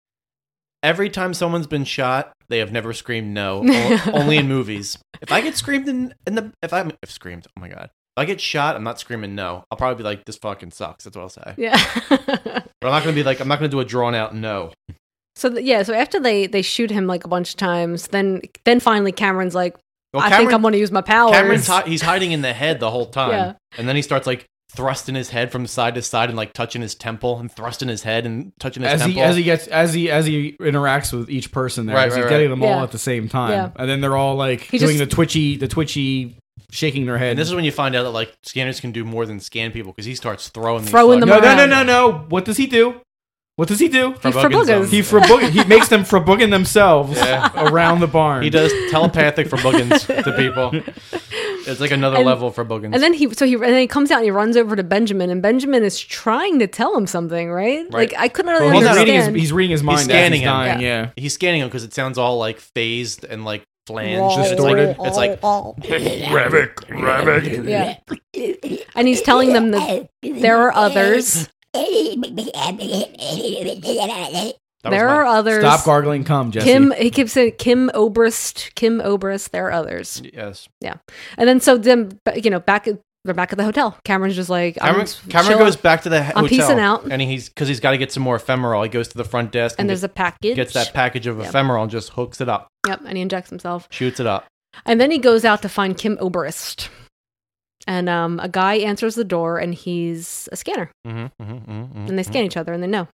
every time someone's been shot, they have never screamed no. o- only in movies. If I get screamed in, in the if I'm if screamed, oh my god, if I get shot, I'm not screaming no. I'll probably be like, this fucking sucks. That's what I'll say.
Yeah. <laughs>
But I'm not gonna be like, I'm not gonna do a drawn out no.
So th- yeah, so after they they shoot him like a bunch of times, then then finally Cameron's like, I think I'm going to use my powers.
Cameron's hi- he's hiding in the head the whole time,
Yeah.
and then he starts like thrusting his head from side to side and like touching his temple and thrusting his head and touching his
as he
temple.
as he gets as he as he interacts with each person there,
Right,
'cause he's
right,
getting
right.
them all
Yeah.
at the same time,
Yeah.
and then they're all like
He
doing
just-
the twitchy the twitchy shaking their head.
and this is when you find out that like scanners can do more than scan people because he starts throwing these
Throwing
fuck-
them No, no, around. no, no, no. What does he do? What does he do? He
Frabuggins them.
He frabug- he makes them frabugging themselves around the barn.
He does telepathic frabuggins to
<laughs>
people. It's like another
And-
level for Boggins.
And then he so he and then he comes out and he runs over to Benjamin and Benjamin is trying to tell him something, right?
Right.
Like I couldn't really
Well, he's
understand.
reading his-
he's reading his mind as he's dying, yeah.
he's scanning him because it sounds all like phased and like flanged.
Just
It's like,
distorted.
it's like
Ravik,
Ravik.
Yeah. And he's telling them that there are others.
That was
There
mine.
are uh, others.
Stop gargling cum, Jesse.
Kim he keeps saying Kim Obrist, Kim Obrist, there are others.
Yes.
Yeah. And then so then you know, back at they're back at the hotel. Cameron's just like I'm
Cameron,
just
Cameron
chilling.
goes back to the he-
I'm
hotel,
peacing out.
and he's because he's got to get some more ephemeral. He goes to the front desk,
And there's
get-
a package.
Gets that package of
Yep.
ephemeral and just hooks it up,
Yep, and he injects himself.
shoots it up.
And then he goes out to find Kim Oberst. And um, a guy answers the door and he's a scanner.
Mm-hmm, mm-hmm, mm-hmm,
<laughs> And they scan each other and they know.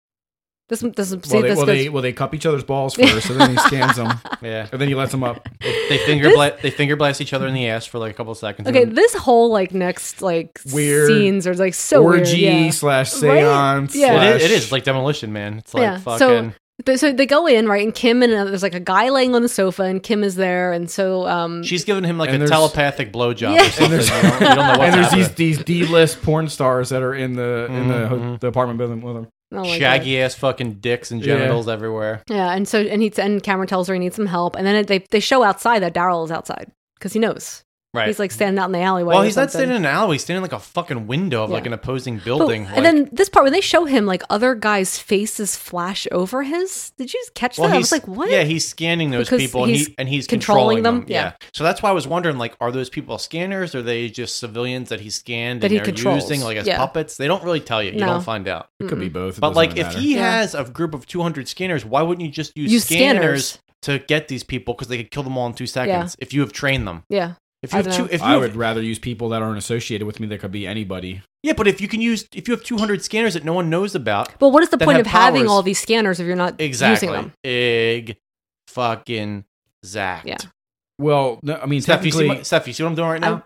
This this see
Well, they,
this goes-
well, they well they cup each other's balls first, and
<laughs>
then he scans them.
Yeah,
and then he lets them up.
They finger bla- they finger blast each other in the ass for like a couple of seconds. and
Okay,
then-
this whole like next like
Weird
scenes are like so
orgy
weird, yeah.
slash
Right?
seance.
Yeah.
it, is, it is like demolition man. It's like
So,
fucking.
but- so they go in right, and Kim and uh, there's like a guy laying on the sofa, and Kim is there, and so um,
She's giving him like
And
a
there's-
telepathic blowjob
Yeah.
or
And
something.
there's-
you, don't, you don't know what's
and there's
happening.
these these D list porn stars that are in the in the, ho-
Mhm.
the apartment building with him.
Oh my
shaggy ass fucking dicks and
Yeah.
genitals everywhere.
yeah, and so and he and Cameron tells her he needs some help, and then it, they they show outside that Daryl is outside because he knows,
Right.
He's like standing out in the alleyway.
well,
or
he's not
something.
standing in an alley. He's standing in like a fucking window of like
Yeah.
an opposing
But-
building. like,
and then this part when they show him like other guys' faces flash over his. Did you catch that? I was
he's-
like, what?
Yeah, he's scanning those
Because
people and,
he's
he, and he's
controlling
controlling,
them,
them. Yeah. So that's why I was wondering, like, are those people scanners? Are they just civilians that he scanned
That
and
he
they're
controls.
using like as
Yeah.
puppets? They don't really tell you. You
No. Mm.
don't find out.
It could be both. It
Mm. But
doesn't
like,
really
if
matter.
he
Yeah.
has a group of 200 scanners, why wouldn't you just use,
Use
scanners,
scanners.
to get these people because they could kill them all in two seconds if you have trained them?
Yeah.
If
I
you have
dunno.
two, if you
I
have,
would rather use people that aren't associated with me. That could be anybody.
yeah, but if you can use, if you have 200 scanners that no one knows about,
But what is the
that
point
have
of having
powers-
all these scanners if you're not
Exactly.
using them?
Ig fucking Zach.
Yeah.
Well, no, I mean
Steph, you see,
technically,
my, Steph, you see what I'm doing right now?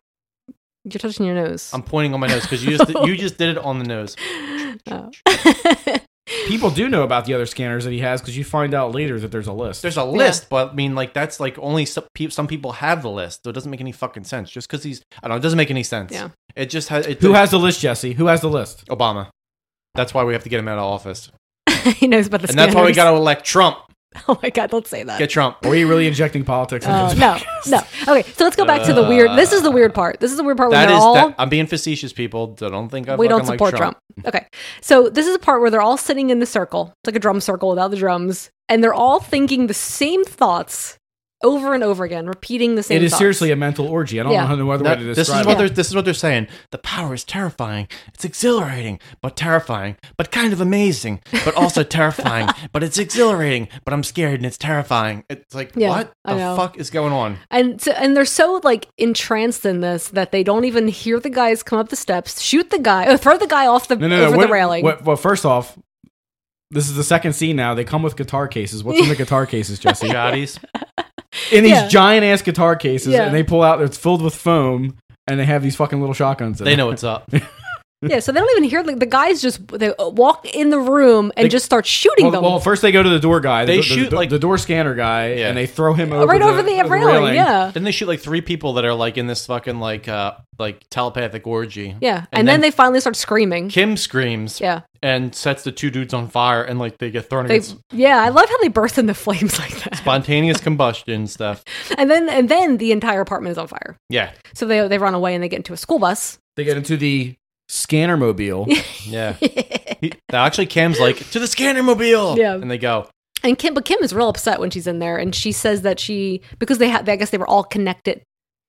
You're touching your nose.
I'm, pointing on my nose because you just you just did it on the nose.
<laughs> Oh. <laughs>
people do know about the other scanners that he has because you find out later that there's a list.
There's a list, but I mean, like that's like only some, pe- some people have the list, so it doesn't make any fucking sense. Just because he's, I don't know, it doesn't make any sense.
Yeah.
It just has. It,
Who has the list, Jesse? Who has the list?
Obama? That's why we have to get him out of office,
he knows about the
and that's why we
scanners.
got to elect Trump.
<laughs> Oh my god, don't say that.
Get Trump.
Are we really injecting politics? into
Uh,
this?
no, no. Okay, so let's go back to the weird. This is the weird part. This is the weird part where
That
they're
is.
all.
That, I'm being facetious, people. I don't think I.
we don't
fucking like
support Trump. Okay, so this is the part where they're all sitting in the circle. It's like a drum circle without the drums, and they're all thinking the same thoughts over and over again, repeating the same.
It is
thoughts.
seriously a mental orgy. I don't
Yeah.
know no other
That-
way to
this
describe
is what
it.
they're this is what they're saying. The power is terrifying. It's exhilarating, but terrifying, but kind of amazing, but also <laughs> terrifying. But it's exhilarating, but I'm scared and it's terrifying. It's like
Yeah,
what
I
the
know.
fuck is going on?
And so, and they're so like entranced in this that they don't even hear the guys come up the steps, shoot the guy, or throw the guy off the
No, no, no.
over
what-
the railing.
What, well, first off, this is the second scene now. They come with guitar cases. What's
<laughs>
in the guitar cases, Jesse?
Jotties.
In these
Yeah.
giant ass guitar cases,
Yeah.
and they pull out. It's filled with foam, and they have these fucking little shotguns. In
<laughs> They
it.
know what's up.
yeah, so they don't even hear like, the guys just they walk in the room and
They-
just start shooting
Well,
them.
well, first they go to the door guy.
They
the,
shoot,
the,
like-
the door scanner guy, and they throw him over
right over the, railing, yeah.
Then they shoot like three people that are like in this fucking like uh like telepathic orgy.
Yeah, and, then, they finally start screaming.
Kim screams.
Yeah.
And sets the two dudes on fire and like they get thrown
They,
against
yeah, I love how they burst into flames <laughs> like that.
spontaneous combustion stuff.
<laughs> And then and then the entire apartment is on fire.
Yeah.
So they they run away and they get into a school
<laughs>
bus.
They get into the scanner mobile.
<laughs>
Yeah. He- actually Kim's like, to the scanner mobile.
Yeah.
And they go.
And Kim, but Kim is real upset when she's in there, and she says that she because they had I guess they were all connected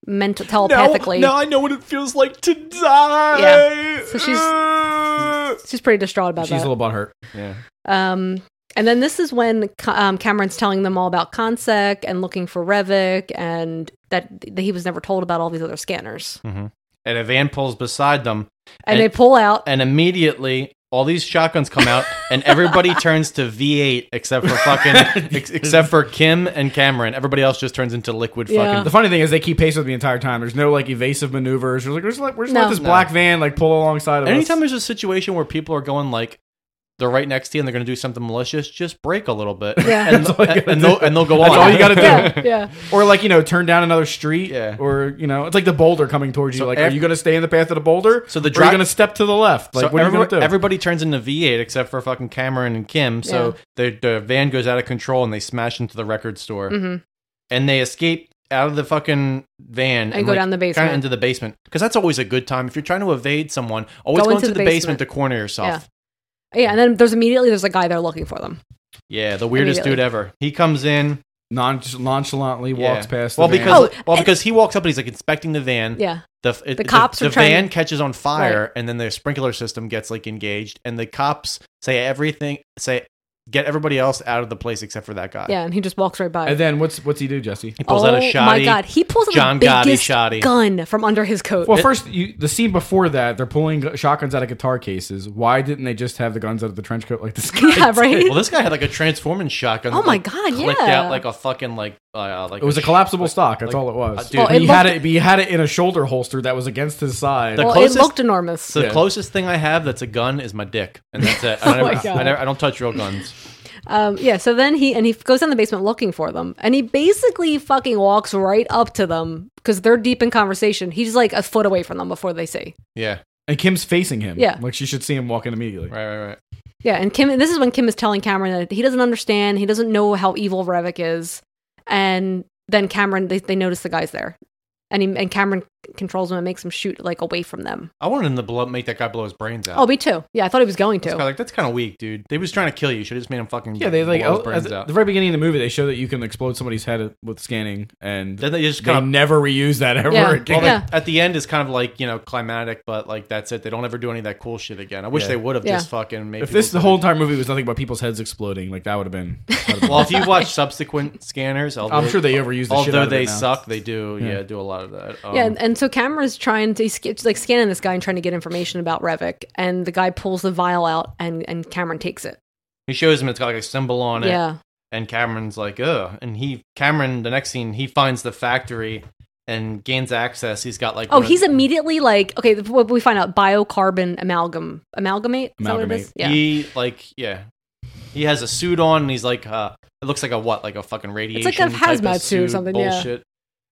mental telepathically.
Now, now I know what it feels like to die.
Yeah. So she's she's pretty distraught about
She's a
that.
little butthurt. Yeah.
Um, And then this is when Ca- um, Cameron's telling them all about Consec and looking for Revic, and that, that he was never told about all these other scanners.
Mm-hmm. <laughs> And a van pulls beside them.
And they pull out.
And immediately, all these shotguns
<laughs>
come out, and everybody turns to V8 except for fucking, ex- except for Kim and Cameron. Everybody else just turns into liquid fucking.
The funny thing is, they keep pace with me the entire time. There's no like evasive maneuvers. There's like, there's like, we're just
No.
let this
No.
black van like pull alongside of
Anytime
us.
there's a situation where people are going like they're right next to you and they're going to do something malicious, just break a little bit.
Yeah.
and,
<laughs> That's all you gotta
and, they'll,
do.
and they'll go
That's
on.
all you gotta do.
Yeah, yeah.
<laughs> Or like you know, turn down another street. Yeah. Or you know, it's like the boulder coming towards you.
So
like,
ev-
are you gonna stay in the path of the boulder? So are
the dri-
you gonna step to the left? Like,
so
what are you
everybody,
gonna do?
everybody turns into V8 except for fucking Cameron and Kim. So the, the van goes out of control and they smash into the record store.
Mhm.
And they escape out of the fucking van
And go down the basement.
Kind of into the basement. Because that's always a good time. If you're trying to evade someone, always go, into, the, basement. to corner yourself.
Yeah. yeah, and then there's immediately there's a guy there looking for them.
Yeah, the weirdest
Immediately.
dude ever. He comes in.
Non- nonchalantly walks past the
Well,
van.
because
Oh,
well, because he walks up and he's like inspecting the van.
Mm.
Yeah.
The, f- it-
The cops
The,
are trying-
van catches on fire,
Right.
and then the sprinkler system gets like engaged, and the cops say everything. Say get everybody else out of the place except for that guy.
Yeah, and he just walks right by.
And then what's what's he do, Jesse?
He pulls out a
Oh my
shoddy.
god, he pulls out
John
the
Gotti
biggest
shoddy.
gun from under his coat.
Well, first, you, the scene before that, they're pulling gu- shotguns out of guitar cases. Why didn't they just have the guns out of the trench coat like this
<laughs>
guy?
Yeah,
did?
right?
<laughs> Well, this guy had like a transforming shotgun.
Oh
that,
my
like,
God,
Clicked
yeah.
out like a fucking like uh, like
It was a collapsible stock. That's all it was.
uh, dude, Well,
But
it
he had
looked-
it. but He had it in a shoulder holster that was against his side.
The Well, it closest- looked
enormous.
So the closest thing I have that's a gun is my dick, and
<laughs>
that's it. I,
Oh my
never,
God.
I, never, I don't touch real guns.
Um, yeah, so then he and he goes down the basement looking for them, and he basically fucking walks right up to them because they're deep in conversation. He's like a foot away from them before they see.
Yeah.
And Kim's facing him.
Yeah.
Like she should see him walking immediately.
Right, right, right.
Yeah, and Kim, and this is when Kim is telling Cameron that he doesn't understand, he doesn't know how evil Revic is, and then Cameron they, they notice the guys there, and he and Cameron controls him and makes him shoot like away from them.
I wanted him to blow, make that guy blow his brains out.
Oh, me too. Yeah, I thought he was going
That's
to.
kinda like that's kind of weak, dude. They was trying to kill you. Should have just made him fucking
Yeah, they like
blow
oh,
his
at
brains
the,
out.
the very beginning of the movie, they show that you can explode somebody's head with scanning, and
Then they just
they
kinda-
never reuse that ever
Well,
again.
they- At the end is kind of like you know climatic, but like that's it. They don't ever do any of that cool shit again. I wish
Yeah.
they would have just fucking
<laughs>
made.
If this
people-
the whole entire movie was nothing but people's heads exploding, like that would
<laughs>
have been.
well,
<laughs>
if you watch subsequent scanners, although,
I'm sure they overuse the shit
Although
out of
they
it now.
suck, they do. Yeah.
Yeah.
do a lot of that. Um,
yeah, and, and so Cameron's trying to he's sca- like scanning this guy and trying to get information about Revic, and the guy pulls the vial out, and and Cameron takes it.
He shows him it's got like a symbol on it.
Yeah.
And Cameron's like, ugh. And he, Cameron, the next scene, he finds the factory and gains access. He's got like,
Oh,
one of-
he's immediately like, okay, th- what we find out biocarbon amalgam amalgamate. Is that what it
amalgamate.
is? Yeah.
He like, yeah. He has a suit on and he's like, uh, it looks like a what? Like a fucking radiation. type of
hazmat suit or something, yeah.
Bullshit.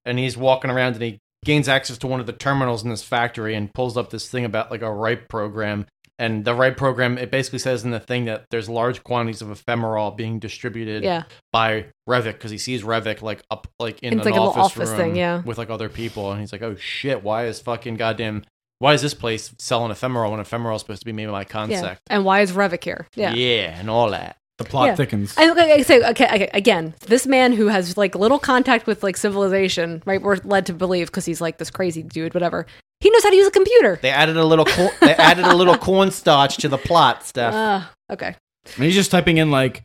And he's walking around and he gains access to one of the terminals in this factory and pulls up this thing about like a RIPE program. And the RIPE program, it basically says in the thing that there's large quantities of ephemeral being distributed
Yeah.
by Revic because he sees Revic like up like in
It's
an
like a little
office,
office
room
thing, yeah.
with like other people, and he's like, "Oh shit, why is fucking goddamn why is this place selling ephemeral when ephemeral is supposed to be made by
yeah.
Consect?
And why is Revic here? Yeah.
and all that.
The
Yeah. I, okay, okay, so, okay, okay, again, this man who has like little contact with like civilization, right? We're led to believe because he's like this crazy dude, whatever. He knows how to use a computer.
They added a little cor- they added a little cornstarch to the plot, Steph.
Ah, okay.
And he's just typing in like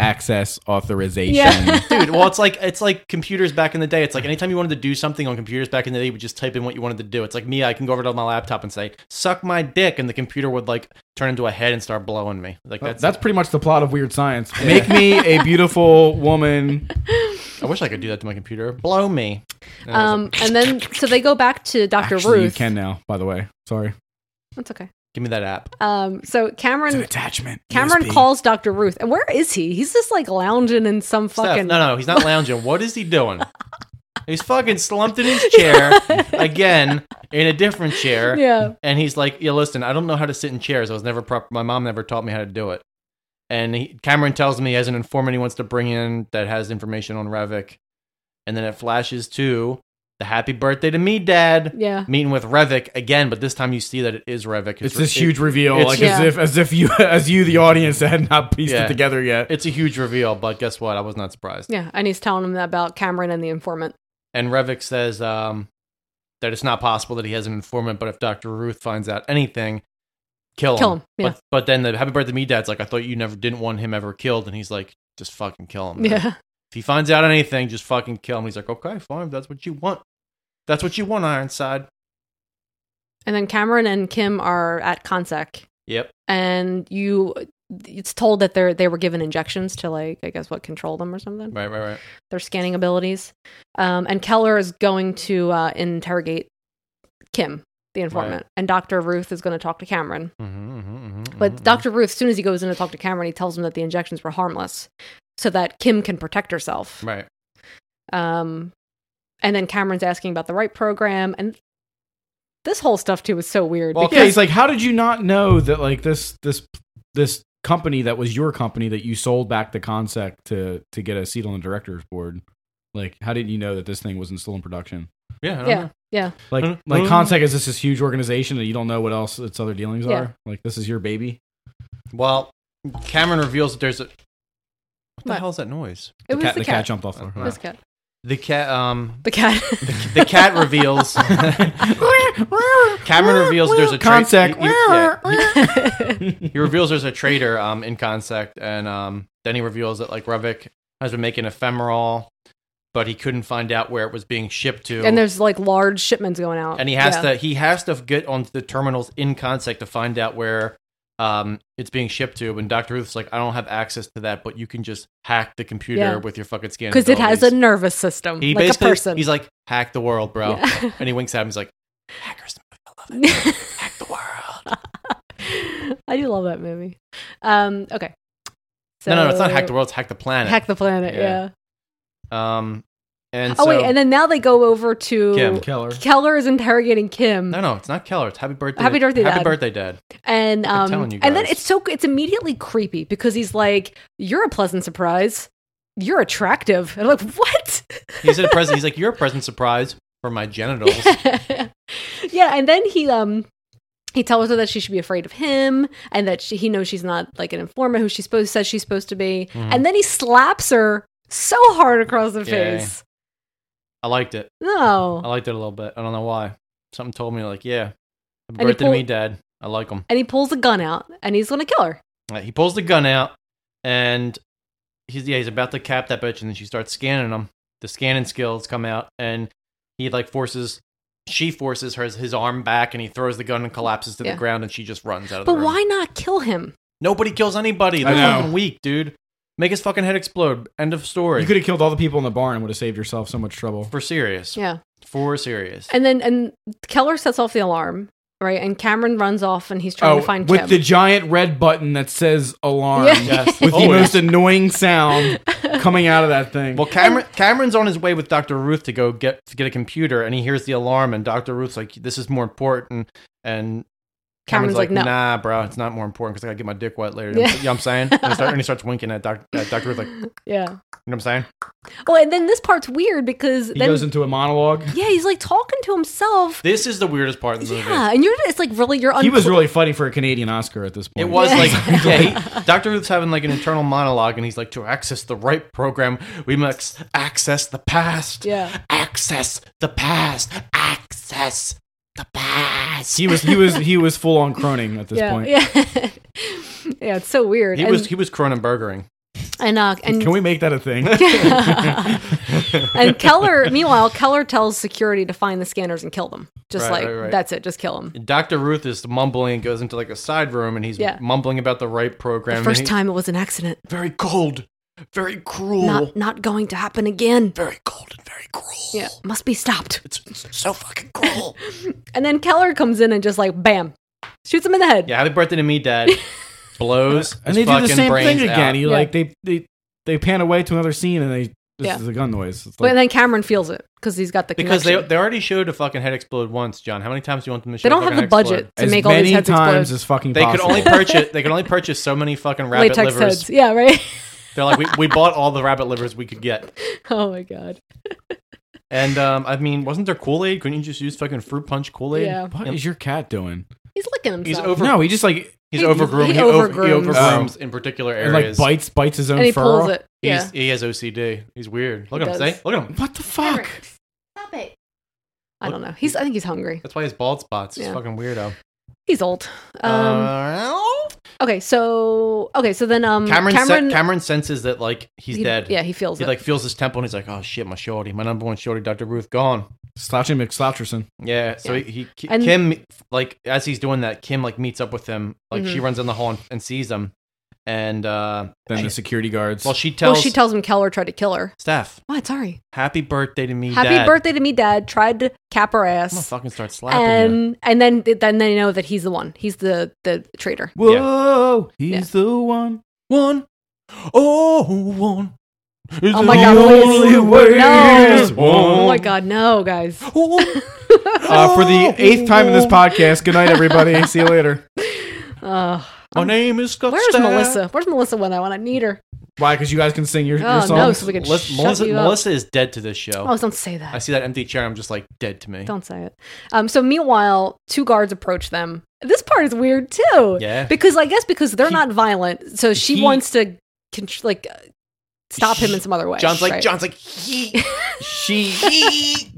access authorization. <laughs>
Dude, well, it's like it's like computers back in the day. It's like anytime you wanted to do something on computers back in the day, you would just type in what you wanted to do. It's like me, I can go over to my laptop and say, "Suck my dick," and the computer would like turn into a head and start blowing me.
That's,
Like <laughs> that's
that's pretty much the plot of Weird Science. Make me
<laughs>
a beautiful woman.
I wish I could do that to my computer. Blow me. And I was
Um,
like,
and then so they go back to Dr.
Actually, you
Ruth.
can now. By the way, sorry.
That's okay.
give me that app.
Um, so Cameron
attachment.
Cameron
USB.
calls Dr. Ruth. And where is he? He's just like lounging in some
Steph,
fucking
no, no, he's not lounging. What is he doing? He's fucking slumped in his chair
<laughs>
again in a different chair.
Yeah.
And he's like, "Yeah, listen, I don't know how to sit in chairs. I was never prop. My mom never taught me how to do it." And he, Cameron tells me he has an informant he wants to bring in that has information on Revic. And then it flashes to the happy birthday to me, Dad.
Yeah.
Meeting with Revic again, but this time you see that it is Revic.
It's
Re-
this
it-
huge reveal,
it's-
like as if as if you <laughs> as you the audience <laughs> had not pieced it together yet.
It's a huge reveal, but guess what? I was not surprised.
Yeah, and he's telling him about Cameron and the informant.
And Revic says um, that it's not possible that he has an informant, but if Dr. Ruth finds out anything, kill him.
Kill him, yeah.
But, but then the happy birthday to me dad's like, I thought you never didn't want him ever killed, and he's like, just fucking kill him. man.
Yeah.
If he finds out anything, just fucking kill him. He's like, okay, fine, if that's what you want. That's what you want, Ironside.
And then Cameron and Kim are at Consec,
Yep.
and you it's told that they're they were given injections to like I guess what control them or something.
Right, right, right.
Their scanning abilities, um, and Keller is going to uh, interrogate Kim, the informant,
Right.
and Doctor Ruth is going to talk to Cameron.
Mm-hmm, mm-hmm, mm-hmm,
But Dr. Ruth, as soon as he goes in to talk to Cameron, he tells him that the injections were harmless so that Kim can protect herself.
Right.
Um, and then Cameron's asking about the right program. And this whole stuff, too, is so weird.
Well, yeah, he's like, how did you not know that like this this this company that was your company that you sold back the concept to to get a seat on the directors board? Like, how did you know that this thing wasn't still in production?
Yeah. I don't
yeah,
know.
yeah.
Like,
Mm,
like
mm.
Consec is just this huge organization and you don't know what else its other dealings
Yeah.
are. Like, this is your baby.
Well, Cameron reveals that there's a. What the
What?
hell is that noise?
It was
cat-
the,
the
cat.
cat jumped off the <laughs>
Uh-huh.
It was the cat.
The cat. Um.
The cat.
<laughs>
<laughs>
The, the cat reveals. Cameron reveals there's a tra-
Consec.
he- he- yeah, he- he reveals there's a traitor um, in Consect, and um, then he reveals that like Revik has been making ephemeral, but he couldn't find out where it was being shipped to.
and there's like large shipments going out.
and he has
Yeah. <laughs>
to he has to get onto the terminals in Consect to find out where um, it's being shipped to. And Doctor Ruth's like, I don't have access to that, but you can just hack the computer
Yeah.
with your fucking scan
Because it has a
abilities."
nervous system,
He
like a
basically,
person.
he's like, hack the world, bro.
Yeah.
And he winks at him. He's like,
<laughs> I do love that movie. Um, okay.
no, no, no, it's not
So-
hack the world. It's hack the planet.
Hack the planet,
Yeah.
yeah.
Um, and
oh
so,
wait, and then now they go over to <laughs>
Kim Keller.
Keller is interrogating Kim,
no, no, it's not Keller. It's Happy Birthday.
Happy Birthday,
Happy
Dad.
Birthday, Dad.
and
I'm
um,
telling you
and then
guys.
it's so it's immediately creepy because he's like, "You're a pleasant surprise. You're attractive." And I'm like, "What?" <laughs>
He's at a present. He's like, you're a present surprise for
<laughs>
my genitals.
yeah, and then he um he tells her that she should be afraid of him and that she, he knows she's not like an informant who she supposed says she's supposed to be,
Mhm.
and then he slaps her so hard across the
Yeah.
face.
I liked it.
No,
I liked it a little bit. I don't know why. Something told me like, yeah, Happy
And he
Birthday to me,
pulled-
Dad. I like him.
and he pulls a gun out and he's gonna kill her.
Uh, He pulls the gun out, and he's yeah, he's about to cap that bitch, and then she starts scanning him. The scanning skills come out, and he like forces. She forces her his arm back, and he throws the gun and collapses to
Yeah.
the ground, and she just runs out of
But
the room.
why not kill him?
Nobody kills anybody. They're
I know.
fucking weak, dude. Make his fucking head explode. End of story.
You could have killed all the people in the barn and would have saved yourself so much trouble.
for serious.
Yeah.
For serious.
And then and Keller sets off the alarm, right? And Cameron runs off and he's trying to find
Oh, with
Kim.
the giant red button that says alarm
Yeah. Yes,
with the
always.
most
<laughs>
annoying sound coming out of that thing.
Well, Cameron Cameron's on his way with Dr. Ruth to go get to get a computer and he hears the alarm and Dr. Ruth's like this is more important and
Cameron's like, "No."
nah, bro, it's not more important because I gotta get my dick wet later.
Yeah.
You know what I'm saying? And, he start- and he starts winking at Dr. At Dr. Ruth, like, you know
yeah.
what I'm saying?
Oh, and then this part's weird because
he
then
goes into a monologue.
yeah, he's like talking to himself.
This is the weirdest part of the movie.
Yeah, and you're it's like really you're.
He was
uncl-
really fighting for a Canadian Oscar at this
It
point.
was
<laughs>
like, yeah, he, Dr. Ruth's having like an internal monologue, and he's like, to access the right program, we must access the past.
Yeah.
Access the past. Access the past.
he was he was he was full on croning at this
yeah,
point.
yeah, <laughs> yeah. It's so weird.
He
and,
was he was Cronenbergering.
and uh, and
Can we make that
<laughs>
a thing?
and Keller. Meanwhile, Keller tells security to find the scanners and kill them. Just like
Right, right, right.
that's it. Just kill them.
Dr. Ruth is mumbling and goes into like a side room, and he's
Yeah.
mumbling about the right program.
The
and
first
he-
time it was an accident.
very cold, very cruel.
Not not going to happen again.
Very cold and very cruel.
Yeah, must be stopped.
It's, it's so fucking cruel.
And then Keller comes in and just like bam, shoots him in the head.
<laughs> yeah, happy birthday to
<laughs>
me, Dad. Blows.
and they
his
do the
fucking
same
brains
thing again.
out.
He like they they they pan away to another scene and they this
Yeah.
is a gun noise. It's
But
like,
then Cameron feels it because he's got the
Because they,
connection.
they already showed a fucking head explode once, John. How many times do you want them to show?
They don't
a
have
fucking
the
head explode?
budget. to
as
make all these
many
heads
times
explode.
as fucking
They could
possible.
only purchase. They could only purchase so many fucking rabbit
latex
livers.
heads. Yeah, right. <laughs>
They're like, we, we bought all the rabbit livers we could get.
oh my god.
And um, I mean, wasn't there Kool Aid? Couldn't you just use fucking fruit punch Kool
<laughs>
Aid?
Yeah.
What is your cat doing?
He's licking himself.
He's over.
No, he just like
He's
He-
overgrown.
he
He, over, he
overgrooms.
overgrooms in particular
and, like
areas.
bites bites his own
and he
fur.
pulls it. Yeah.
He's, He has OCD. He's weird. Look
He
at him.
does.
See? Look at him.
What the fuck?
Stop it.
I don't know. He's I think he's hungry.
That's why his bald spots. He's
Yeah.
fucking weirdo.
He's old.
Uh,
Um, okay, so okay, so then um,
Cameron
Cameron,
sen- Cameron senses that like he's
He-
dead.
yeah, he feels
He
it.
like feels his temple and he's like, oh shit, my shorty, my number one shorty, Dr. Ruth, gone.
Slouchy McSloucherson.
Yeah. So
Yeah.
he, he
And-
Kim like as he's doing that, Kim like meets up with him. Like she
Mhm.
runs down the hall and, and sees him, and uh,
Then the security guards.
Well, she tells
well, she tells him Keller tried to kill her.
staff,
What? Sorry.
"Happy birthday to me,
Happy
Dad."
birthday to me, Dad. Tried to cap her
I'm gonna
ass.
fucking start slapping you.
And and then then they know that he's the one. He's the the traitor.
Whoa, he's the one. One. Oh, one.
oh my god! please. no. Oh
is
my
one.
god! No, guys.
<laughs> Uh, for
Oh.
the eighth time in
Oh,
this podcast, good night, everybody. See you later.
Ugh.
My name is Scott.
Where's
Staff.
Melissa? Where's Melissa when I want to need her?
Why? Because you guys can sing your, your
Oh,
songs.
no, so we can
Let-
shut
Melissa,
you up.
Melissa is dead to this show.
Oh, don't say that.
I see that empty chair. I'm just like dead to me.
Don't say it. Um, so meanwhile, two guards approach them. This part is weird too.
Yeah.
Because I guess because they're not violent, so she
he-
wants to contr- like uh, stop him in some other way.
John's like
right?
John's like he.
<laughs> she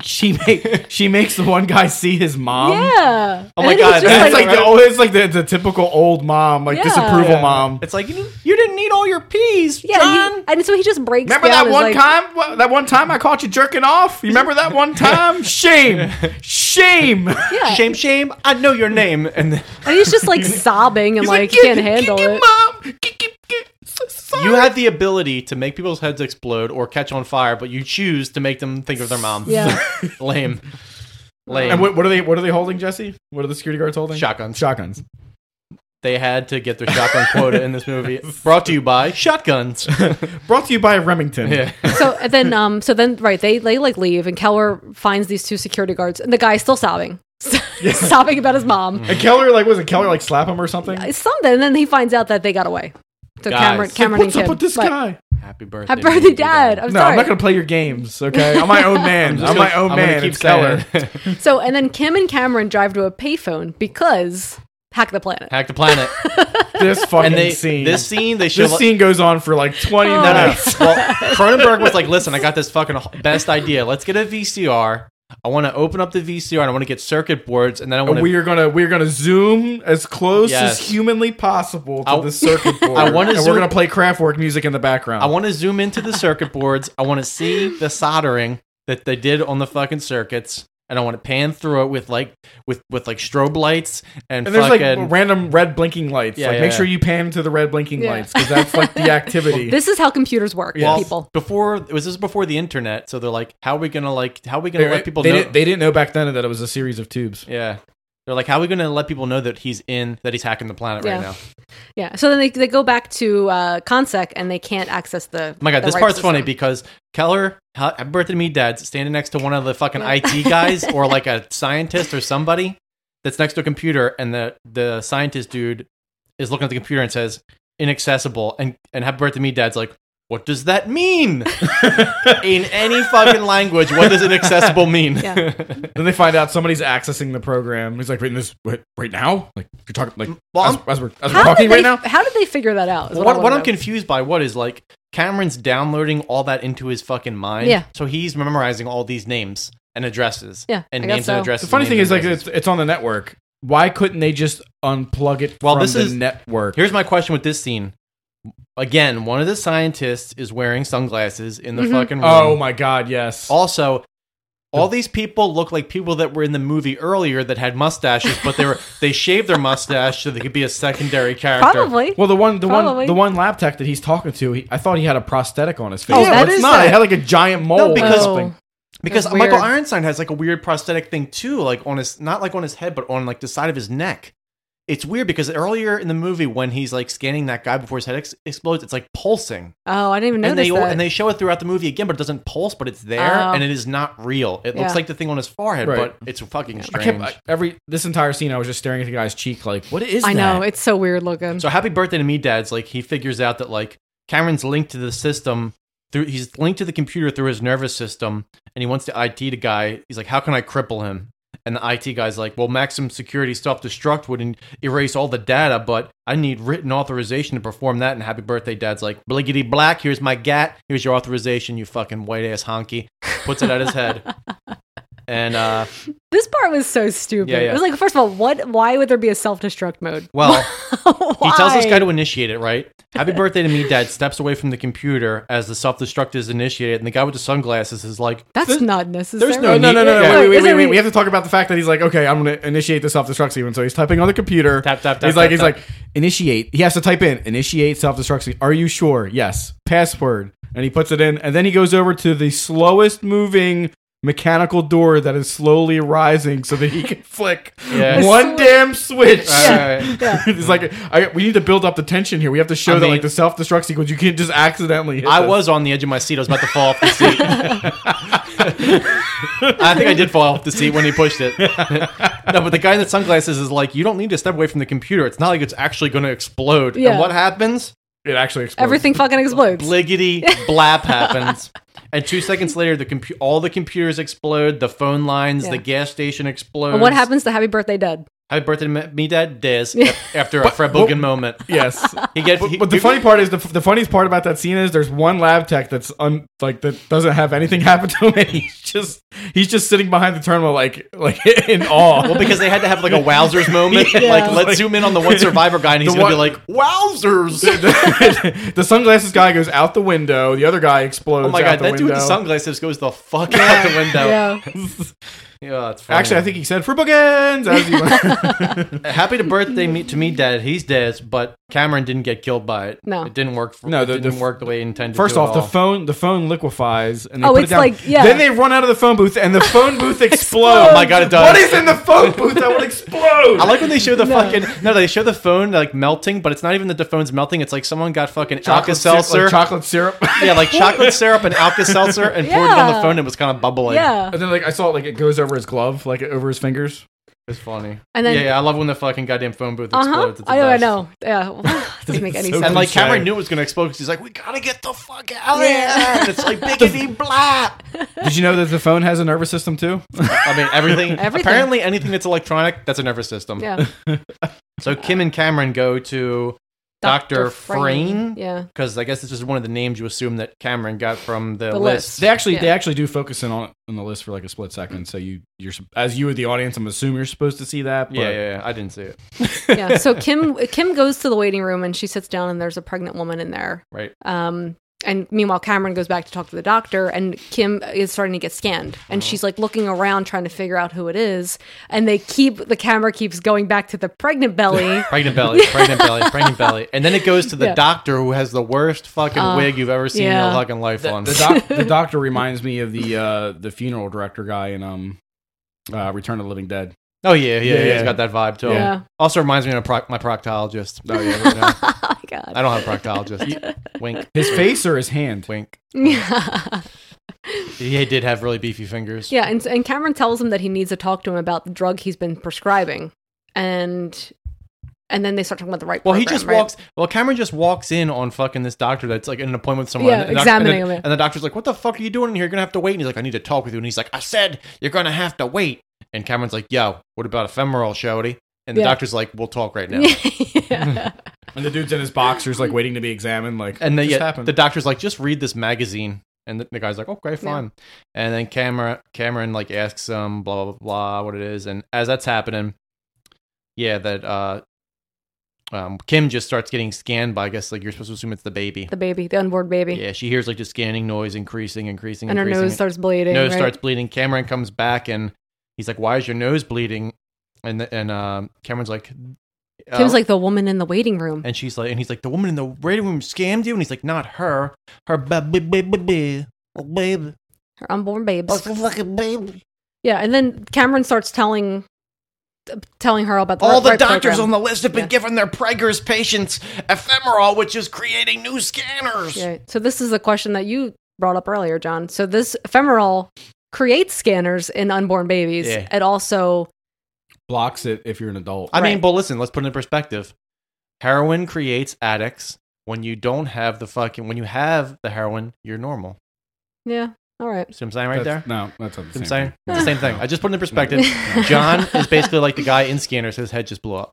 she make she makes the one guy see his mom.
yeah.
Oh
And
my
then he's
God,
just
<laughs> It's
that's
like, the oh, it's like the, the typical old mom, like
Yeah.
disapproval
Yeah.
mom.
It's like you, you didn't need all your peas,
yeah,
John.
he- and so he just breaks.
Remember
down
that
as,
one
like-
time? What, that one time I caught you jerking off. You remember that
<laughs>
one time? Shame, shame.
Yeah.
Shame, shame. I know your name. And then,
And he's
<laughs>
just like sobbing and like, can't handle it.
you had the ability to make people's heads explode or catch on fire, but you choose to make them think of their mom.
Yeah.
<laughs> Lame. Lame.
And what, what are they? What are they holding, Jesse? What are the security guards holding?
Shotguns.
Shotguns.
They had to get their shotgun quota in this movie. Brought to you
<laughs>
by shotguns.
Brought to you by Remington.
yeah.
so and then um so then right they they like leave and Keller finds these two security guards and the guy's still sobbing, <laughs> sobbing about his mom.
Mm.
And Keller, like, was it Keller like slap him or something?
It's something. And then he finds out that they got away. So
Guys.
Cameron,
Like,
Cameron
What's
and
up
Kim.
with this
But-
guy?
Happy birthday.
Happy birthday, Dad. I'm
no,
sorry.
I'm not gonna play your games. Okay, I'm my own man. I'm,
just
my
gonna-
own
<laughs> I'm gonna
man.
keep
Keep Keller.
So and then Kim and Cameron drive to a payphone because hack the planet.
Hack the planet.
<laughs> this fucking
And they,
scene.
this scene, they show
This scene goes on for like 20
Oh.
No, no, no.
minutes.
Well, Cronenberg was like, "Listen, I got this fucking best idea. Let's get a VCR. I want to open up the VCR and I want to get circuit boards, and then I want
And we
to.
are gonna we are gonna zoom as close
Yes.
as humanly possible to
I-
the circuit board.
<laughs> I wanna
and
zoom-
we're gonna play Kraftwerk music in the background.
I want to zoom into the circuit boards. I want to see the soldering that they did on the fucking circuits, and I want to pan through it with like with with like strobe lights and,
and there's like
fucking
random red blinking lights.
Yeah,
like
yeah,
make
yeah.
sure you pan to the red blinking
Yeah.
lights because that's
<laughs>
like the activity.
This is how computers work,
Well,
people.
before was this before the internet? So they're like, how are we gonna like how are we gonna
they,
let people
they
know?
didn't, they didn't know back then that it was a series of tubes.
yeah, they're like, how are we gonna let people know that he's in that he's hacking the planet
Yeah.
right now?
Yeah. So then they, they go back to uh, Consec and they can't access the.
Oh My God,
the
this
right
part's
system.
funny because Keller, ha- happy birthday to me, dad's standing next to one of the fucking IT guys or
<laughs>
like a scientist or somebody that's next to a computer, and the the scientist dude is looking at the computer and says inaccessible, and and happy birthday to me, dad's like. What does
<laughs>
that mean? In any fucking language, what
<laughs>
does inaccessible mean?
Yeah.
Then they find out somebody's accessing the program. He's like, "Wait, this right, right now? Like you're talking like as, as we're, as we're
How
talking
did, they,
right
<laughs>
now?
how did they figure that out? is
Well,
what I
what, what
wanna
I'm
know.
confused by what is like Cameron's downloading all that into his fucking mind.
Yeah.
So he's memorizing all these names and addresses.
Yeah,
And
I guess
names
so.
and
The
addresses.
The funny
and
thing
names
is,
and
like,
addresses.
it's, it's on the network. Why couldn't they just unplug it
Well,
from
this
the
is-
network?
Here's my question with this scene. Again, one of the scientists is wearing sunglasses in the
Mhm.
fucking room.
Oh my god, yes.
Also, all these people look like people that were in the movie earlier that had mustaches, but they
<laughs>
were they shaved their mustache so they could be a secondary character.
Probably.
well, the one, the
Probably.
one, the one lab tech that he's talking to, he, I thought he had a prosthetic on his face.
Oh,
but
that
it's
is
not.
that.
It had like a giant mole.
No, because-
thing.
Because
That's
Michael
weird.
Ironstein has like a weird prosthetic thing too, like on his not like on his head, but on like the side of his neck. It's weird because earlier in the movie when he's like scanning that guy before his head ex- explodes, it's like pulsing,
Oh, I didn't even
and
notice
they
that.
and they show it throughout the movie again, but it doesn't pulse, but it's there,
Oh.
and it is not real. It
Yeah.
looks like the thing on his forehead,
Right.
but it's fucking
I
strange.
kept I- every this entire scene. I was just staring at the guy's cheek, like, what is?
I know.
that?
It's so weird looking.
So happy birthday to me, dad's like he figures out that like Cameron's linked to the system through he's linked to the computer through his nervous system, and he wants the IT to guy. He's like, how can I cripple him? And the IT guy's like, well, maximum security self destruct would en- erase all the data, but I need written authorization to perform that. And happy birthday, dad's like, bliggity black, here's my gat, here's your authorization, you fucking white ass honky. Puts it at his head. And uh,
This part was so stupid.
Yeah, yeah.
It was like, first of all, what? Why would there be a self destruct mode? <laughs>
Well, he tells this
Why?
guy to initiate it, right? Happy birthday to me, Dad. Steps away from the computer as the self destruct is initiated, and the guy with the sunglasses is like,
That's not necessary.
There's Oh, no, no, no, no, no. Wait, wait,
Is
wait,
it
wait.
re-
We have to talk about the fact that he's like, okay, I'm going to initiate the self destruct sequence. So he's typing on the computer. Tap, tap,
tap,
He's like,
tap,
he's
tap.
like, initiate. He has to type in initiate self destruct. sequence. Are you sure? Yes. Password. And he puts it in, and then he goes over to the slowest moving mechanical door that is slowly rising, so that he can <laughs> flick
Yeah.
one damn switch.
Yeah. Right, right.
<laughs> it's like I, we need to build up the tension here. We have to show
I
that
mean-
like the self destruct sequence. You can't just accidentally. Hit
I
this.
was on the edge of my seat. I was about to fall off the
<laughs>
seat. I think I did fall off the seat when he pushed it. no, but the guy in the sunglasses is like, you don't need to step away from the computer. It's not like it's actually going to explode.
Yeah.
And what happens?
It actually explodes.
Everything fucking explodes.
Bliggity blap happens. And two seconds later, the compu- all the computers explode. The phone lines,
Yeah.
the gas station explodes.
And what happens to Happy Birthday, Dad?
Happy birthday, to me, Dad. <laughs> Des af- after a Fred
but-
Bogan moment.
Yes.
he gets.
But,
he-
but the funny part is the, the funniest part about that scene is there's one lab tech that's un, like that doesn't have anything <laughs> happen to him and he's just he's just sitting behind the terminal like like <laughs> in awe.
Well, because they had to have like a wowzers moment.
<laughs> Yeah.
Like, let's zoom in on
<laughs>
the one survivor guy, and he's
The
gonna be
one-
like,
<laughs>
"Oh "Wowzers!"
the sunglasses guy goes out the window, the other guy explodes.
oh
out
my god,
the
that dude with the
window.
sunglasses goes the fuck out the window.
<laughs>
Yeah, it's funny.
Actually, I think he said for bookends. As he
<laughs>
went.
happy to birthday me, to me, Dad. He's dead, but Cameron didn't get killed by it.
No.
it didn't work. For,
No,
no,
the-
it didn't
the-
work the way it intended.
First
to
off,
at
the
all.
phone the phone liquefies and they
Oh,
put
it's
it down.
like- yeah.
Then they run out of the phone booth and the phone
<laughs>
booth explodes.
Oh my God, it does.
What is in the phone booth that
<laughs>
would explode?
I like when they show the fucking no, they show the phone like melting, but it's not even that the phone's melting. It's like someone got fucking Alka
Chocolate syrup- like
Seltzer,
chocolate syrup. <laughs>
<laughs>
yeah, like chocolate syrup and Alka Seltzer, and poured it on the
Yeah.
phone. and It was kind of bubbling.
Yeah.
And then like I saw it like it goes over his glove, like over his fingers.
It's funny.
And then-
yeah, yeah, I love when the fucking goddamn phone booth
Uh huh.
explodes. It's the
I know. I
best.
know. Yeah. <laughs>
<laughs>
Doesn't make any
So
sense.
And like Cameron
Insane.
knew it was going to explode because he's like, "We gotta get the fuck
Yeah.
out of here!" And it's
<laughs>
like biggity blap.
Did you know that the phone has a nervous system too?
I mean, everything,
<laughs> Everything.
Apparently, anything that's electronic, that's a nervous system.
yeah.
So Kim and Cameron go to Doctor Frayne
Yeah.
because I guess it's just one of the names you assume that Cameron got from the,
The
list.
list.
They actually they
Yeah.
actually do focus in on on the list for like a split second. So you you're sup- as you or the audience, I'm assuming you're supposed to see that. But
Yeah, yeah, yeah, I didn't see it.
yeah. So Kim <laughs> Kim goes to the waiting room and she sits down and there's a pregnant woman in there.
Right.
Um, and meanwhile, Cameron goes back to talk to the doctor, and Kim is starting to get scanned, and
Uh-huh.
she's like looking around trying to figure out who it is. And they keep the camera keeps going back to the pregnant
<laughs>
belly.
Pregnant belly, pregnant belly,
<laughs>
pregnant belly, and then it goes to the
Yeah.
doctor who has the worst fucking
Uh,
wig you've ever seen in
yeah.
your fucking life. on
The, doc, the doctor reminds me of the uh, the funeral director guy in um uh, Return of the Living Dead.
oh yeah, yeah, yeah,
Yeah, yeah.
He's got that vibe too.
Yeah.
Also reminds me of proc-
<laughs>
my proctologist.
Oh yeah,
oh my god.
I don't have
<laughs>
a proctologist. Wink.
his face or his hand.
Wink.
Yeah.
He did have really beefy fingers.
yeah. And and Cameron tells him that he needs to talk to him about the drug he's been prescribing, and and then they start talking about the right.
Well, he
program,
just
right?
walks. Well, Cameron just walks in on fucking this doctor that's like in an appointment somewhere.
Yeah,
and the doc-
examining
and the,
him.
And the doctor's like, "What the fuck are you doing in here? You're gonna have to wait." And he's like, "I need to talk with you." And he's like, "I said you're gonna have to wait." And Cameron's like, "Yo, what about ephemeral, shorty?" And the
Yeah.
doctor's like, "We'll talk right now."
<laughs> yeah.
And the dude's in his boxers, like waiting to be examined. Like
<laughs> And then
"What just
yeah,
happened?"
the doctor's like, "Just read this magazine." And the, the guy's like, "Okay,
Yeah.
fine." And then Cameron Cameron like asks him blah blah blah what it is, and as that's happening, yeah, that uh, um, Kim just starts getting scanned by I guess like you're supposed to assume it's the baby.
the baby, the unborn baby,
Yeah, she hears like the scanning noise increasing, increasing,
and her
increasing.
nose starts bleeding.
Nose
right?
starts bleeding. Cameron comes back and he's like, "Why is your nose bleeding?" And th- and um, Cameron's like, uh,
Kim's like the woman in the waiting room.
and she's like, and he's like, "The woman in the waiting room scammed you," and he's like, "Not her, her baby, baby, baby, oh, baby."
Her unborn
Oh,
babes.
fucking baby.
Yeah, and then Cameron starts telling telling her about the
All the
right
doctors
program.
on the list have been
Yeah.
giving their Prager's patients ephemeral, which is creating new scanners.
Yeah. So this is a question that you brought up earlier, John. So this ephemeral creates scanners in unborn babies.
Yeah.
and also
blocks it if you're an adult.
I mean,
Right.
but listen, let's put it in perspective. Heroin creates addicts. When you don't have the fucking, when you have the heroin, you're normal.
yeah. All right.
See what I'm saying right there?
That's- No, that's not the
See
same.
what I'm saying?
thing.
It's the same thing.
<laughs> No.
I just put it in perspective. John is basically like the guy in Scanners. His head just blew up.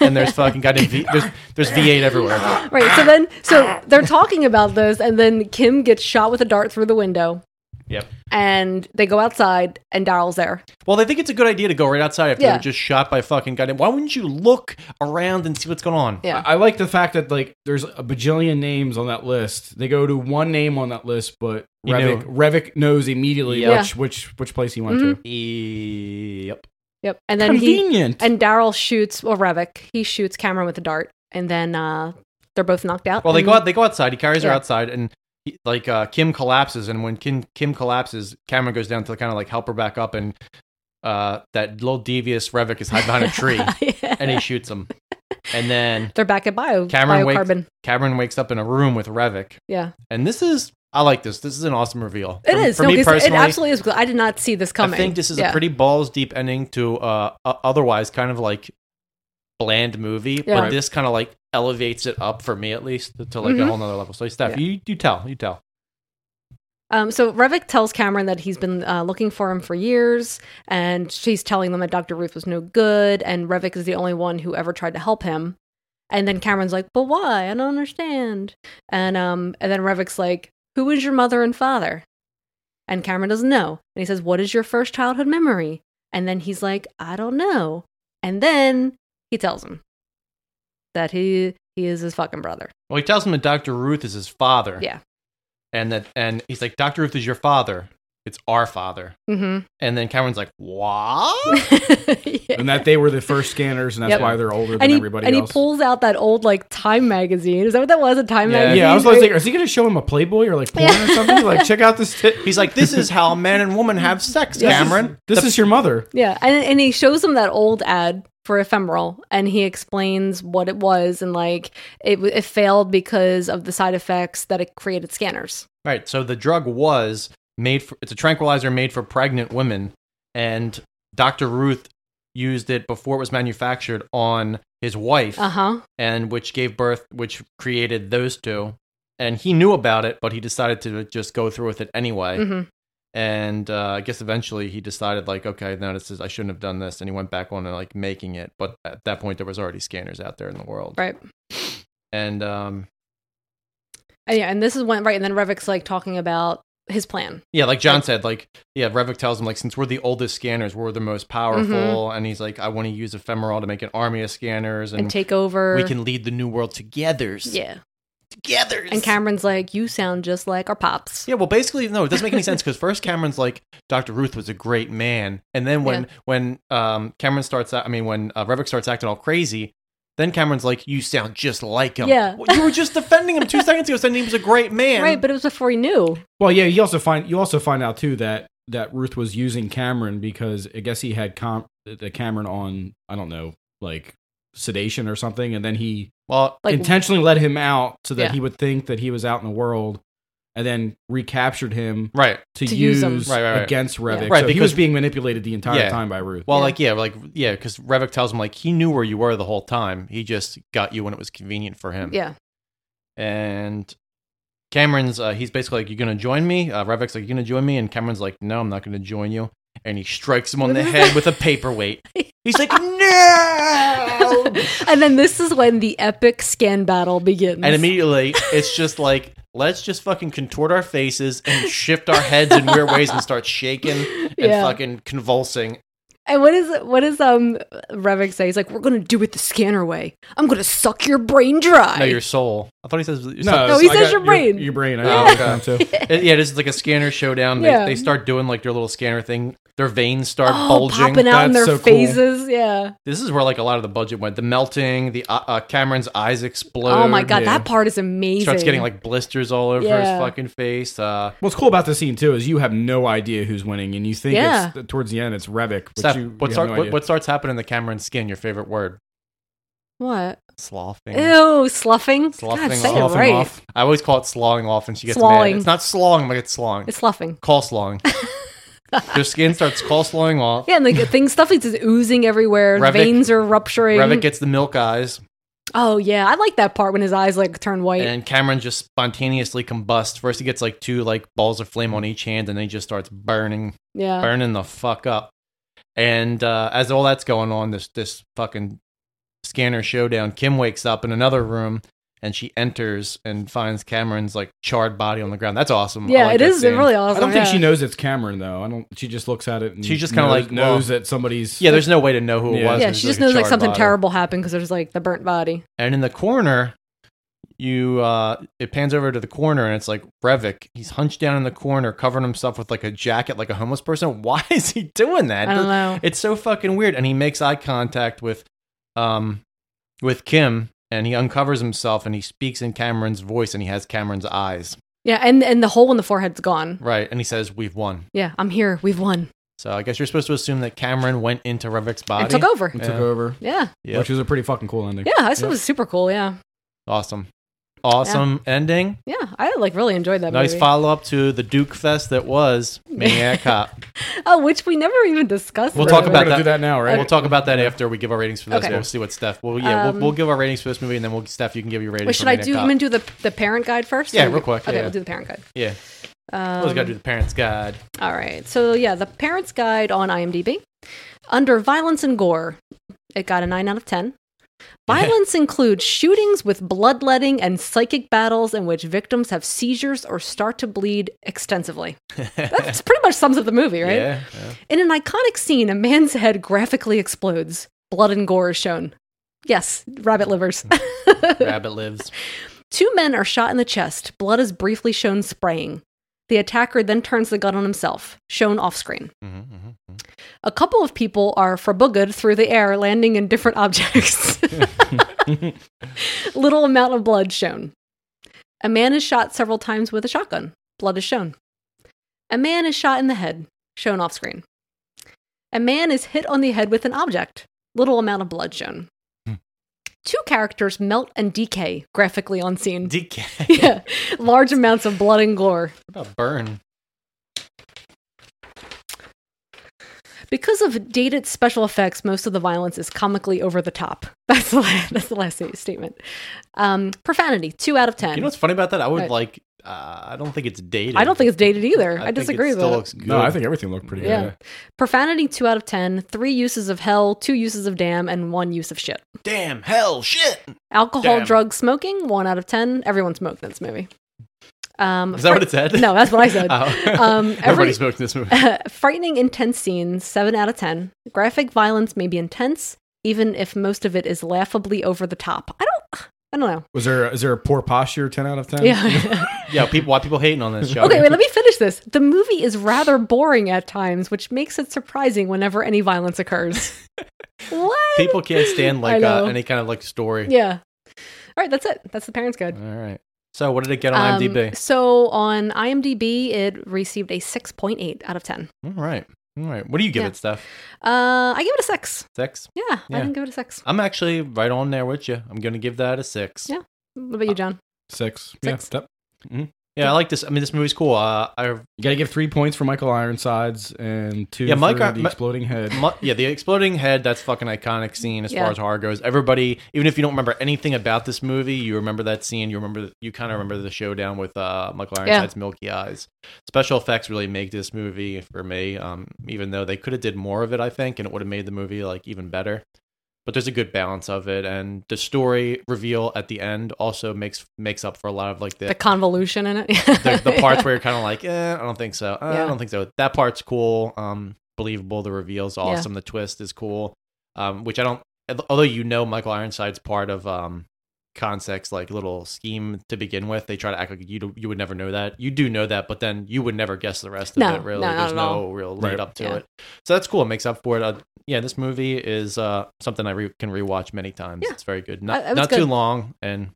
And there's fucking goddamn V. There's, there's V8 everywhere. Ah.
Right. So then so they're talking about this and then Kim gets shot with a dart through the window.
Yep.
And they go outside, and Daryl's there.
Well, they think it's a good idea to go right outside after
Yeah.
they're just shot by fucking goddamn. Why wouldn't you look around and see what's going on?
Yeah.
I like the fact that like there's a bajillion names on that list. They go to one name on that list, but
You
Revik,
know.
Revik knows immediately
Yeah.
which which which place he went
to. Mm-hmm. Yep.
Yep. And then
Convenient.
he and Daryl shoots well Revik. He shoots Cameron with a dart, and then uh, they're both knocked out.
Well, they
and-
go out. They go outside. He carries her
Yeah.
outside, and he, like uh, Kim collapses. And when Kim Kim collapses, Cameron goes down to kind of like help her back up, and uh, that little devious Revik is hiding behind
<laughs>
a tree, and he shoots him. And then
They're back at bio
Cameron
biocarbon.
wakes, Cameron wakes up in a room with Revik.
Yeah.
And this is I like this. This is an awesome reveal.
It
For-
is.
for
no,
me
it's- it
personally.
absolutely is. I did not see this coming.
I think this is
Yeah.
a pretty balls deep ending to uh, a otherwise kind of like bland movie,
Yeah.
but
Right.
this kind of like elevates it up for me at least to, to, like
Mhm.
a whole nother level. So, Steph,
Yeah.
you you tell, you tell.
Um, so Revik tells Cameron that he's been uh, looking for him for years, and she's telling them that Dr. Ruth was no good, and Revik is the only one who ever tried to help him. And then Cameron's like, "But why? I don't understand." And um, and then Revik's like, "Who is your mother and father?" And Cameron doesn't know. And he says, "What is your first childhood memory?" And then he's like, "I don't know." And then he tells him that he he is his fucking brother.
Well, he tells him that Dr. Ruth is his father.
Yeah.
And that and he's like, Dr. Ruth is your father. It's our father.
Mm-hmm. <laughs>
And then Cameron's like, What?
<laughs> And that they were the first scanners, and that's
Yep.
why they're older than
and he,
everybody
and
else.
he pulls out that old like Time magazine. Is that what that was? A Time
yeah.
magazine?
yeah, I was like, is he going to show him a Playboy or like porn or something? Like, check out this.
He's like, this is how a man and woman have sex,
This is-
<laughs> Cameron.
This is your mother.
Yeah, and and he shows him that old ad for ephemeral, and he explains what it was, and like it w- it failed because of the side effects that it created scanners.
Right. So the drug was made for it's a tranquilizer made for pregnant women and Dr. Ruth used it before it was manufactured on his wife
Uh-huh.
Uh huh.
and which gave birth which created those two and he knew about it but he decided to just go through with it anyway.
Mhm.
And uh, I guess eventually he decided like okay, no this is I shouldn't have done this and he went back on to like making it, but at that point there was already scanners out there in the world.
Right.
And um
And yeah, and this is when right, and then Revik's like talking about his plan.
Yeah, like John said, like yeah, Revik tells him like since we're the oldest scanners, we're the most powerful,
Mhm.
and he's like, I want to use ephemeral to make an army of scanners and,
And take over-
We can lead the new world together.
Yeah. Together. And Cameron's like, you sound just like our pops.
Yeah, well, basically, no, it doesn't make any sense because first Cameron's like, Dr. Ruth was a great man. And then when,
Yeah.
when um, Cameron starts, a- I mean, when uh, Revik starts acting all crazy, then Cameron's like, you sound just like him.
Yeah.
Well, You were just
<laughs>
defending him two seconds ago, saying he was a great man.
Right, but it was before he knew.
Well, yeah, you also find you also find out too that that Ruth was using Cameron because I guess he had com- the Cameron on I don't know like sedation or something, and then he
well
Like-
intentionally let him out so that
Yeah.
he would think that he was out in the world, and then recaptured him
right
to,
To use
use,
him.
Right, right, right.
against Revit.
Right,
so he
because-
was being manipulated the entire time by Ruth.
Well, like yeah, like yeah, because Revik tells him like he knew where you were the whole time. He just got you when it was convenient for him.
Yeah.
And Cameron's uh, he's basically like, "You gonna join me?" Uh, Revik's like, "You gonna join me?" And Cameron's like, "No, I'm not gonna join you." And he strikes him on the
<laughs>
head with a paperweight. He's like, no.
<laughs> and then this is when the epic scan battle begins.
And immediately, it's just like, let's just fucking contort our faces and shift our heads in weird ways and start shaking and
Yeah.
fucking convulsing.
And what is what is um Revik say? He's like, "We're gonna do it the scanner way. I'm gonna suck your brain dry."
No, your soul. I thought he says
no,
No, he says your brain.
Your, brain. I
Oh,
got
okay.
that down,
<laughs>
too.
It- yeah, this is like a scanner showdown. They,
Yeah.
they start doing like their little scanner thing. Their veins start
Oh,
bulging.
popping out in their faces. Yeah.
This is where like a lot of the budget went. The melting, the uh, uh, Cameron's eyes explode.
Oh my god, that part is amazing.
starts getting like blisters all over his
Yeah.
fucking face. Uh,
What's cool about this scene too is you have no idea who's winning, and you think
Yeah.
it's, towards the end it's Revik. But
Steph,
you,
what,
you
start,
have no
what,
idea.
what starts happening in the Cameron skin? Your favorite word?
what?
Sloughing.
Ew, sloughing.
Sloughing
God, say
off.
it right.
I always call it slawing off, and she gets
Slawing.
mad. It's not slawing, I'm like it's slawing.
It's sloughing. <laughs>
call slawing. Their skin starts call slawing off.
Yeah, and like things stuff is just oozing everywhere.
Revik-
veins are rupturing.
Revit gets the milk eyes.
oh yeah, I like that part when his eyes like turn white.
and Cameron just spontaneously combusts. First, he gets like two like balls of flame on each hand, and then he just starts burning,
Yeah.
burning the fuck up. And uh, as all that's going on, this this fucking scanner showdown, Kim wakes up in another room, and she enters and finds Cameron's like charred body on the ground. That's awesome. I
Yeah,
like
it
that
is
scene.
really awesome.
I don't think
yeah.
she knows it's Cameron though. I don't. She just looks at it. and
She just kinda
knows-
like,
knows
well-
that somebody's.
Yeah, there's no way to know who it was.
Yeah,
It's
she
like
just
a
knows like
charred
something
body.
terrible happened because there's like the burnt body.
And in the corner, you uh it pans over to the corner and it's like Brevik. He's hunched down in the corner, covering himself with like a jacket, like a homeless person. <laughs> Why is he doing that?
I don't know.
It's so fucking weird. And he makes eye contact with um with Kim and he uncovers himself and he speaks in Cameron's voice and he has Cameron's eyes.
Yeah, and and the hole in the forehead's gone.
Right. And he says, We've won.
Yeah, I'm here. We've won.
So I guess you're supposed to assume that Cameron went into Revik's body.
took over.
It
Yeah.
took over.
Yeah.
Yep.
Which was a pretty fucking cool ending.
Yeah, I thought it
Yep.
was super cool. Yeah,
Awesome. Awesome ending.
yeah, I like really enjoyed that.
nice
movie.
follow up to the Duke Fest that was
<laughs>
Maniac Cop.
Oh, which we never even discussed.
We'll
really.
talk about that.
now, right?
We'll talk about that after we give our ratings for this.
Okay.
We'll see what Steph. Well, yeah,
Um,
we'll, we'll give our ratings for this movie, and then we'll Steph. You can give your ratings.
Wait,
for
should I
Maniac
do?
Cop.
I'm gonna do the the parent guide first.
Yeah,
Or-
real quick,
Okay,
yeah.
we'll do the parent guide.
Yeah,
Um,
always got to do the parents' guide.
All right. So, yeah, The Parent's Guide on IMDb. Under violence and gore, it got a 9 out of
<laughs>
10. Violence includes shootings with bloodletting and psychic battles in which victims have seizures or start to bleed
<laughs>
extensively. That's pretty much sums up the movie, right?
Yeah, yeah.
In an iconic scene, a man's head graphically explodes. Blood and gore is shown. Yes, rabbit livers.
Rabbit <laughs> lives.
Two men are shot in the chest. Blood is briefly shown spraying. The attacker then turns the gun on himself, shown off screen. A couple of people are fraboogered through the air, landing in different objects. <laughs> Little amount of blood shown. A man is shot several times with a shotgun. Blood is shown. A man is shot in the head, shown off screen. A man is hit on the head with an object. Little amount of blood shown. Two characters melt and decay graphically on scene.
Decay.
<laughs> yeah. Large amounts of blood and gore.
What about burn?
Because of dated special effects, most of the violence is comically over the top. <laughs> That's the last, that's the last sta- statement. Um, profanity, two out of ten.
You know what's funny about that? I would
Right.
like. Uh, I don't think it's dated.
I don't think it's dated either. I,
think it
disagree with
still
that.
looks good.
No, I think everything looked pretty
yeah.
good.
profanity, two out of ten. Three uses of hell, two uses of damn, and one use of shit.
Damn hell shit.
Alcohol,
Damn.
drug, smoking, one out of ten. Everyone smoked in this movie. Um,
Is that what it said?
No, that's what I said.
<laughs> Oh.
<laughs> Um, every-
Everybody spoke to this movie.
<laughs> frightening, intense scenes, 7 out of 10. Graphic violence may be intense, even if most of it is laughably over the top. I don't, <sighs> I don't know.
Was there is there a poor posture? Ten out of
Um,
ten.
Yeah.
yeah, people. Why people hating on this show?
Okay, wait, let me finish this. The movie is rather boring at times, which makes it surprising whenever any violence
<laughs>
occurs. what?
People can't
<laughs>
stand
I
like
know.
uh, any kind of like story.
Yeah. All right, that's it. That's the parents' guide.
All right. So what did it get on
Um,
IMDb?
so on IMDb, it received a 6.8 out of 10.
All right. All right. What do you give
Yeah.
it, Steph?
Uh, I give it a 6.
Six?
Yeah, I
Yeah. Uh,
didn't give it a 6.
I'm actually right on there with you. I'm going to give that a six.
Yeah. What
uh,
about you, John? <laughs>
Six. Yeah. Step.
Yeah, I like this. I mean, this movie's cool. Uh, I
You got to give three points for Michael Ironsides and two
Yeah, Mike
for
Ar-
the
Mi-
exploding head.
mu- yeah, the exploding head. That's fucking iconic scene as
Yeah.
far as horror goes. Everybody, even if you don't remember anything about this movie, you remember that scene. You remember you kind of remember the showdown with uh, Michael
Yeah.
Ironside's Milky Eyes. Special effects really make this movie for me. Um, even though they could have did more of it, I think, and it would have made the movie like even better. But there's a good balance of it, and the story reveal at the end also makes makes up for a lot of like
The convolution in it.
the,
<laughs>
the parts
Yeah.
where you're kind of like, eh, I don't think so. Uh,
Yeah.
I don't think so. That part's cool, um, believable. The reveal's awesome. The twist is cool, um, which I don't. Although you know Michael Ironside's part of um, Consec's like little scheme to begin with, they try to act like you do, you would never know that. You do know that, but then you would never guess the rest of
No,
it. Really,
no, not
there's
at
no
all.
real lead
Right.
up to
Yeah.
it. So that's cool. It makes up for it. Uh, yeah, this movie is uh, something I re- can rewatch many times. It's very good. Not
I- I Uh, was
not too
good.
long and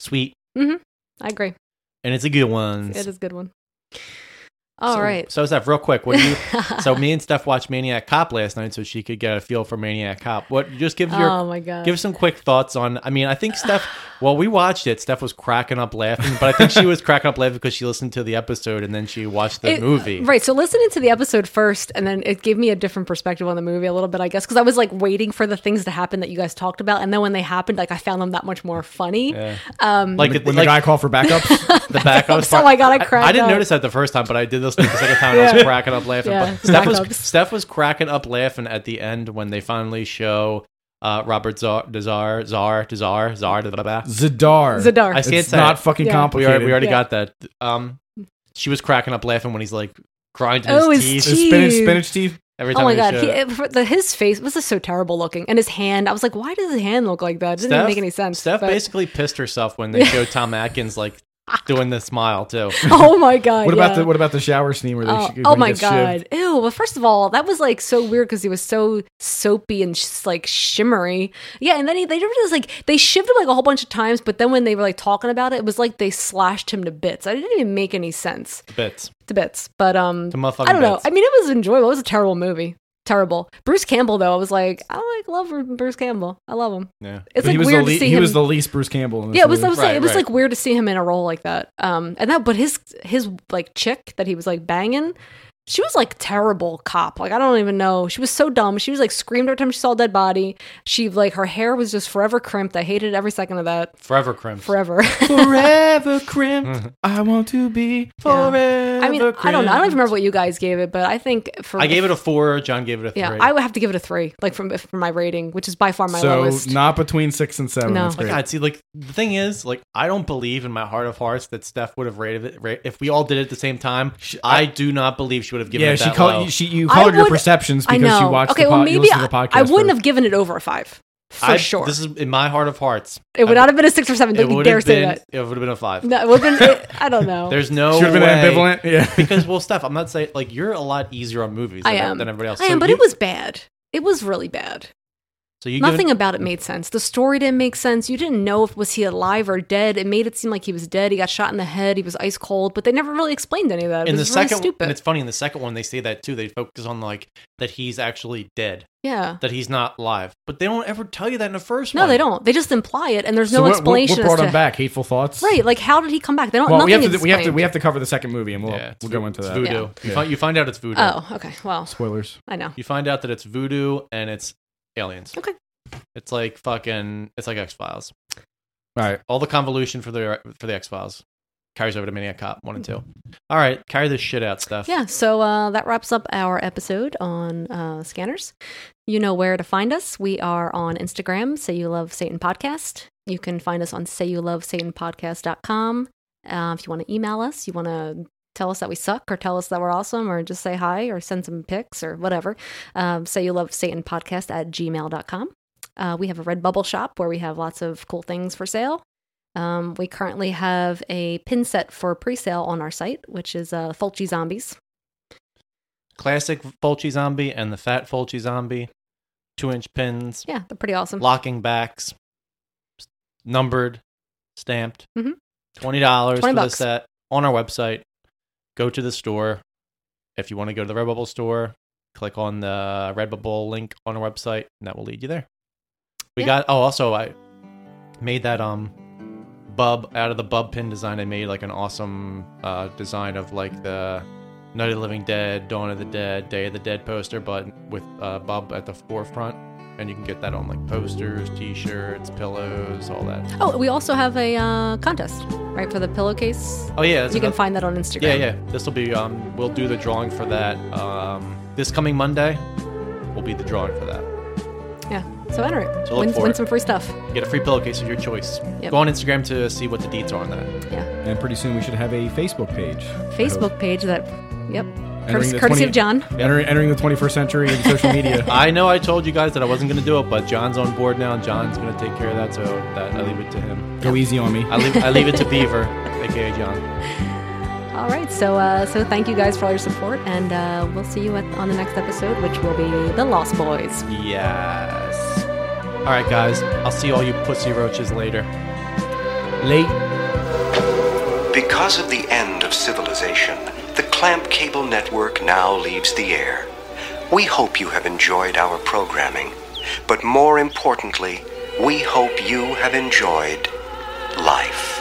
sweet,
hmm I agree.
and it's a good one.
It is a good one. All
so,
right.
So Steph, real
<laughs>
quick, what do you? so me and Steph watched Maniac Cop last night, so she could get a feel for Maniac Cop. What? Just give your.
oh my god.
Give some quick thoughts on. I mean, I
<sighs>
think Steph. While we watched it, Steph was cracking up laughing, but I think she was cracking up laughing because she listened to the episode and then she watched the
It- uh,
movie.
Right. So listening to the episode first, and then it gave me a different perspective on the movie a little bit, I guess, because I was like waiting for the things to happen that you guys talked about, and then when they happened, like I found them that much more funny.
Yeah.
Um,
Like
when
like-
the guy called for backup,
<laughs>
The back up.
so I got it
I,
cracked
didn't
up.
notice that the first time, but I did listen to it the second time. and I
Yeah.
was cracking up
<laughs>
laughing.
Yeah,
But Steph was
backups.
Steph was cracking up laughing at the end when they finally show Uh, Robert Czar, Czar, Czar, Czar, Czar,
Zadar. Zadar.
I see
It's
it's
not fucking
We already-
complicated.
We already
Yeah.
got that. Um, she was cracking up laughing when he's like grinding
Oh,
his,
his
teeth.
teeth. Spinach- spinach
teeth.
Every time
Oh my
he
god,
showed
he,
up.
it, for the, his face was just so terrible looking, and his hand. I was like, why does his hand look like that? It didn't even
Steph-
make any sense.
Steph
but-
basically pissed herself when they showed Tom Atkins like doing the smile too.
<laughs> Oh my god!
<laughs> What about
yeah.
the-
What about the shower scene where they?
Oh,
sh- when
oh
he
my
gets
god!
shivved?
Ew. Well, first of all, that was like so weird because he was so soapy and sh- like shimmery. Yeah, and then he they were just like they shivved him like a whole bunch of times, but then when they were like talking about it, it was like they slashed him to bits. I didn't even make any sense
Bits.
to bits. But um,
The motherfucking
I don't know.
bits.
I mean, it was enjoyable. It was a terrible movie. Terrible. Bruce Campbell though, I was like, I like love Bruce Campbell. I love him.
Yeah.
It's
But
like
he was
weird
the
to
le-
see
he
him.
was the least Bruce Campbell. In this
yeah, it was. I
movie.
was saying, it was like weird to see him in a role like that. Um, and that, but his his like chick that he was like banging, she was like terrible cop. Like I don't even know. She was so dumb. She was like screamed every time she saw a dead body. She like her hair was just forever crimped. I hated every second of that.
Forever crimp.
Forever.
forever crimped. I want to be forever.
<laughs> Uh-huh. I mean, I don't know. I don't even remember what you guys gave it, but I think for
I gave it a four. John gave it a three.
yeah, I would have to give it a three, like from from my rating, which is by far my
so
lowest.
not between six and seven.
No.
That's
My
great.
God, see, like the thing is, like I don't believe in my heart of hearts that Steph would have rated it. Ra- if we all did it at the same time, I do not believe she would have given
Yeah,
it that
she called-
low.
you- she- you I colored your would- perceptions
I
because you
know.
watched
okay,
the
well,
pod- you
maybe
listened to the
I- I
podcast
wouldn't
first.
have given it over a five for
I-
sure.
This is in my heart of hearts.
It would
I-
not have been a six or seven.
it
Don't you
would
dare
have
say
been-
that.
It would have been a five.
No, it would've been- it- I don't know.
<laughs> There's no.
Should've been
way-
ambivalent,
<laughs>
yeah.
<laughs> because well, Steph, I'm not saying like you're a lot easier on movies.
I
than,
am.
than everybody else.
I
So
am, but
you-
it was bad. It was really bad.
so you
Nothing
given-
about it made sense. The story didn't make sense. You didn't know if was he alive or dead. It made it seem like he was dead. He got shot in the head. He was ice cold, but they never really explained any of that. It
in the
was really
second,
stupid.
and it's funny in the second one they say that too. They focus on like that he's actually dead.
Yeah.
that he's not live, but they don't ever tell you that in the first
no,
one.
they don't. They just imply it, and there's
So
no
what- what-
explanation.
What, brought
as to,
him back? Hateful thoughts.
Right? Like, how did he come back? They don't.
Well,
nothing
we have, to,
is
we have to
explained.
we have to cover the second movie, and we'll we'll go into
It's
that.
voodoo.
Yeah.
You, Find, you find out it's voodoo.
Oh, okay. Well,
Spoilers.
I know.
You find out that it's voodoo and it's aliens.
Okay.
It's like fucking. It's like X Files.
All right.
All the convolution for the for the X Files carries over to Maniac Cop one and two. All right, carry this shit out, Steph.
Yeah, so uh, that wraps up our episode on uh, scanners. You know where to find us. We are on Instagram, Say You Love Satan Podcast. You can find us on sayyoulovesatanpodcast.com. Uh, if you want to email us, you want to tell us that we suck or tell us that we're awesome or just say hi or send some pics or whatever, um, say you love Satan podcast at gmail.com. Uh, we have a Redbubble shop where we have lots of cool things for sale. Um, we currently have a pin set for pre sale on our site, which is uh, Fulci Zombies.
Classic Fulci zombie and the fat Fulci zombie. Two inch pins.
Yeah, they're pretty awesome.
Locking backs. Numbered. Stamped.
Mhm.
Twenty dollars for
20
the
bucks.
set on our website. Go to the store. If you want to go to the Redbubble store, click on the Redbubble link on our website, and that will lead you there. We got oh also I made that um bub out of the bub pin design I made like an awesome uh design of like the Night of the Living Dead, Dawn of the Dead, Day of the Dead poster, but with uh Bub at the forefront. And you can get that on like posters, t shirts, pillows, all that.
Oh, we also have a uh, contest, right, for the pillowcase.
Oh, yeah, that's
You can
another-
find that on Instagram.
Yeah, yeah. This will be um we'll do the drawing for that. Um this coming Monday will be the drawing for that.
Yeah. So enter it.
So look
win
for
win
it.
some free stuff.
Get a free pillowcase of your choice.
Yep.
Go on Instagram to see what the deets are on that.
And pretty soon we should have a Facebook page.
Facebook page that, yep.
Entering
Courtesy,
the
courtesy
20
of John.
Entering, entering the 21st century in social media.
<laughs>
I know I told you guys that I wasn't going to do it, but John's on board now, and John's going to take care of that, so that I leave it to him.
Go easy on me.
I leave, I leave it to Beaver, <laughs> aka John.
All right. So, uh, so thank you guys for all your support, and uh, we'll see you at, on the next episode, which will be the Lost Boys.
Yes. All right, guys. I'll see all you pussy roaches later.
Late.
Because of the end of civilization, the Clamp Cable Network now leaves the air. We hope you have enjoyed our programming, but more importantly, we hope you have enjoyed life.